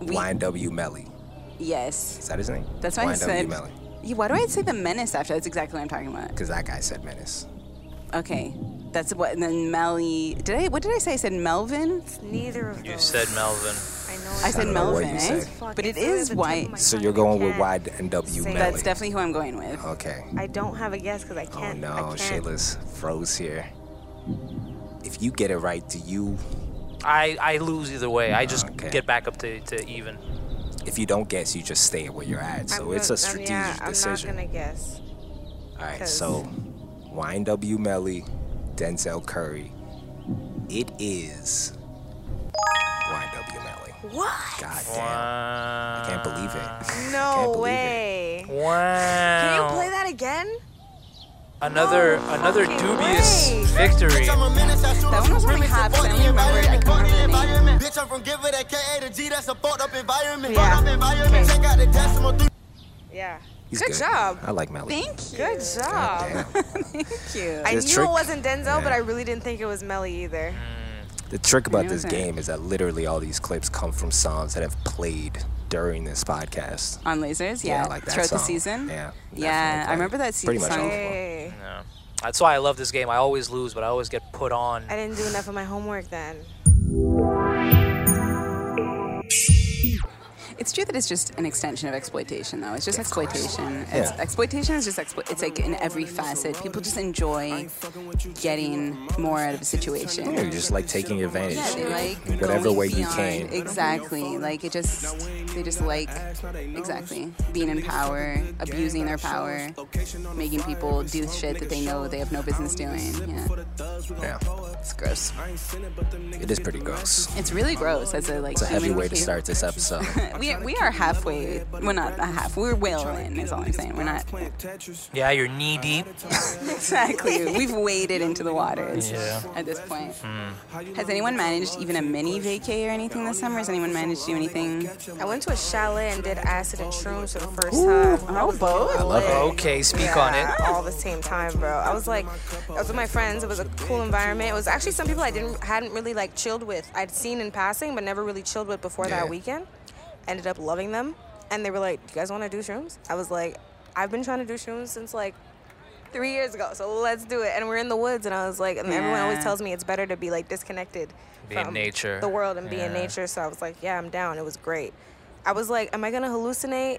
C: we-
B: Lion W Melly?
C: Yes,
B: Is that his name?
C: that's why I
B: Lion W
C: said.
B: Melly.
C: Yeah, Why do I say the menace after? That's exactly what I'm talking about.
B: Because that guy said Menace.
C: Okay, that's what. And then Melly. Did I? What did I say? I said Melvin.
A: It's neither of
H: You
A: those.
H: said Melvin.
A: I know.
C: I said
B: don't know what
C: Melvin,
B: you
C: eh?
B: said.
A: Fuck,
C: but it
A: it's literally
C: is
A: the tip of
C: white.
A: my
B: So
A: tongue.
B: you're
A: I
B: going with
A: can't.
B: Y and W
A: say
B: Melly.
A: it.
C: That's definitely who I'm going with.
B: okay.
A: I don't have a guess because I
B: Oh
A: can't.
B: no,
A: I can't.
B: Shayla's froze here. If you get it right, do you?
H: I, I lose either way. I just
B: Okay.
H: get back up to, to even.
B: If you don't guess, you just stay where you're at. So
A: I'm
B: it's
A: gonna-
B: a strategic
A: um, yeah,
B: decision.
A: I'm not gonna guess.
B: All right,
A: 'Cause-
B: so Wine W. Melly, Denzel Curry. It is Wine W. Melly.
A: What?
B: God damn. I
H: Uh,
B: can't believe it.
A: No
B: believe it.
A: way. Can
H: Wow.
A: you play that again?
H: Another another
A: fucking
H: dubious
A: way.
H: victory.
K: Bitch, I'm a menace, I shoot
C: That
K: on
C: one was
K: some
C: only
K: remixes
C: half,
K: for
C: so I
K: the
C: only remembered- I
K: environment, for
C: couldn't
K: the
C: remember the name.
K: environment. Bitch, I'm from Giver, that K A to G, that's a fucked up environment.
A: Yeah.
K: Fucked up environment,
A: Okay.
K: check out the decimal three.
A: Yeah.
B: He's
A: Good job.
B: I like Melly.
C: Thank you.
A: Good job.
B: Damn.
C: Thank you.
A: I
B: This
A: knew
B: trick-
A: it wasn't Denzel, but
B: Yeah.
A: I really didn't think it was Melly either.
B: The trick about
C: knew
B: this
C: that.
B: game is that literally all these clips come from songs that have played during this podcast.
C: On lasers, yeah.
B: Yeah, like that
C: Throughout the
B: song.
C: season.
B: Yeah,
C: Yeah,
B: definitely
C: I remember
B: played.
C: that
B: Pretty
C: season.
B: much all of them.
A: Hey,
H: Yeah. That's why I love this game. I always lose, but I always get put on.
A: I didn't do enough of my homework then.
C: It's true that it's just an extension of exploitation, though. It's just exploitation. It's,
B: Yeah.
C: Exploitation is just explo- it's like in every facet. People just enjoy getting more out of a situation.
B: Yeah, you're just like taking advantage.
C: Yeah, they like
B: whatever
C: going
B: way you
C: beyond.
B: can.
C: Exactly. Like it just they just like exactly being in power, abusing their power, making people do shit that they know they have no business doing. Yeah,
B: Yeah.
C: it's gross.
B: It is pretty gross.
C: It's really gross as a like
B: It's a heavy
C: human
B: way to
C: behavior.
B: start this episode.
C: We, we are halfway. We're not a half. We're well in. Is all I'm saying. We're not
H: Yeah, you're knee deep.
C: exactly. We've waded into the waters
H: Yeah.
C: at this point. Has anyone managed even a mini vacay or anything this summer? Has anyone managed to do anything?
A: I went to a chalet and did acid and shrooms for the first time. That was
C: both.
B: I love it.
H: Okay, speak on
A: Yeah,
H: it.
A: all the same time, bro. I was like, I was with my friends. It was a cool environment. It was actually some people I didn't hadn't really like chilled with. I'd seen in passing, but never really chilled with before
B: Yeah.
A: that weekend. Ended up loving them, and they were like, "You guys want to do shrooms?" I was like, I've been trying to do shrooms since like three years ago. So let's do it. And we're in the woods, and I was like, and everyone always
C: Yeah.
A: tells me it's better to be like disconnected
D: Be in nature.
A: the world, and be in
D: Yeah.
A: nature. So I was like, yeah, I'm down. It was great. I was like, am I gonna hallucinate?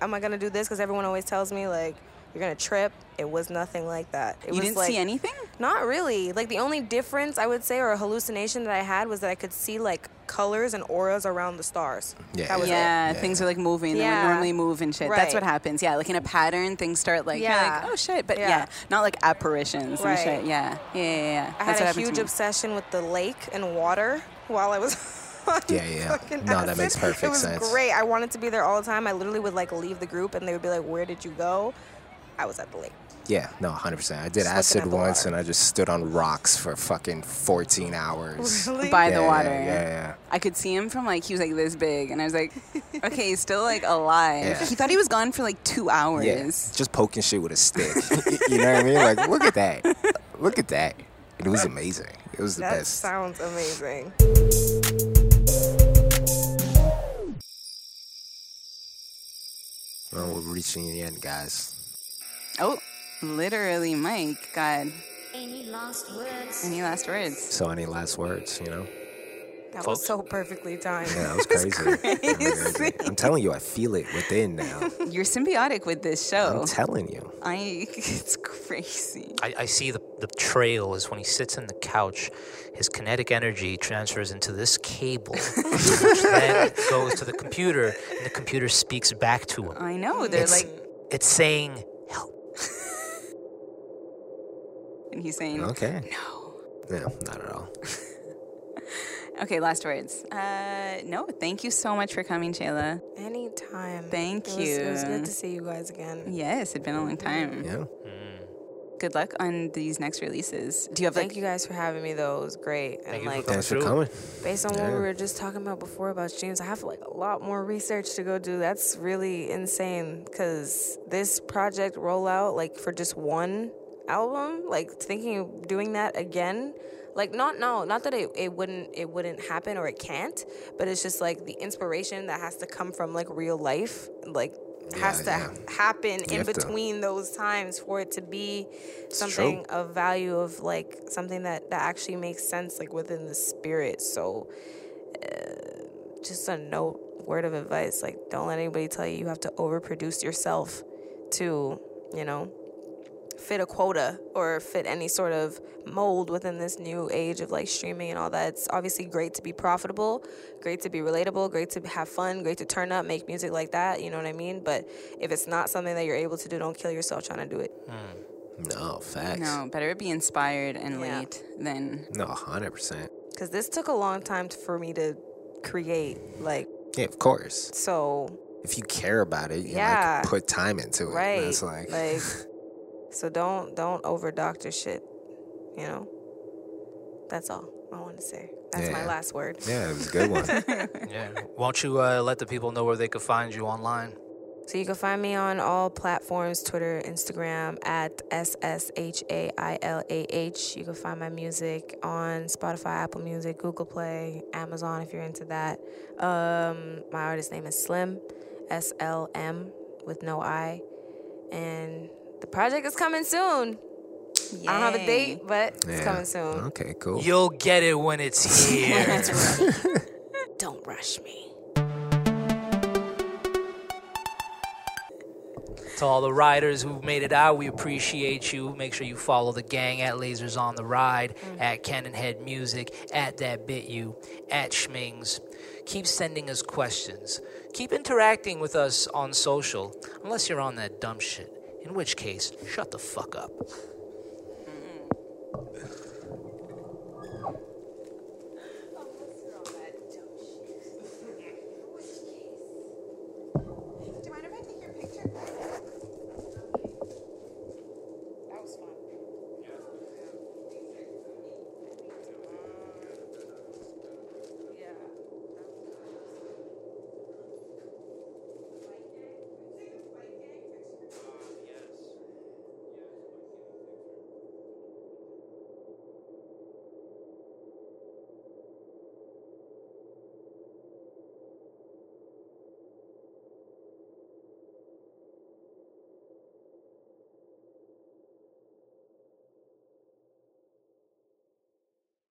A: Am I gonna do this? Because everyone always tells me like you're gonna trip. It was nothing like that. It
C: you
A: was
C: didn't
A: like,
C: see anything?
A: Not really. Like the only difference I would say, or a hallucination that I had, was that I could see like colors and auras around the stars.
B: Yeah.
A: That was it.
C: Yeah,
B: Yeah.
C: things are like moving. They would
A: Yeah.
C: normally move and shit.
A: Right.
C: That's what happens. Yeah, like in a pattern, things start like, yeah.
A: Yeah.
C: like oh shit. But yeah.
A: Yeah.
C: not like apparitions and
A: Right.
C: shit. Yeah. Yeah, yeah, yeah.
A: I
C: That's what
A: had a
C: happened to
A: huge
C: me.
A: obsession with the lake and water while I was on
B: Yeah, yeah.
A: fucking
B: No, that
A: acid.
B: makes perfect
A: It was
B: sense.
A: great. I wanted to be there all the time. I literally would like leave the group and they would be like, "Where did you go?" I was at the lake.
B: Yeah, no, 100%. I did
A: Just looking
B: acid
A: at the
B: once
A: water.
B: and I just stood on rocks for fucking 14 hours.
A: Really?
C: By
B: Yeah,
C: the
B: yeah,
C: water.
B: yeah, yeah.
C: I could see him from like he was like this big, and I was like, okay, he's still like alive.
B: Yeah.
C: He thought he was gone for like two hours.
B: Yeah, just poking shit with a stick. you know what I mean? Like, look at that. Look at that. It was amazing. It was the
A: that
B: best.
A: sounds amazing.
B: Well, we're reaching the end, guys.
C: Oh, literally, Mike. God.
L: Any last words?
C: Any last words?
B: So, any last words? You know?
A: That
D: Folks.
A: was so perfectly timed.
B: Yeah, that was crazy. crazy. I'm telling you, I feel it within now.
C: You're symbiotic with this
B: I'm
A: Oh.
C: show.
B: telling you.
C: I. It's crazy.
D: I, I see the, the trail is when he sits on the couch, his kinetic energy transfers into this cable, which then goes to the computer, and the computer speaks back to him.
C: I know. They're
D: It's-
C: like,
D: It's saying, help.
C: and he's
A: Mm.
C: saying,
B: Okay. No. No, not at all.
C: okay, last words. Uh, no, thank you so much for coming, Shayla.
A: Anytime.
C: Thank
A: It was- It was
C: you.
A: good to see you guys again.
C: Yes, it's been a long
A: Mm.
C: time.
B: Yeah.
D: Mm,
C: Good luck on these next releases. Do you have
A: Thank
C: like
A: you guys for having me though. It was great.
D: Thank
A: And
D: you for
A: like
D: coming.
B: Thanks for
D: Sure.
B: coming.
A: based on what
B: Yeah.
A: we were just talking about before about streams, I have like a lot more research to go do. That's really insane because this project rollout, like for just one album, like thinking of doing that again, like not no, not that it, it wouldn't it wouldn't happen or it can't, but it's just like the inspiration that has to come from like real life, like has to
B: yeah.
A: happen
B: You
A: in
B: have to-
A: between those times for it to be
B: true.
A: something of value of like something that that actually makes sense like within the spirit so uh, just a note word of advice like don't let anybody tell you you have to overproduce yourself to you know fit a quota or fit any sort of mold within this new age of like streaming and all that. It's obviously great to be profitable, great to be relatable, great to have fun, great to turn up, make music like that, you know what I mean? But if it's not something that you're able to do, don't kill yourself trying to do it.
B: No, facts.
C: no? Better it be inspired and
A: Yeah.
C: late than
B: No, 100%.
A: Cuz this took a long time t for me to create like
B: Yeah, of course.
A: so
B: If you care about it, you
A: Yeah.
B: like put time into it. And
A: right.
B: It's like,
A: like so don't don't over doctor shit, you know? That's all I want to say. That's my
B: Yeah.
A: last word.
B: yeah, it was a good one.
D: Yeah. Won't you uh, let the people know where they could find you online?
A: So you can find me on all platforms Twitter, Instagram at SSHAILAH. You can find my music on Spotify, Apple Music, Google Play, Amazon if you're into that. Um, my artist name is Slim, S L M with no I. And the project is coming soon. I don't have a date, but it's
B: Yeah.
A: coming soon.
B: Okay, cool.
D: You'll get it when it's here.
A: Don't rush me.
D: To all the riders who made it out, we appreciate you. Make sure you follow the gang at Lasers on the Ride,
A: Mm.
D: at Cannonhead Music, at That Bit You, at Schmings. Keep sending us questions. Keep interacting with us on social, unless you're on that dumb shit, in which case, shut the fuck up.